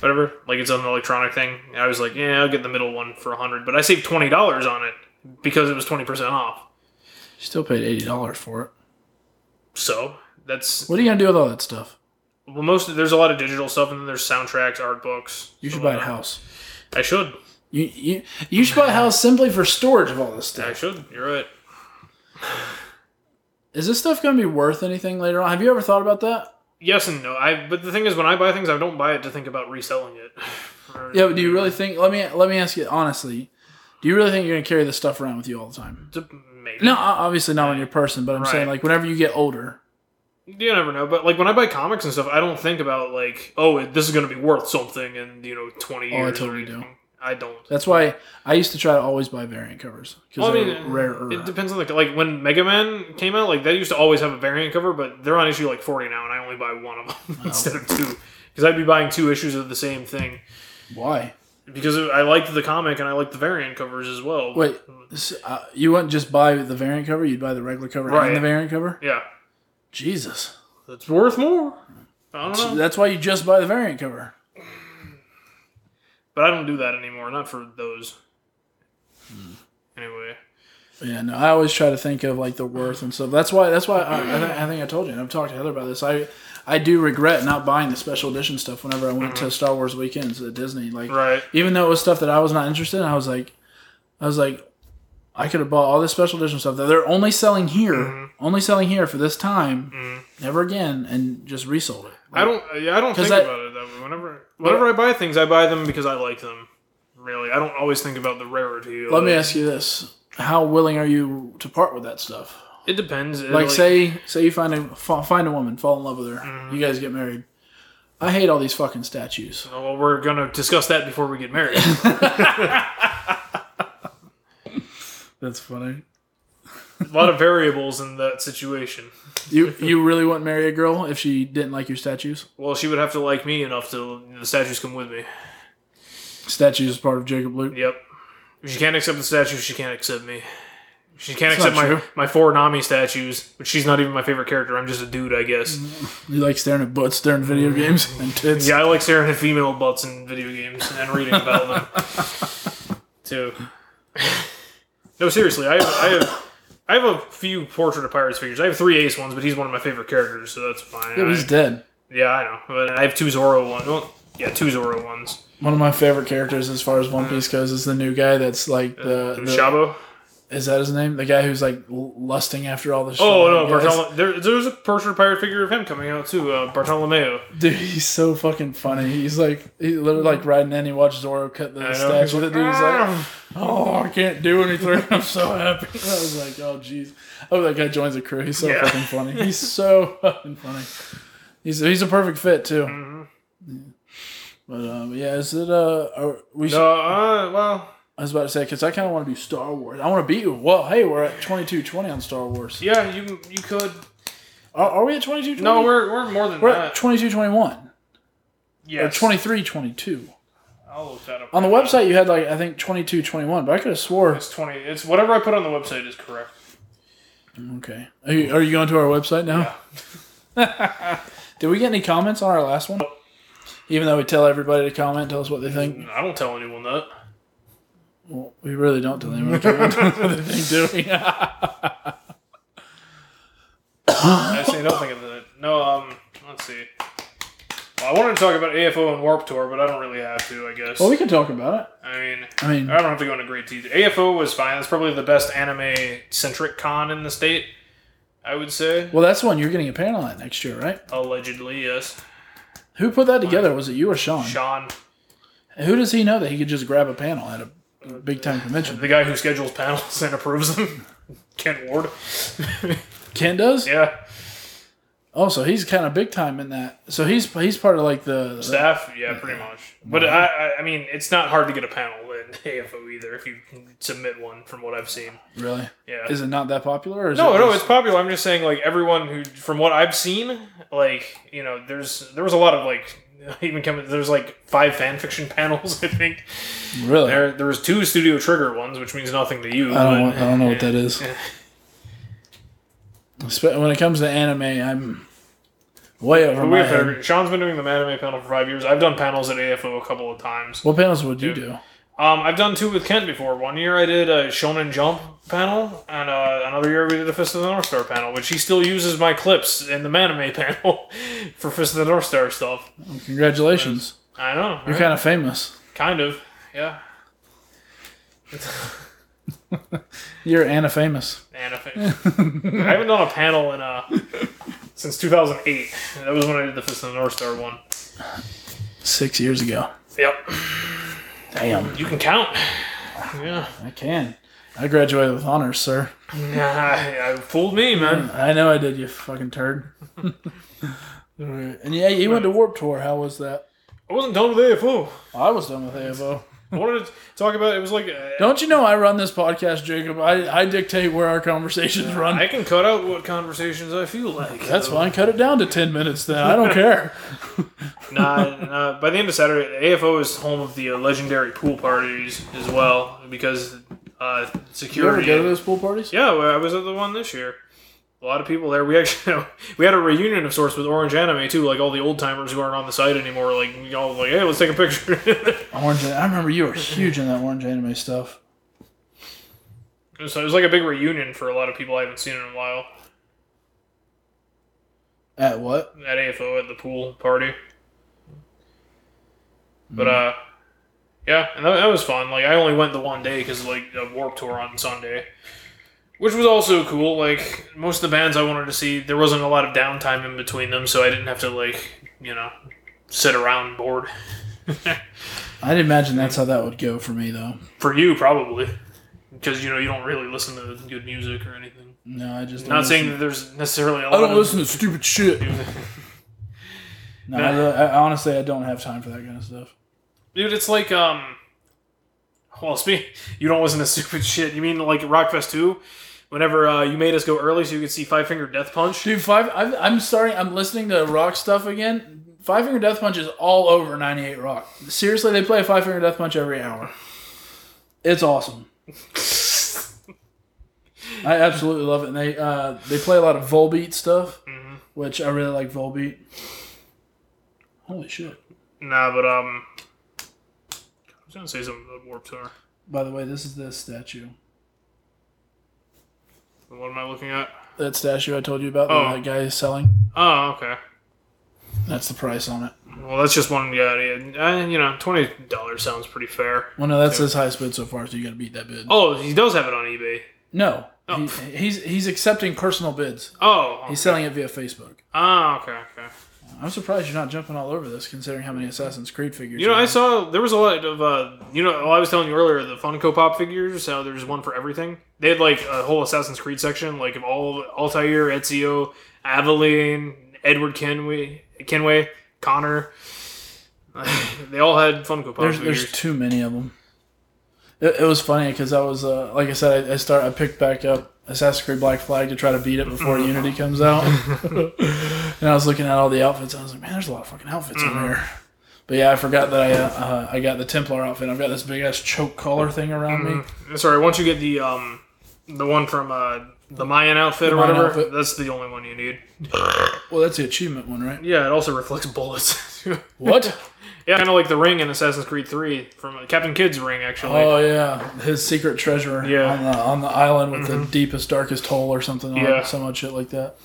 [SPEAKER 2] Whatever, like it's an electronic thing. And I was like, yeah, I'll get the middle one for a hundred, but I saved twenty dollars on it because it was twenty percent off.
[SPEAKER 1] You still paid eighty dollars for it.
[SPEAKER 2] So that's
[SPEAKER 1] What are you gonna do with all that stuff?
[SPEAKER 2] well, most there's a lot of digital stuff, and then there's soundtracks, art books.
[SPEAKER 1] You should
[SPEAKER 2] stuff
[SPEAKER 1] buy a
[SPEAKER 2] like that.
[SPEAKER 1] house.
[SPEAKER 2] I should.
[SPEAKER 1] You you you should buy a house simply for storage of all this
[SPEAKER 2] I
[SPEAKER 1] stuff.
[SPEAKER 2] should. You're right.
[SPEAKER 1] Is this stuff gonna be worth anything later on? Have you ever thought about that?
[SPEAKER 2] Yes and no. I but the thing is, when I buy things, I don't buy it to think about reselling it. [sighs] Or-
[SPEAKER 1] Yeah, but do you really think? Let me let me ask you honestly. Do you really think you're gonna carry this stuff around with you all the time?
[SPEAKER 2] to- maybe.
[SPEAKER 1] No, o- obviously not on your person, but I'm
[SPEAKER 2] Right.
[SPEAKER 1] saying like whenever you get older,
[SPEAKER 2] you never know. But like when I buy comics and stuff, I don't think about like, oh, it- this is going to be worth something in you know twenty
[SPEAKER 1] Oh, I
[SPEAKER 2] years. or
[SPEAKER 1] totally do.
[SPEAKER 2] anything. I don't.
[SPEAKER 1] that's why I used to try to always buy variant covers because
[SPEAKER 2] Well, I
[SPEAKER 1] they're
[SPEAKER 2] mean,
[SPEAKER 1] rarer.
[SPEAKER 2] it depends on the like when Mega Man came out. Like they used to always have a variant cover, but they're on issue like forty now, and I only buy one of them [laughs] instead of two because I'd be buying two issues of the same thing
[SPEAKER 1] why?
[SPEAKER 2] because I liked the comic and I liked the variant covers as well.
[SPEAKER 1] Wait, s uh, you wouldn't just buy the variant cover; you'd buy the regular cover
[SPEAKER 2] Right.
[SPEAKER 1] and the variant cover.
[SPEAKER 2] yeah,
[SPEAKER 1] Jesus,
[SPEAKER 2] it's worth more. I don't know.
[SPEAKER 1] that's why you just buy the variant cover.
[SPEAKER 2] But I don't do that anymore. Not for those.
[SPEAKER 1] Hmm.
[SPEAKER 2] Anyway,
[SPEAKER 1] Yeah, no, I always try to think of like the worth and stuff. That's why. That's why I, I, think, I think I told you, and I've talked to Heather about this. I I do regret not buying the special edition stuff whenever I went to Star Wars weekends at Disney. Like,
[SPEAKER 2] right?
[SPEAKER 1] even though it was stuff that I was not interested in, I was like, I was like, I could have bought all this special edition stuff that they're only selling here, only selling here for this time, never again, and just resold it.
[SPEAKER 2] I don't. Yeah, I don't think
[SPEAKER 1] I-
[SPEAKER 2] about it that way. Whenever, whenever I buy things, I buy them because I like them. Really, I don't always think about the rarity.
[SPEAKER 1] Let me ask you this: How willing are you to part with that stuff?
[SPEAKER 2] It depends. It,
[SPEAKER 1] like, say say you find a fa- find a woman, fall in love with her,
[SPEAKER 2] Mm-hmm.
[SPEAKER 1] you guys get married. I hate all these fucking statues.
[SPEAKER 2] Well, we're gonna discuss that before we get
[SPEAKER 1] [laughs]
[SPEAKER 2] married.
[SPEAKER 1] That's funny.
[SPEAKER 2] a lot of variables in that situation.
[SPEAKER 1] You you really wouldn't marry a girl if she didn't like your statues?
[SPEAKER 2] Well, she would have to like me enough to the statues come with me.
[SPEAKER 1] Statues is part of Jacob Luke.
[SPEAKER 2] Yep. If she can't accept the statues, she can't accept me. She can't
[SPEAKER 1] That's
[SPEAKER 2] accept
[SPEAKER 1] not
[SPEAKER 2] my,
[SPEAKER 1] true.
[SPEAKER 2] my four Nami statues, which she's not even my favorite character. I'm just a dude, I guess.
[SPEAKER 1] You like staring at butts during video games and tits.
[SPEAKER 2] Mm-hmm. Yeah, I like staring at female butts in video games and reading about them
[SPEAKER 1] [laughs]
[SPEAKER 2] too. no, seriously, I have, I have I have a few portrait of pirates figures. I have three Ace ones, but he's one of my favorite characters, so that's fine.
[SPEAKER 1] Yeah,
[SPEAKER 2] I-
[SPEAKER 1] he's dead.
[SPEAKER 2] yeah, I know, but I have two Zoro ones. Well, yeah, two Zoro ones.
[SPEAKER 1] One of my favorite characters as far as
[SPEAKER 2] Mm-hmm.
[SPEAKER 1] One Piece goes is the new guy that's like
[SPEAKER 2] Uh,
[SPEAKER 1] the, the-
[SPEAKER 2] Shabo.
[SPEAKER 1] is that his name? The guy who's like l- lusting after all the shit.
[SPEAKER 2] Oh no,
[SPEAKER 1] guys.
[SPEAKER 2] Bartolome. There, there's a portrait pirate figure of him coming out too. Uh, Bartolomeo.
[SPEAKER 1] Dude, he's so fucking funny. He's like he literally like riding in, he watched Zoro cut the
[SPEAKER 2] I know. He's
[SPEAKER 1] statue.
[SPEAKER 2] like,
[SPEAKER 1] That dude's like
[SPEAKER 2] "Ah."
[SPEAKER 1] Oh, I can't do anything. I'm so happy. [laughs] I was like, oh, jeez. Oh, that guy joins a crew. He's so
[SPEAKER 2] Yeah.
[SPEAKER 1] fucking funny. He's so fucking funny. He's he's a perfect fit too.
[SPEAKER 2] Mm-hmm.
[SPEAKER 1] Yeah. But um, yeah, is it uh? Are we?
[SPEAKER 2] no, uh, well,
[SPEAKER 1] I was about to say because I kind of want to do Star Wars. I want to beat you. Well, hey, we're at twenty two twenty on Star Wars.
[SPEAKER 2] yeah, you you could.
[SPEAKER 1] Are, are we at twenty two twenty?
[SPEAKER 2] No, we're, we're more than
[SPEAKER 1] we're at
[SPEAKER 2] that.
[SPEAKER 1] twenty two twenty one or
[SPEAKER 2] yes.
[SPEAKER 1] twenty three twenty two.
[SPEAKER 2] I'll look that up.
[SPEAKER 1] On the
[SPEAKER 2] right now.
[SPEAKER 1] website, you had like I think twenty two twenty one, but I could have swore.
[SPEAKER 2] It's twenty. It's whatever I put on the website is correct.
[SPEAKER 1] Okay, are you, are you going to our website now? [laughs] Did we get any comments on our last one? Even though we tell everybody to comment, tell us what they think.
[SPEAKER 2] I don't tell anyone that.
[SPEAKER 1] Well, we really don't tell anyone to what they think, do we? [laughs]
[SPEAKER 2] I say nothing of that. No, um, let's see. Well, I wanted to talk about AFO and Warp Tour, but I don't really have to. I guess.
[SPEAKER 1] Well, we can talk about it.
[SPEAKER 2] I mean,
[SPEAKER 1] I mean,
[SPEAKER 2] I don't have to go into great detail. AFO was fine. That's probably the best anime centric con in the state. I would say.
[SPEAKER 1] well, that's the one you're getting a panel at next year, right?
[SPEAKER 2] Allegedly, yes.
[SPEAKER 1] Who put that together? Was it you or Sean?
[SPEAKER 2] Sean,
[SPEAKER 1] Who does he know that he could just grab a panel at a big time convention?
[SPEAKER 2] the guy who schedules panels [laughs] and approves them, Kent Ward. [laughs]
[SPEAKER 1] Ken does.
[SPEAKER 2] Yeah,
[SPEAKER 1] Oh, so he's kind of big time in that. So he's he's part of like the.
[SPEAKER 2] staff. Yeah, pretty much. But I, I, I mean, it's not hard to get [laughs] a panel in AFO either if you can submit one, from what I've seen.
[SPEAKER 1] really?
[SPEAKER 2] Yeah.
[SPEAKER 1] Is it not that popular? Or is
[SPEAKER 2] No,
[SPEAKER 1] it
[SPEAKER 2] no,
[SPEAKER 1] just-
[SPEAKER 2] it's popular. I'm just saying, like everyone who, from what I've seen, like you know, there's there was a lot of like [laughs] even coming. There's like five fan fiction [laughs] panels. I think
[SPEAKER 1] really.
[SPEAKER 2] there there was two Studio Trigger ones, which means nothing to you.
[SPEAKER 1] I don't,
[SPEAKER 2] but-
[SPEAKER 1] want- I don't know what that
[SPEAKER 2] [laughs]
[SPEAKER 1] is. Spe- When it comes to anime, I'm way over
[SPEAKER 2] But
[SPEAKER 1] my
[SPEAKER 2] we have
[SPEAKER 1] head.
[SPEAKER 2] to- Sean's been doing the anime panel for five years. I've done panels at AFO a couple of times.
[SPEAKER 1] What panels would you do?
[SPEAKER 2] Um, I've done two with Kent before. One year I did a Shonen Jump panel, and uh, another year we did the Fist of the North Star panel, which he still uses my clips in the anime [laughs] panel for Fist of the North Star stuff.
[SPEAKER 1] Congratulations,
[SPEAKER 2] I know.
[SPEAKER 1] you're
[SPEAKER 2] right?
[SPEAKER 1] kind of famous.
[SPEAKER 2] Kind of, yeah.
[SPEAKER 1] You're Anna famous.
[SPEAKER 2] And if it- I haven't done a panel in uh since 2008. That was when I did the Fist of the North Star one.
[SPEAKER 1] Six years ago.
[SPEAKER 2] Yep,
[SPEAKER 1] Damn,
[SPEAKER 2] you can count. Yeah,
[SPEAKER 1] I can. I graduated with honors, sir.
[SPEAKER 2] nah, fooled me, man.
[SPEAKER 1] I know I did, you fucking turd. Alright. and yeah, you went to Warp Tour. How was that?
[SPEAKER 2] I wasn't done with AFO.
[SPEAKER 1] I was done with AFO.
[SPEAKER 2] I wanted to talk about it was like uh,
[SPEAKER 1] Don't you know I run this podcast, Jacob? I, I dictate where our conversations run.
[SPEAKER 2] I can cut out what conversations I feel like.
[SPEAKER 1] That's
[SPEAKER 2] so.
[SPEAKER 1] fine. Cut it down to 10 minutes then. I don't care.
[SPEAKER 2] nah, nah, by the end of Saturday, AFO is home of the uh, legendary pool parties as well because
[SPEAKER 1] You
[SPEAKER 2] uh,
[SPEAKER 1] ever
[SPEAKER 2] security.
[SPEAKER 1] go to those pool parties?
[SPEAKER 2] Yeah, well, I was at the one this year. A lot of people there. We actually [laughs] we had a reunion of sorts with Orange Anime too. Like all the old timers who aren't on the site anymore. Like we all like, hey, let's take a picture. [laughs]
[SPEAKER 1] Orange. I remember you were huge in that orange anime stuff.
[SPEAKER 2] so it was like a big reunion for a lot of people I haven't seen in a while
[SPEAKER 1] At what?
[SPEAKER 2] at AFO at the pool party. But
[SPEAKER 1] Hmm.
[SPEAKER 2] uh, yeah, and that, that was fun. Like I only went the one day because like a Warp Tour on Sunday, which was also cool. Like most of the bands I wanted to see, there wasn't a lot of downtime in between them, so I didn't have to like you know sit around bored.
[SPEAKER 1] I'd imagine that's how that would go for me though.
[SPEAKER 2] For you, probably. Because, you know, you don't really listen to good music or anything.
[SPEAKER 1] No, I just
[SPEAKER 2] Not
[SPEAKER 1] don't
[SPEAKER 2] saying
[SPEAKER 1] listen-
[SPEAKER 2] that there's necessarily a
[SPEAKER 1] Mm-hmm. I
[SPEAKER 2] lot
[SPEAKER 1] don't
[SPEAKER 2] of...
[SPEAKER 1] listen to stupid shit. No, I, really, I honestly I don't have time for that kind of stuff.
[SPEAKER 2] Dude, it's like, [laughs] um... Well, speak. You don't listen to stupid shit. You mean like Rockfest 2? Whenever uh, you made us go early so you could see Five Finger Death Punch.
[SPEAKER 1] Dude, five. I've, I'm sorry. I'm listening to rock stuff again. Five Finger Death Punch is all over 98 Rock. Seriously, they play a Five Finger Death Punch every hour. It's awesome. I absolutely love it. And they uh, they play a lot of Volbeat stuff, which I really like Volbeat. Holy shit!
[SPEAKER 2] Nah, but um, I was gonna say something about Warp Tour.
[SPEAKER 1] By the way, this is the statue.
[SPEAKER 2] What am I looking at?
[SPEAKER 1] That statue I told you about that
[SPEAKER 2] Oh.
[SPEAKER 1] that guy is selling.
[SPEAKER 2] Oh, okay.
[SPEAKER 1] That's the price on it.
[SPEAKER 2] Well, that's just one guy. Yeah, you know, twenty dollars sounds pretty fair.
[SPEAKER 1] Well, no, that's his highest bid so far. So you got to beat that bid.
[SPEAKER 2] Oh, he does have it on eBay.
[SPEAKER 1] No, he, he's he's accepting personal bids.
[SPEAKER 2] Oh,
[SPEAKER 1] He's selling it via Facebook.
[SPEAKER 2] ah, okay, okay.
[SPEAKER 1] I'm surprised you're not jumping all over this, considering how many Assassin's Creed figures.
[SPEAKER 2] You know, I
[SPEAKER 1] have.
[SPEAKER 2] saw there was a lot of uh, you know, well, I was telling you earlier the Funko Pop figures. How there's one for everything. They had like a whole Assassin's Creed section, like of all Altair, Ezio, Aveline, Edward Kenway, Kenway, Connor. [sighs] they all had Funko Pop
[SPEAKER 1] there's
[SPEAKER 2] figures.
[SPEAKER 1] there's too many of them. It, it was funny because I was uh, like I said, I, I start I picked back up Assassin's Creed Black Flag to try to beat it before
[SPEAKER 2] Mm.
[SPEAKER 1] Unity comes out, [laughs] and I was looking at all the outfits. I was like, man, there's a lot of fucking outfits in
[SPEAKER 2] Mm-hmm.
[SPEAKER 1] there. But yeah, I forgot that I uh, uh, I got the Templar outfit. I've got this big ass choke collar thing around me.
[SPEAKER 2] Sorry, once you get the um, the one from uh, the Mayan outfit or
[SPEAKER 1] Mayan
[SPEAKER 2] whatever,
[SPEAKER 1] outfit.
[SPEAKER 2] that's the only one you need.
[SPEAKER 1] Well, that's the achievement one, right?
[SPEAKER 2] Yeah, it also reflects bullets. [laughs] yeah,
[SPEAKER 1] What?
[SPEAKER 2] kind of like the ring in Assassin's Creed Three from uh, Captain Kidd's ring, actually.
[SPEAKER 1] Oh yeah, his secret treasure
[SPEAKER 2] Yeah.
[SPEAKER 1] on
[SPEAKER 2] Mm-hmm.
[SPEAKER 1] the on the island with the deepest, darkest hole or something. Yeah,
[SPEAKER 2] Yeah.
[SPEAKER 1] like, some odd shit like that.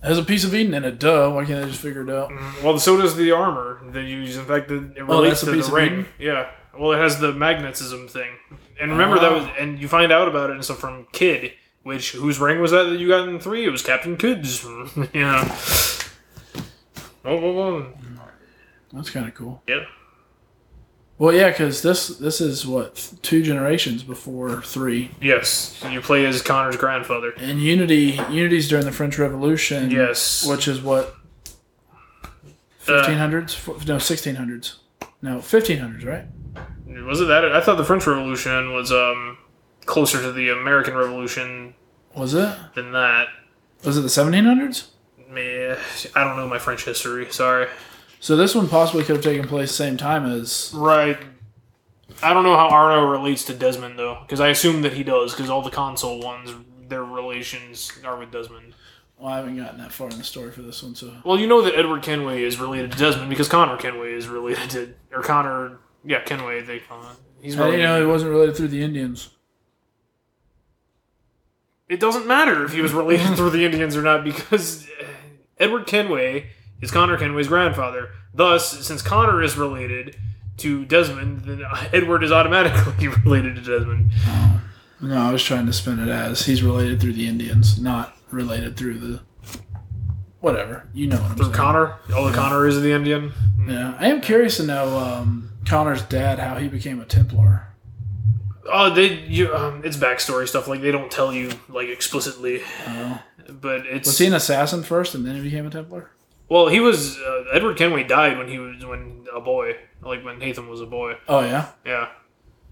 [SPEAKER 1] It has a piece of Eden in it. Duh. Why can't I just figure it out?
[SPEAKER 2] Well, so does the armor that you use. In fact, it it
[SPEAKER 1] Oh,
[SPEAKER 2] relates
[SPEAKER 1] that's a
[SPEAKER 2] to
[SPEAKER 1] piece
[SPEAKER 2] the
[SPEAKER 1] of
[SPEAKER 2] ring.
[SPEAKER 1] Eden?
[SPEAKER 2] Yeah. Well, it has the magnetism thing, and remember
[SPEAKER 1] Ah.
[SPEAKER 2] that was, and you find out about it and stuff from Kid, which whose ring was that that you got in three? It was Captain Kid's. [laughs] yeah. Oh, oh, oh.
[SPEAKER 1] That's kind of cool.
[SPEAKER 2] yeah.
[SPEAKER 1] Well, yeah, because this this is what two generations before three.
[SPEAKER 2] Yes, you play as Connor's grandfather.
[SPEAKER 1] And Unity Unity's during the French Revolution.
[SPEAKER 2] Yes.
[SPEAKER 1] which is what
[SPEAKER 2] Uh,
[SPEAKER 1] fifteen hundreds? no, sixteen hundreds. No, fifteen hundreds, right?
[SPEAKER 2] was it that? I thought the French Revolution was um closer to the American Revolution
[SPEAKER 1] Was it?
[SPEAKER 2] than that.
[SPEAKER 1] Was it the seventeen hundreds?
[SPEAKER 2] Meh, I don't know my French history. Sorry.
[SPEAKER 1] So this one possibly could have taken place same time as
[SPEAKER 2] Right. I don't know how Arno relates to Desmond though, because I assume that he does, because all the console ones, their relations are with Desmond.
[SPEAKER 1] Well, I haven't gotten that far in the story for this one, so
[SPEAKER 2] Well, you know that Edward Kenway is related to Desmond because Connor Kenway is related to, or Connor, yeah, Kenway. They call him. He's
[SPEAKER 1] I didn't
[SPEAKER 2] related.
[SPEAKER 1] Uh, know it wasn't related through the Indians.
[SPEAKER 2] it doesn't matter if he was related through the Indians or not because uh, Edward Kenway is Connor Kenway's grandfather. Thus, since Connor is related to Desmond, then Edward is automatically [laughs] related to Desmond.
[SPEAKER 1] No, I was trying to spin it as he's related through the Indians, not related through the whatever. You know what I'm
[SPEAKER 2] Through
[SPEAKER 1] saying?
[SPEAKER 2] Connor, all the Connor is the Indian.
[SPEAKER 1] Yeah, I am curious to know um, Connor's dad how he became a Templar.
[SPEAKER 2] Oh, they you um, it's backstory stuff like they don't tell you like explicitly, but it's
[SPEAKER 1] Was he an assassin first, and then he became a Templar?
[SPEAKER 2] well he was uh, Edward Kenway died when he was when a boy like when Nathan was a boy.
[SPEAKER 1] Oh yeah.
[SPEAKER 2] Yeah.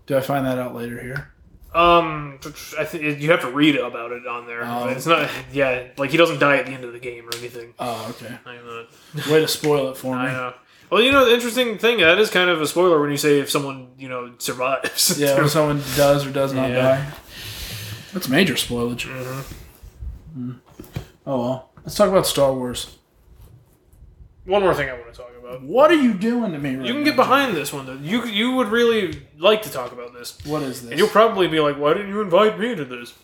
[SPEAKER 1] Do I find that out later here?
[SPEAKER 2] Um, I think you have to read about it on there.
[SPEAKER 1] Oh.
[SPEAKER 2] It's not, yeah, like he doesn't die at the end of the game or anything.
[SPEAKER 1] Oh, okay.
[SPEAKER 2] I know.
[SPEAKER 1] Way to spoil it
[SPEAKER 2] [laughs]
[SPEAKER 1] for
[SPEAKER 2] I
[SPEAKER 1] me.
[SPEAKER 2] know. Well, you know, the interesting thing that is kind of a spoiler when you say if someone you know survives. [laughs]
[SPEAKER 1] Yeah, when someone does or does not
[SPEAKER 2] Yeah.
[SPEAKER 1] die. That's major spoilage.
[SPEAKER 2] mm-hmm.
[SPEAKER 1] Mm. Oh well. Let's talk about Star Wars.
[SPEAKER 2] One more thing I want to talk about.
[SPEAKER 1] What are you doing to me right
[SPEAKER 2] You can
[SPEAKER 1] now?
[SPEAKER 2] get behind this one though. You you would really like to talk about this.
[SPEAKER 1] What is this?
[SPEAKER 2] And you'll probably be like, why didn't you invite me to this?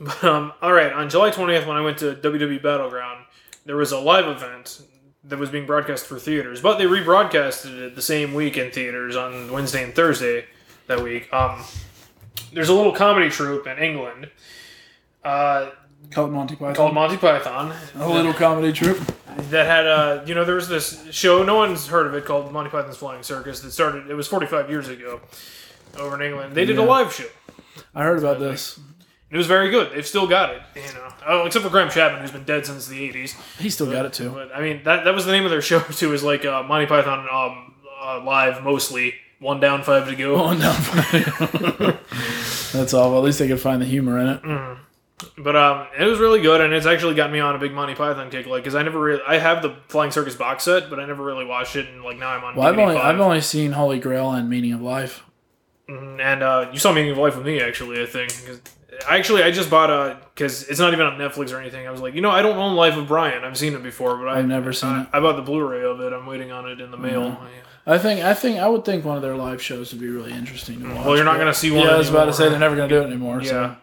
[SPEAKER 2] But, um, all right, on July 20th, when I went to WWE Battleground, there was a live event that was being broadcast through theaters, but they rebroadcasted it the same week in theaters on Wednesday and Thursday that week. Um, there's a little comedy troupe in England uh,
[SPEAKER 1] Called Monty Python.
[SPEAKER 2] called Monty Python.
[SPEAKER 1] a little comedy troupe.
[SPEAKER 2] that had uh you know there was this show no one's heard of it called Monty Python's Flying Circus that started it was 45 years ago over in England they did a
[SPEAKER 1] Yeah.
[SPEAKER 2] live show
[SPEAKER 1] I heard about this.
[SPEAKER 2] it was very good they've still got it you know oh except for Graham Chapman who's been dead since the 80s
[SPEAKER 1] He still got it [laughs] too.
[SPEAKER 2] but I mean that that was the name of their [laughs] show too is like uh, Monty Python um uh, live mostly one down five to go
[SPEAKER 1] Oh no! Oh, [laughs] That's all. Well, at least they could find the humor in
[SPEAKER 2] Mm,
[SPEAKER 1] it.
[SPEAKER 2] [laughs] But um, it was really good, and it's actually got me on a big Monty Python kick. Like, because I never really, I have the Flying Circus box set, but I never really watched it, and like now I'm on.
[SPEAKER 1] Well, I've
[SPEAKER 2] DVD
[SPEAKER 1] only
[SPEAKER 2] five.
[SPEAKER 1] I've only seen Holy Grail and Meaning of Life.
[SPEAKER 2] and uh, you saw Meaning of Life with me actually. I think 'Cause- actually I just bought a because it's not even on Netflix or anything. I was like, you know, I don't own Life of Brian. I've seen it before, but I,
[SPEAKER 1] I've never seen
[SPEAKER 2] I,
[SPEAKER 1] it.
[SPEAKER 2] I bought the Blu-ray of it. I'm waiting on it in the mail.
[SPEAKER 1] I think I think I would think one of their live shows would be really interesting to watch.
[SPEAKER 2] Well, you're not
[SPEAKER 1] but-
[SPEAKER 2] gonna see one
[SPEAKER 1] Yeah, I was about to
[SPEAKER 2] anymore.
[SPEAKER 1] say they're never going to do it anymore.
[SPEAKER 2] Yeah.
[SPEAKER 1] So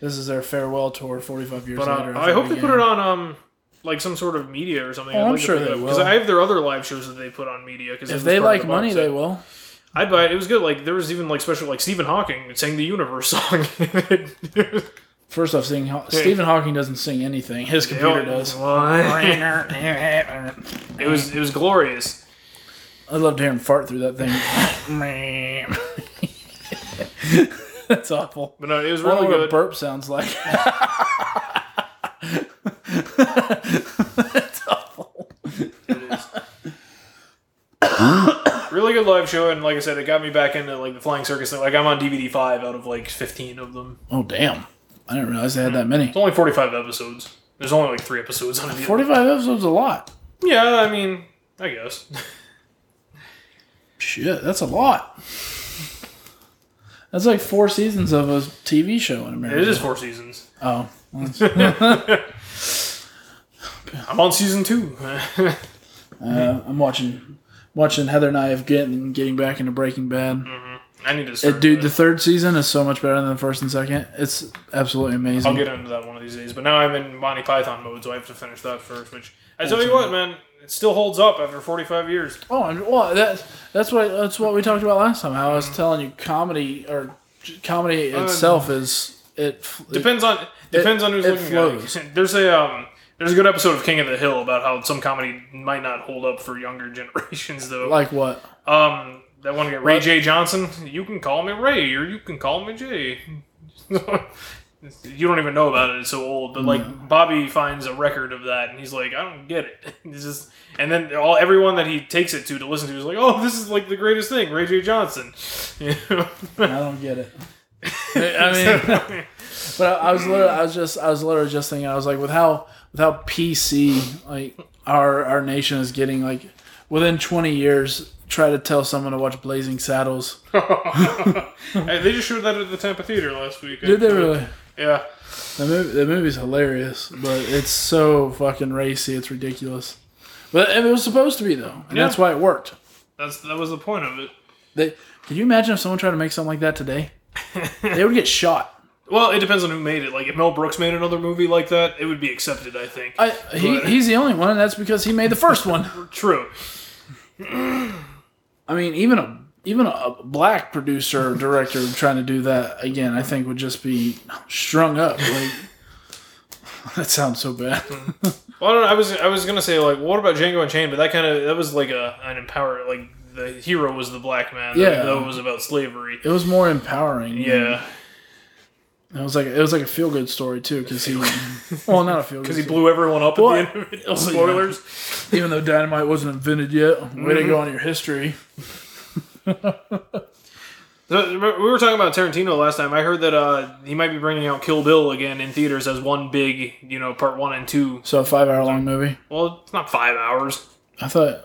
[SPEAKER 1] this is their farewell tour, 45 years
[SPEAKER 2] But uh,
[SPEAKER 1] later.
[SPEAKER 2] I hope they put it on um like some sort of media or something.
[SPEAKER 1] Oh, I'm
[SPEAKER 2] like to
[SPEAKER 1] sure
[SPEAKER 2] pick
[SPEAKER 1] they
[SPEAKER 2] it up, 'cause
[SPEAKER 1] will.
[SPEAKER 2] I have their other live shows that they put on media. Because
[SPEAKER 1] If they like money, they will.
[SPEAKER 2] I'd buy it. It was good. Like there was even like special like Stephen Hawking sang the Universe [laughs] song.
[SPEAKER 1] First off, seeing Haw- Stephen Hawking doesn't sing anything. His computer does.
[SPEAKER 2] What?
[SPEAKER 1] I'd
[SPEAKER 2] it was it was glorious.
[SPEAKER 1] love to hear him fart through that thing. [laughs] That's awful.
[SPEAKER 2] But no, it was
[SPEAKER 1] I don't
[SPEAKER 2] really
[SPEAKER 1] know what a
[SPEAKER 2] good.
[SPEAKER 1] burp sounds like. That's awful.
[SPEAKER 2] [laughs] really good live show, and like I said, it got me back into like the flying circus thing. Like I'm on DVD five out of like fifteen of them.
[SPEAKER 1] Oh damn! I didn't realize they had that many.
[SPEAKER 2] It's only forty five episodes. There's only like three episodes on it.
[SPEAKER 1] Forty-five episodes, is a lot.
[SPEAKER 2] Yeah, I mean, I
[SPEAKER 1] [laughs]
[SPEAKER 2] guess.
[SPEAKER 1] Shit, that's a lot. That's like four seasons of a TV show in America.
[SPEAKER 2] it is four seasons.
[SPEAKER 1] Oh, well, that's-
[SPEAKER 2] I'm on season two. [laughs]
[SPEAKER 1] uh,
[SPEAKER 2] Hmm.
[SPEAKER 1] I'm watching, watching Heather and I have getting getting back into Breaking Bad.
[SPEAKER 2] I need to.
[SPEAKER 1] Uh,
[SPEAKER 2] Start
[SPEAKER 1] dude, the
[SPEAKER 2] that.
[SPEAKER 1] third season is so much better than the first and second. It's absolutely amazing.
[SPEAKER 2] uh, I'll get into that one of these days. But now I'm in Monty Python mode, so I have to finish that first. Which I tell you what, man, it still holds up after 45 years.
[SPEAKER 1] Oh, and well, that's that's what that's what we talked about last time. How I
[SPEAKER 2] Hmm.
[SPEAKER 1] was telling you, comedy or j- comedy itself is it f-
[SPEAKER 2] Depends on depends on who's
[SPEAKER 1] it
[SPEAKER 2] looking
[SPEAKER 1] flows.
[SPEAKER 2] at it. [laughs] There's a um, there's a good episode of King of the Hill about how some comedy might not hold up for younger [laughs] generations though.
[SPEAKER 1] like what?
[SPEAKER 2] um, that one guy Ray
[SPEAKER 1] What?
[SPEAKER 2] J Johnson. You can call me Ray, or you can call me Jay. [laughs] you don't even know about it; it's so old. But like
[SPEAKER 1] Mm.
[SPEAKER 2] Bobby finds a record of that, and he's like, "I don't get it." [laughs] It's just, and then all everyone that he takes it to to listen to is like, "Oh, this is like the greatest thing, Ray J Johnson." [laughs] You know?
[SPEAKER 1] [laughs] I don't
[SPEAKER 2] [laughs]
[SPEAKER 1] get it. I mean, but I, I was literally, I was just, I was literally just thinking, I was like, with how, with how PC like our our nation is getting, like within twenty years, try to tell someone to watch Blazing Saddles.
[SPEAKER 2] Hey, they just showed that at the Tampa Theater last week.
[SPEAKER 1] Did they really?
[SPEAKER 2] Yeah.
[SPEAKER 1] The movie, the movie's hilarious, but it's so fucking racy, it's ridiculous. But it was supposed to be though, and that's
[SPEAKER 2] Yeah.
[SPEAKER 1] why it worked.
[SPEAKER 2] That's that was the point of it.
[SPEAKER 1] They, could you imagine if someone tried to make something like that today? they would get shot.
[SPEAKER 2] Well, it depends on who made it. Like if Mel Brooks made another movie like that, it would be accepted, I think.
[SPEAKER 1] I, he,
[SPEAKER 2] Right.
[SPEAKER 1] he's the only one, and that's because he made the first one.
[SPEAKER 2] True.
[SPEAKER 1] I mean, even a even a black producer or director trying to do that again, I think would just be strung up. Like [laughs] that sounds so bad.
[SPEAKER 2] Well, I, don't know, I was I was gonna say like, what about Django Unchained? But that kind of that was like a an empower like the hero was the black man.
[SPEAKER 1] Yeah. Mm-hmm.
[SPEAKER 2] though it was about slavery.
[SPEAKER 1] It was more empowering.
[SPEAKER 2] Yeah,
[SPEAKER 1] it was like it was like a feel good story too, because he, well, not a feel [laughs] good
[SPEAKER 2] because he blew everyone up at
[SPEAKER 1] Well, oh,
[SPEAKER 2] the end
[SPEAKER 1] [laughs]
[SPEAKER 2] of it.
[SPEAKER 1] yeah.
[SPEAKER 2] Spoilers.
[SPEAKER 1] Even though dynamite wasn't invented yet, way to go on your history.
[SPEAKER 2] So, remember- we were talking about Tarantino last time. I heard that uh, he might be bringing out Kill Bill again in theaters as one big, you know, part one and two.
[SPEAKER 1] So a five hour long movie.
[SPEAKER 2] Well, it's not five hours.
[SPEAKER 1] I thought,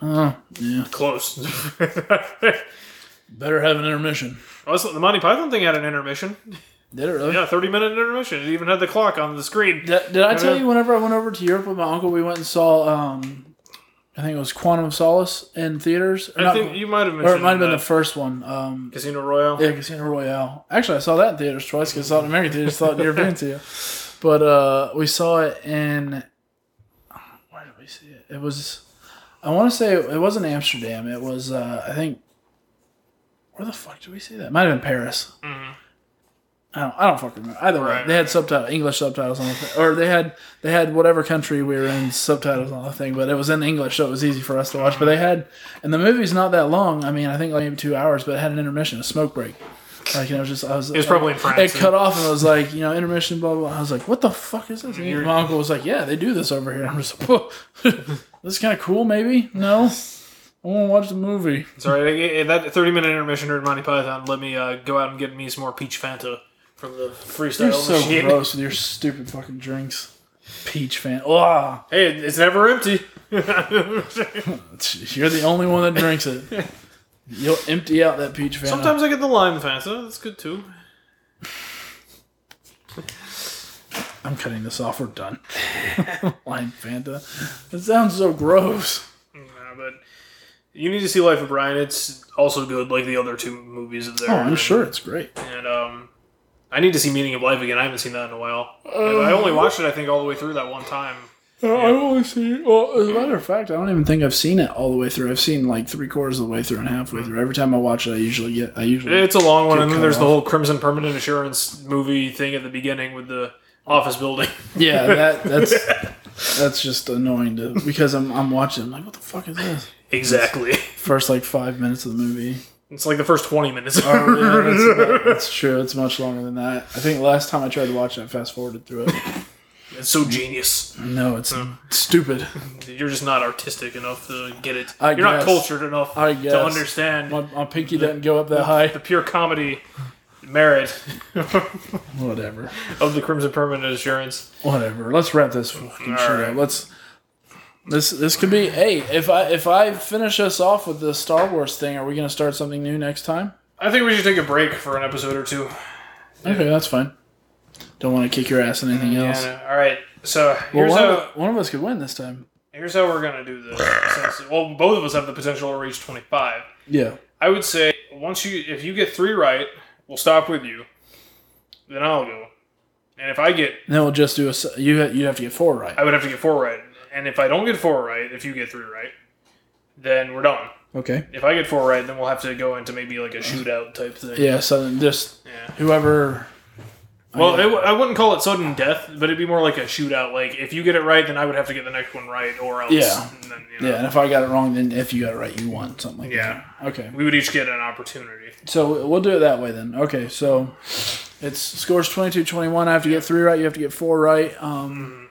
[SPEAKER 1] oh yeah,
[SPEAKER 2] Close. [laughs]
[SPEAKER 1] better have an intermission.
[SPEAKER 2] also, the Monty Python thing had an intermission.
[SPEAKER 1] Did it really?
[SPEAKER 2] Yeah, thirty minute intermission. It even had the clock on the screen.
[SPEAKER 1] Did, did I tell
[SPEAKER 2] Yeah.
[SPEAKER 1] you whenever I went over to Europe with my uncle, we went and saw, um, I think it was Quantum of Solace in theaters. Or
[SPEAKER 2] I
[SPEAKER 1] not-
[SPEAKER 2] think you might have mentioned
[SPEAKER 1] or it might have been
[SPEAKER 2] that.
[SPEAKER 1] the first one. Um,
[SPEAKER 2] Casino Royale.
[SPEAKER 1] yeah, Casino Royale. Actually, I saw that in theaters twice because I saw it in American theaters, saw it in European theater. But uh, we saw it in. Where did we see it? It was. I want to say it wasn't Amsterdam. It was, uh, I think. Where the fuck did we see that? It might have been Paris. I don't, I don't fucking remember. Either way,
[SPEAKER 2] Mm-hmm. Right,
[SPEAKER 1] they had subtitle English subtitles on the thing, or they had they had whatever country we were in subtitles on the thing, but it was in English, so it was easy for us to watch. But they had, and the movie's not that long. I mean, I think like maybe two hours, but it had an intermission, a smoke break. Like and it was just, I was. It
[SPEAKER 2] was probably in France,
[SPEAKER 1] It cut off, and I was like, you know, intermission, blah blah. blah. I was like, what the fuck is this? And my [laughs] uncle was like, yeah, they do this over here. I'm just, like, this is kind of cool, maybe. No, I want to watch the movie.
[SPEAKER 2] Sorry, I- I- that 30 minute intermission during Monty Python let me uh, go out and get me some more Peach Fanta from the freestyle
[SPEAKER 1] You're so
[SPEAKER 2] machine.
[SPEAKER 1] gross with your stupid fucking drinks. Peach fan. Ugh.
[SPEAKER 2] [laughs] Hey, it's never empty. [laughs]
[SPEAKER 1] You're the only one that drinks it.
[SPEAKER 2] [laughs]
[SPEAKER 1] You'll empty out that peach fan.
[SPEAKER 2] Sometimes I get the lime Fanta. That's good too.
[SPEAKER 1] I'm cutting this off. We're done. [laughs] Lime Fanta. That sounds so gross.
[SPEAKER 2] Nah, but you need to see Life of Brian. It's also good, like the other two movies of there.
[SPEAKER 1] Oh, I'm sure it's great.
[SPEAKER 2] And um, I need to see Meaning of Life again. I haven't seen that in a while.
[SPEAKER 1] Uh,
[SPEAKER 2] I only watched it, I think, all the way through that one time.
[SPEAKER 1] Hmm. I've only seen. Well, as a matter of fact, I don't even think I've seen it all the way through. I've seen like three quarters of the way through and halfway through. Every time I watch it, I usually get. I usually.
[SPEAKER 2] It's a long one,
[SPEAKER 1] Get
[SPEAKER 2] and then
[SPEAKER 1] cut
[SPEAKER 2] there's the
[SPEAKER 1] off.
[SPEAKER 2] whole Crimson Permanent Assurance movie thing at the beginning with the office building.
[SPEAKER 1] [laughs]
[SPEAKER 2] [laughs]
[SPEAKER 1] yeah, that that's that's just annoying to because I'm I'm watching. I'm like, what the fuck is this?
[SPEAKER 2] exactly.
[SPEAKER 1] First like five minutes of the movie.
[SPEAKER 2] It's like the first 20 minutes.
[SPEAKER 1] Oh, yeah,
[SPEAKER 2] [laughs]
[SPEAKER 1] that's, about- that's true. It's much longer than that. I think last time I tried to watch it, I fast forwarded through it.
[SPEAKER 2] it's so genius.
[SPEAKER 1] No, it's stupid.
[SPEAKER 2] You're just not artistic enough to get it.
[SPEAKER 1] I
[SPEAKER 2] You're not
[SPEAKER 1] guess.
[SPEAKER 2] cultured enough
[SPEAKER 1] I guess.
[SPEAKER 2] to understand
[SPEAKER 1] My, my pinky doesn't go up that high.
[SPEAKER 2] the pure comedy
[SPEAKER 1] [laughs]
[SPEAKER 2] merit
[SPEAKER 1] Whatever.
[SPEAKER 2] of the Crimson Permanent Assurance.
[SPEAKER 1] Whatever. Let's wrap this fucking shit
[SPEAKER 2] right.
[SPEAKER 1] up. Let's. This this could be. Hey, if I if I finish us off with the Star Wars thing, are we gonna start something new next time?
[SPEAKER 2] I think we should take a break for an episode or two.
[SPEAKER 1] Okay, that's fine. Don't want to kick your ass in anything else.
[SPEAKER 2] And, uh, all right. So
[SPEAKER 1] Well,
[SPEAKER 2] here's
[SPEAKER 1] one,
[SPEAKER 2] how
[SPEAKER 1] of, one of us could win this time.
[SPEAKER 2] here's how we're gonna do this. Since- well, both of us have the potential to reach 25.
[SPEAKER 1] Yeah.
[SPEAKER 2] I would say once you if you get three right, we'll stop with you. Then I'll go. And if I get,
[SPEAKER 1] And then we'll just do a. s- You ha- you have to get four right.
[SPEAKER 2] I would have to get four right. And if I don't get four right, if you get three right, then we're done.
[SPEAKER 1] Okay.
[SPEAKER 2] If I get four right, then we'll have to go into maybe like a shootout type thing.
[SPEAKER 1] Yeah. So then just
[SPEAKER 2] Yeah.
[SPEAKER 1] whoever.
[SPEAKER 2] Well, it, w- I wouldn't call it sudden death, but it'd be more like a shootout. Like if you get it right, then I would have to get the next one right, or else.
[SPEAKER 1] Yeah.
[SPEAKER 2] And then, you know,
[SPEAKER 1] Yeah, and if I got it wrong, then if you got it right, you won something like
[SPEAKER 2] Yeah.
[SPEAKER 1] that. Okay.
[SPEAKER 2] We would each get an opportunity.
[SPEAKER 1] So we'll do it that way then. Okay, so it's scores 22-21. I have to get three right. You have to get four right. Um,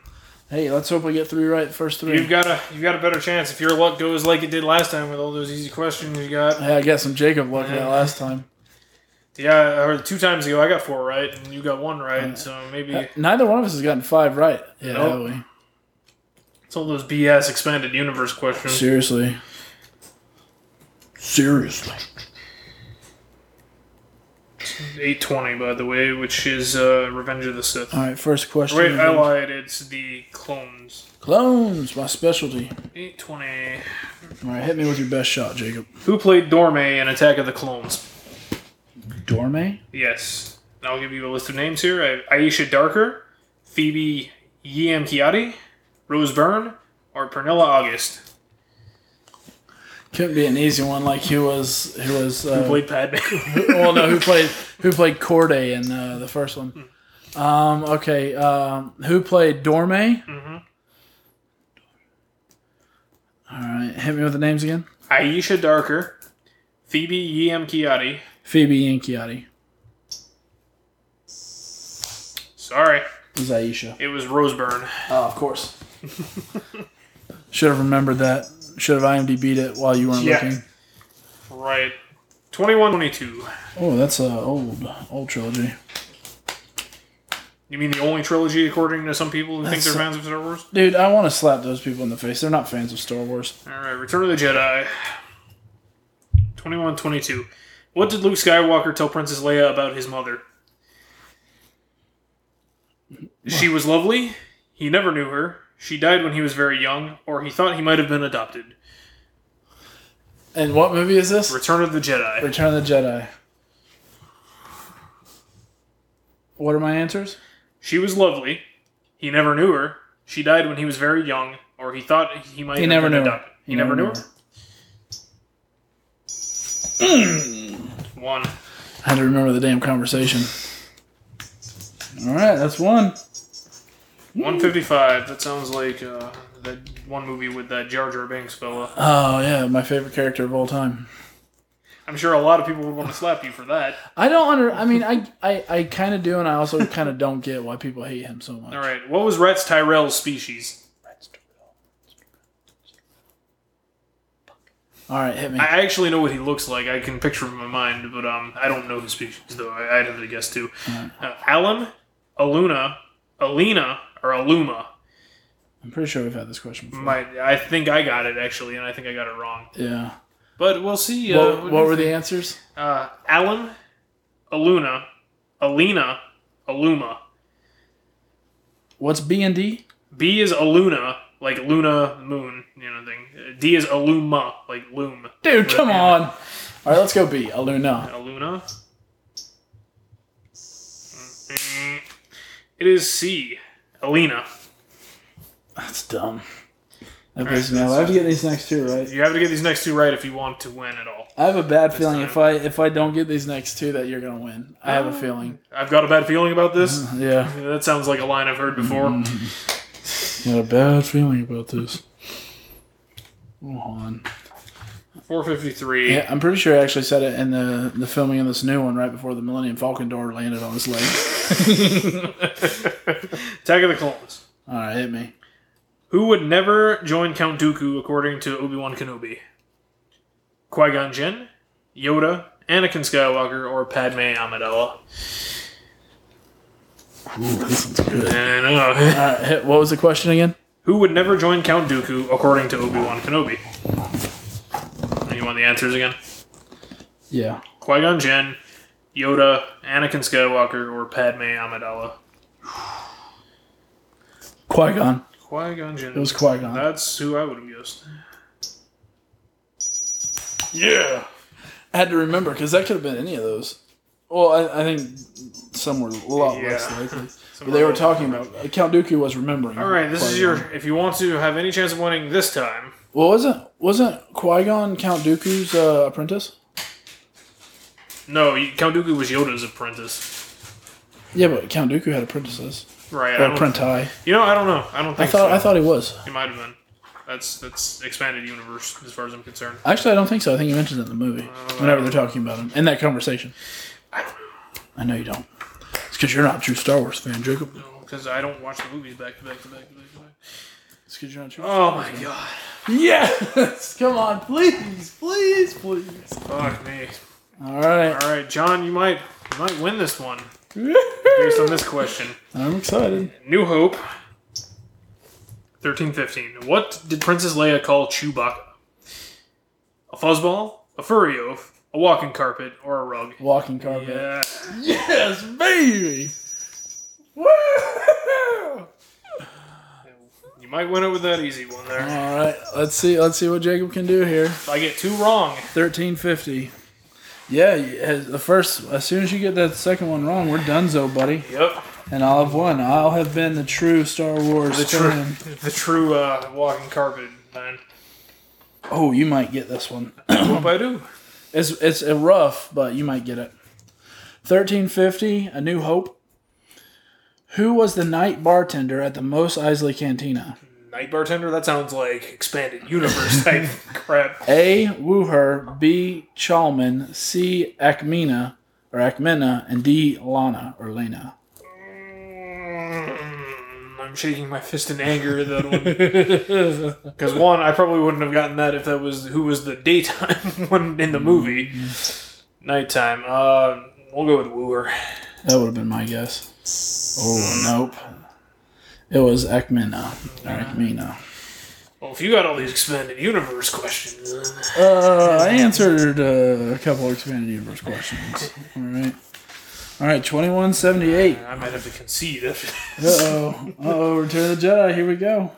[SPEAKER 1] hey, let's hope I get three right the first three.
[SPEAKER 2] You've got a you've got a better chance if your luck goes like it did last time with all those easy questions you got.
[SPEAKER 1] Hey, I got some Jacob luck that last time.
[SPEAKER 2] Yeah, I heard two times ago I got four right and you got one right, so maybe
[SPEAKER 1] Neither one of us has gotten five right. Yeah,
[SPEAKER 2] Nope.
[SPEAKER 1] have we?
[SPEAKER 2] it's all those BS expanded universe questions.
[SPEAKER 1] seriously. Seriously.
[SPEAKER 2] Eight twenty, by the way, which is uh, Revenge of the Sith.
[SPEAKER 1] All right, first question.
[SPEAKER 2] Wait, I lied. It's the clones.
[SPEAKER 1] Clones, my specialty.
[SPEAKER 2] Eight twenty.
[SPEAKER 1] All right, hit me with your best shot, Jacob.
[SPEAKER 2] Who played Dorme in Attack of the Clones?
[SPEAKER 1] Dorme?
[SPEAKER 2] Yes. And I'll give you a list of names here. I- Aisha Darker, Phoebe Yamkiati, Rose Byrne, or Pernilla August.
[SPEAKER 1] Couldn't be an easy one like who was who was uh,
[SPEAKER 2] Played [laughs] Padme.
[SPEAKER 1] well, no, who played who played Corday in uh, the first one? Um, okay, um, who played Dorme? Mm-hmm. right, hit me with the names again.
[SPEAKER 2] Aisha Darker, Phoebe Yamkiati.
[SPEAKER 1] Phoebe Inchiotti
[SPEAKER 2] Sorry,
[SPEAKER 1] was Aisha.
[SPEAKER 2] it was Rose Byrne.
[SPEAKER 1] Oh, of course. [laughs] Should have remembered that. Should have IMDb'd it while you weren't
[SPEAKER 2] Yeah.
[SPEAKER 1] looking.
[SPEAKER 2] Right. 21 22.
[SPEAKER 1] Oh, that's a old old trilogy,
[SPEAKER 2] You mean the only trilogy, according to some people who think
[SPEAKER 1] That's-
[SPEAKER 2] they're fans of Star Wars?
[SPEAKER 1] dude. I want to slap those people in the face. They're not fans of Star Wars.
[SPEAKER 2] Alright, Return of the Jedi. 21 22. What did Luke Skywalker tell Princess Leia about his mother? She was lovely. He never knew her. She died when he was very young, or he thought he might have been adopted.
[SPEAKER 1] And what movie is this?
[SPEAKER 2] Return of the Jedi.
[SPEAKER 1] Return of the Jedi. What are my answers?
[SPEAKER 2] She was lovely. He never knew her. She died when he was very young, or he thought he might
[SPEAKER 1] He
[SPEAKER 2] have
[SPEAKER 1] never
[SPEAKER 2] been
[SPEAKER 1] knew her.
[SPEAKER 2] adopted. He, never knew her. One.
[SPEAKER 1] I had to remember the damn conversation. All right, that's one.
[SPEAKER 2] 155. That sounds like uh, that one movie with that Jar Jar Binks fella.
[SPEAKER 1] Oh yeah, my favorite character of all time.
[SPEAKER 2] I'm sure a lot of people would want to slap you for that.
[SPEAKER 1] I don't under. I mean, I I, I kind of do, and I also kind of don't get why people hate him so much.
[SPEAKER 2] All right. What was Rex Tyrell's species?
[SPEAKER 1] All right, hit me.
[SPEAKER 2] I actually know what he looks like. I can picture him in my mind, but um, I don't know his species though. I, I'd have to guess too. Uh, Alan, Aluna, Alina, or Aluma.
[SPEAKER 1] I'm pretty sure we've had this question before.
[SPEAKER 2] My, I think I got it actually, and I think I got it wrong.
[SPEAKER 1] yeah.
[SPEAKER 2] But we'll see. uh,
[SPEAKER 1] what
[SPEAKER 2] do
[SPEAKER 1] what
[SPEAKER 2] you
[SPEAKER 1] were
[SPEAKER 2] think?
[SPEAKER 1] the answers?
[SPEAKER 2] Uh, Alan, Aluna, Alina, Aluma.
[SPEAKER 1] What's B and D?
[SPEAKER 2] B is Aluna, like Luna, moon, you know thing. D is Aluma, like loom.
[SPEAKER 1] Dude, come
[SPEAKER 2] Yeah.
[SPEAKER 1] on. All right, let's go B. Aluna.
[SPEAKER 2] Aluna. Mm, It is C. Alina.
[SPEAKER 1] That's dumb. That pisses me off. I have to get these next two right.
[SPEAKER 2] You have to get these next two right if you want to win at all.
[SPEAKER 1] I have a bad feeling
[SPEAKER 2] time.
[SPEAKER 1] if I if I don't get these next two that you're gonna win. I have a feeling.
[SPEAKER 2] I've got a bad feeling about this.
[SPEAKER 1] Yeah,
[SPEAKER 2] That sounds like a line I've heard before.
[SPEAKER 1] Mm-hmm. got a bad feeling about this. Hold on.
[SPEAKER 2] 453.
[SPEAKER 1] Yeah, I'm pretty sure I actually said it in the the filming of this new one right before the Millennium Falcon door landed on his leg.
[SPEAKER 2] [laughs] Attack of the Clones.
[SPEAKER 1] All right, hit me.
[SPEAKER 2] Who would never join Count Dooku according to Obi Wan Kenobi? Qui Gon Jinn, Yoda, Anakin Skywalker, or Padme Amidala?
[SPEAKER 1] Ooh, this one's good.
[SPEAKER 2] I know. [laughs]
[SPEAKER 1] All right, hit, what was the question again?
[SPEAKER 2] Who would never join Count Dooku according to Obi Wan Kenobi? You want the answers again?
[SPEAKER 1] Yeah.
[SPEAKER 2] Qui Gon Jinn, Yoda, Anakin Skywalker, or Padme Amidala?
[SPEAKER 1] Qui Gon.
[SPEAKER 2] Qui Gon Jinn.
[SPEAKER 1] It was Qui Gon.
[SPEAKER 2] That's who I would have guessed. Yeah.
[SPEAKER 1] I had to remember because that could have been any of those. Well, I, I think some were a lot less
[SPEAKER 2] Yeah.
[SPEAKER 1] likely.
[SPEAKER 2] [laughs] Some
[SPEAKER 1] But they
[SPEAKER 2] are
[SPEAKER 1] were
[SPEAKER 2] a little
[SPEAKER 1] talking about Count Dooku was remembering.
[SPEAKER 2] All right, this is
[SPEAKER 1] Qui-Gon.
[SPEAKER 2] your. If you want to have any chance of winning this time,
[SPEAKER 1] Well, wasn't wasn't Qui Gon Count Dooku's uh, apprentice?
[SPEAKER 2] no, you- Count Dooku was Yoda's apprentice.
[SPEAKER 1] Yeah, but Count Dooku had apprentices
[SPEAKER 2] Right.
[SPEAKER 1] or
[SPEAKER 2] I don't,
[SPEAKER 1] apprenti.
[SPEAKER 2] you know, I don't know. I don't
[SPEAKER 1] I
[SPEAKER 2] think
[SPEAKER 1] thought
[SPEAKER 2] so.
[SPEAKER 1] I thought he was.
[SPEAKER 2] he might have been. That's that's expanded universe as far as I'm concerned.
[SPEAKER 1] Actually, I don't think so. I think he mentioned it in the movie whenever they're talking about him in that conversation. I know you don't. It's because you're not a true Star Wars fan, Jacob.
[SPEAKER 2] Because I don't watch the movies back to back to back to back to back.
[SPEAKER 1] It's because you're not a true.
[SPEAKER 2] Oh my god.
[SPEAKER 1] Yes, [laughs] come on, please, please, please.
[SPEAKER 2] Fuck me.
[SPEAKER 1] All
[SPEAKER 2] [laughs]
[SPEAKER 1] right,
[SPEAKER 2] All right, John, you might you might win this one based on this question.
[SPEAKER 1] I'm excited.
[SPEAKER 2] New Hope. Thirteen fifteen. What did Princess Leia call Chewbacca? A fuzzball, a furry oaf, a walking carpet, or a rug?
[SPEAKER 1] Walking carpet.
[SPEAKER 2] Yeah.
[SPEAKER 1] Yes, baby. Woo!
[SPEAKER 2] You might win it with that easy one there.
[SPEAKER 1] All right, let's see. Let's see what Jacob can do here.
[SPEAKER 2] If I get two wrong,
[SPEAKER 1] Thirteen fifty. Yeah, you- as- the first. As soon as you get that second one wrong, we're donezo, buddy.
[SPEAKER 2] yep.
[SPEAKER 1] And I'll have won. I'll have been the true Star Wars
[SPEAKER 2] The true,
[SPEAKER 1] fan.
[SPEAKER 2] the true uh, walking carpet. Then
[SPEAKER 1] Oh, you might get this one.
[SPEAKER 2] hope I do.
[SPEAKER 1] It's it's a rough, but you might get it. Thirteen fifty. A New Hope. Who was the night bartender at the Mos Eisley Cantina?
[SPEAKER 2] Night bartender. That sounds like expanded universe [laughs] type crap.
[SPEAKER 1] A. Wooher, B. Chalman, C. Akmina or Akmina, and D. Lana or Lena.
[SPEAKER 2] Mm, I'm shaking my fist in anger at that one. Because one, [laughs] I probably wouldn't have gotten that if that was who was the daytime [laughs] one in the movie.
[SPEAKER 1] Mm.
[SPEAKER 2] Nighttime. Uh, we'll go with Wooer.
[SPEAKER 1] That would have been my guess. Oh nope. It was Akmina or Akmina.
[SPEAKER 2] Well, if you got all these expanded universe questions, then
[SPEAKER 1] Uh, I answered uh, a couple expanded universe questions. All right. All right, 2178.
[SPEAKER 2] I might have to concede. [laughs] If
[SPEAKER 1] Uh-oh. Uh-oh, Return of the Jedi. Here we go.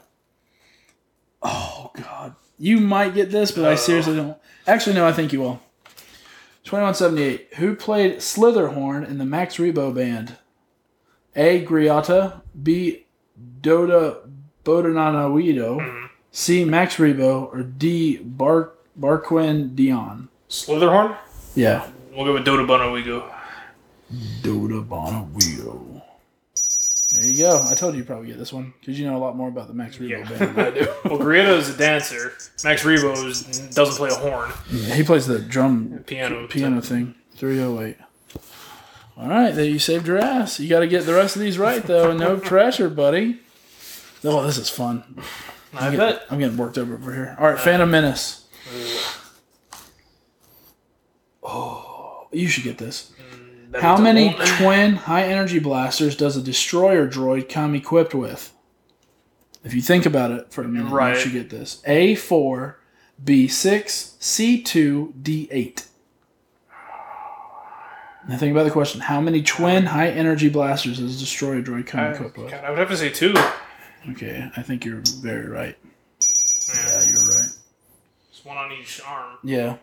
[SPEAKER 1] Oh, God. You might get this, but I seriously don't. Actually, no, I think you will. 2178. Who played Slitherhorn in the Max Rebo band? A. Griotta. B. Doda Bodananawido. C. Max Rebo. Or D. Bar- Barquin Dion.
[SPEAKER 2] Slitherhorn.
[SPEAKER 1] Yeah.
[SPEAKER 2] We'll go with Dota Bono.
[SPEAKER 1] [laughs]
[SPEAKER 2] We go.
[SPEAKER 1] Doda Bonawido. There you go. I told you you'd probably get this one because you know a lot more about the Max Rebo
[SPEAKER 2] Yeah.
[SPEAKER 1] band. than I do.
[SPEAKER 2] Well, Grieto is a dancer. Max Rebo is, doesn't play a horn.
[SPEAKER 1] He plays the drum
[SPEAKER 2] Piano.
[SPEAKER 1] piano thing. 308. All right, there you saved your ass. You got to get the rest of these right, though. No pressure, buddy. Oh, this is fun.
[SPEAKER 2] I
[SPEAKER 1] I'm
[SPEAKER 2] bet.
[SPEAKER 1] getting, I'm getting worked up over here. All right, Phantom Menace. Oh, You should get this.
[SPEAKER 2] That
[SPEAKER 1] How
[SPEAKER 2] means a
[SPEAKER 1] many
[SPEAKER 2] woman.
[SPEAKER 1] twin high energy blasters does a destroyer droid come equipped with? If you think about it for a minute,
[SPEAKER 2] Right.
[SPEAKER 1] you should get this. A4, B6, C2, D8. Now think about the question. How many twin high energy blasters does a destroyer droid come
[SPEAKER 2] I,
[SPEAKER 1] equipped with?
[SPEAKER 2] God, I would have to say two.
[SPEAKER 1] Okay, I think you're very right. Yeah, you're right.
[SPEAKER 2] It's one on each arm.
[SPEAKER 1] Yeah.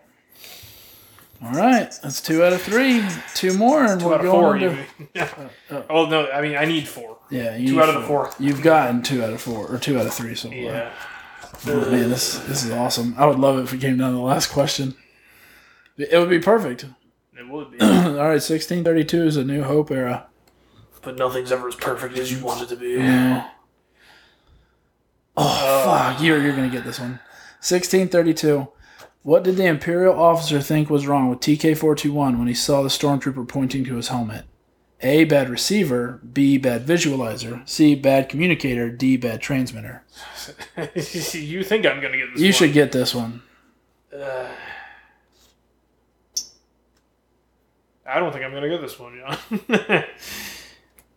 [SPEAKER 1] All right, that's two out of three. Two more, and
[SPEAKER 2] Two
[SPEAKER 1] we're
[SPEAKER 2] out of
[SPEAKER 1] going Uh,
[SPEAKER 2] four.
[SPEAKER 1] to-
[SPEAKER 2] Even. [laughs] oh no, I mean I need four.
[SPEAKER 1] Yeah, you
[SPEAKER 2] Two
[SPEAKER 1] need
[SPEAKER 2] out of the four.
[SPEAKER 1] You've gotten two out of four or two out of three so far.
[SPEAKER 2] Yeah.
[SPEAKER 1] Oh, man, this this is awesome. I would love it if it came down to the last question. It would be perfect. [clears throat]
[SPEAKER 2] It would be,
[SPEAKER 1] All right, 1632 is a new hope era.
[SPEAKER 2] [clears throat] but nothing's ever as perfect as you want it to be.
[SPEAKER 1] Yeah. Oh
[SPEAKER 2] Uh,
[SPEAKER 1] fuck, you're you're gonna get this one. 1632. What did the imperial officer think was wrong with TK421 when he saw the stormtrooper pointing to his helmet? A bad receiver, B bad visualizer, C bad communicator, D bad transmitter.
[SPEAKER 2] [laughs] you think I'm gonna get this?
[SPEAKER 1] You
[SPEAKER 2] one. [sighs]
[SPEAKER 1] should get this one.
[SPEAKER 2] I don't think I'm gonna get this one, John. [laughs]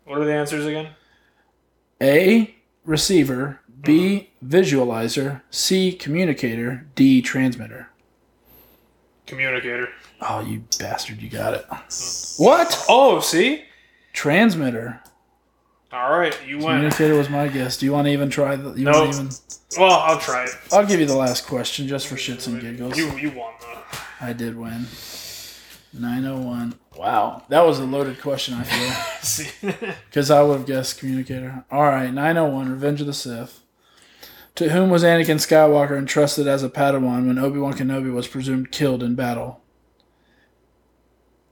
[SPEAKER 2] what are the answers again?
[SPEAKER 1] A receiver, B visualizer, C communicator, D transmitter.
[SPEAKER 2] Communicator.
[SPEAKER 1] Oh, you bastard, you got it. What?
[SPEAKER 2] Oh, see.
[SPEAKER 1] Transmitter.
[SPEAKER 2] All right, you win.
[SPEAKER 1] Communicator was my guess. Do you want to even try the you
[SPEAKER 2] No.
[SPEAKER 1] want even
[SPEAKER 2] Well, I'll try it.
[SPEAKER 1] I'll give you the last question just for shits and giggles.
[SPEAKER 2] You you won though. [laughs]
[SPEAKER 1] I did win. 901. Wow. That was a loaded question, I feel.
[SPEAKER 2] See, [laughs]
[SPEAKER 1] Because I would have guessed communicator. All right, 901, Revenge of the Sith. To whom was Anakin Skywalker entrusted as a Padawan when Obi Wan Kenobi was presumed killed in battle?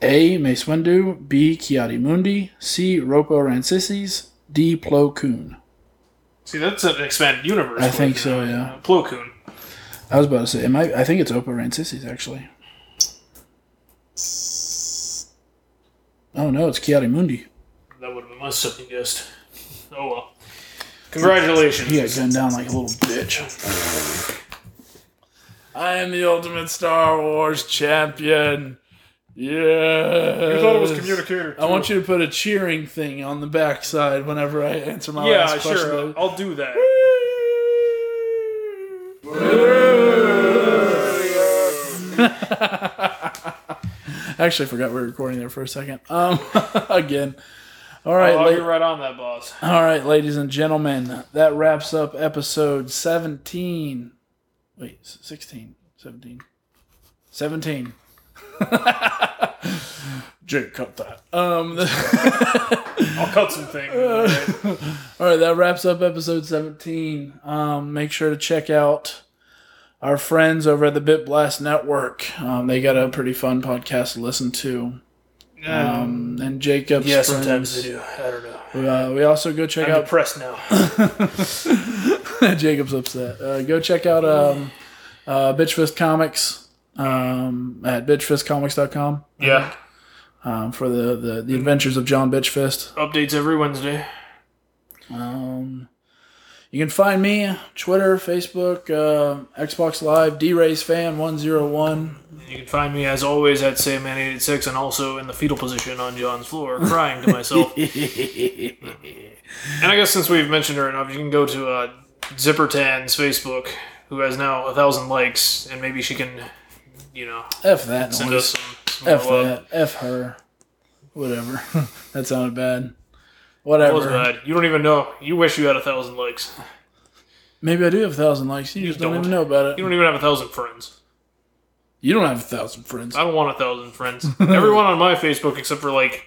[SPEAKER 1] A. Mace Windu, B. Kiadi Mundi, C. Ropo Rancisis, D. Plo Koon.
[SPEAKER 2] see, that's an expanded universe.
[SPEAKER 1] I think
[SPEAKER 2] question.
[SPEAKER 1] so, yeah.
[SPEAKER 2] Uh, Plo Koon.
[SPEAKER 1] I was about to say, it might, I think it's Opo Rancisis actually. Oh no, it's Kiadi Mundi.
[SPEAKER 2] That would have been my second guest. Oh well.
[SPEAKER 1] [laughs]
[SPEAKER 2] Congratulations.
[SPEAKER 1] He got gunned down like a little bitch. I am the ultimate Star Wars champion. Yeah.
[SPEAKER 2] I thought it was communicator.
[SPEAKER 1] Uh, I want you to put a cheering thing on the backside whenever I answer my
[SPEAKER 2] Yeah,
[SPEAKER 1] last question.
[SPEAKER 2] sure. I'll do that.
[SPEAKER 1] I [laughs] actually forgot we were recording there for a second. Um, [laughs] again. All right,
[SPEAKER 2] Oh,
[SPEAKER 1] la-
[SPEAKER 2] you're right on that, boss.
[SPEAKER 1] all right, ladies and gentlemen, that wraps up episode 17. Wait, s- 16, 17. 17. [laughs] Jake, cut that. Um,
[SPEAKER 2] I'll cut some things.
[SPEAKER 1] Uh, All right, that wraps up episode 17. Um, make sure to check out our friends over at the Bit Blast Network. Um, they got a pretty fun podcast to listen to. Um, and Jacob's
[SPEAKER 2] yeah,
[SPEAKER 1] friends.
[SPEAKER 2] sometimes they do. I don't know.
[SPEAKER 1] Uh, we also go check
[SPEAKER 2] I'm
[SPEAKER 1] out
[SPEAKER 2] depressed now.
[SPEAKER 1] [laughs] Jacob's upset. Uh, go check out um, uh, Bitchfist Comics um, at bitchfistcomics.com
[SPEAKER 2] Yeah.
[SPEAKER 1] um, for the, the, the adventures of John Bitchfist.
[SPEAKER 2] Updates every Wednesday.
[SPEAKER 1] Um, you can find me Twitter, Facebook, uh, Xbox Live, D-Rays fan one zero one.
[SPEAKER 2] You can find me as always at SaveMan886 and also in the fetal position on John's floor, crying
[SPEAKER 1] [laughs]
[SPEAKER 2] to myself. and I guess since we've mentioned her enough, you can go to uh, Zippertan's Facebook, who has now a thousand likes, and maybe she can, you know,
[SPEAKER 1] F that
[SPEAKER 2] send us
[SPEAKER 1] noise.
[SPEAKER 2] some, some
[SPEAKER 1] F
[SPEAKER 2] love.
[SPEAKER 1] that. F her. Whatever. [laughs] that sounded bad.
[SPEAKER 2] That was
[SPEAKER 1] Whatever.
[SPEAKER 2] bad. You don't even know. You wish you had a thousand likes.
[SPEAKER 1] Maybe I do have a thousand likes. You, just don't,
[SPEAKER 2] don't.
[SPEAKER 1] even know about it.
[SPEAKER 2] You don't even have a thousand friends.
[SPEAKER 1] You don't have a thousand friends.
[SPEAKER 2] I don't want a
[SPEAKER 1] [laughs]
[SPEAKER 2] thousand friends. Everyone on my Facebook, except for like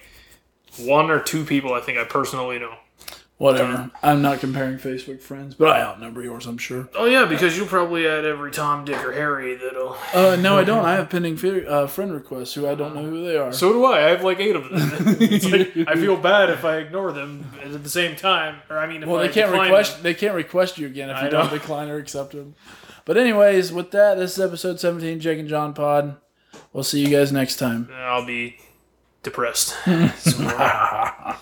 [SPEAKER 2] one or two people, I think I personally know.
[SPEAKER 1] Whatever. I'm not comparing Facebook friends, but I outnumber yours, I'm sure.
[SPEAKER 2] Oh yeah, because you probably add every Tom, Dick, or Harry that'll.
[SPEAKER 1] Uh, no, I don't. I have pending fe- uh, friend requests who I don't know who they are.
[SPEAKER 2] [laughs] So do I. I have like eight of
[SPEAKER 1] [laughs]
[SPEAKER 2] them. It's like, I feel bad if I ignore them at the same time, or I mean, if
[SPEAKER 1] Well,
[SPEAKER 2] I
[SPEAKER 1] they can't
[SPEAKER 2] uh, decline
[SPEAKER 1] request.
[SPEAKER 2] them.
[SPEAKER 1] They can't request you again if you
[SPEAKER 2] I
[SPEAKER 1] don't
[SPEAKER 2] know.
[SPEAKER 1] decline or accept them. But anyways, with that, this is episode seventeen, Jake and John Pod. We'll see you guys next time. [laughs]
[SPEAKER 2] I'll be depressed.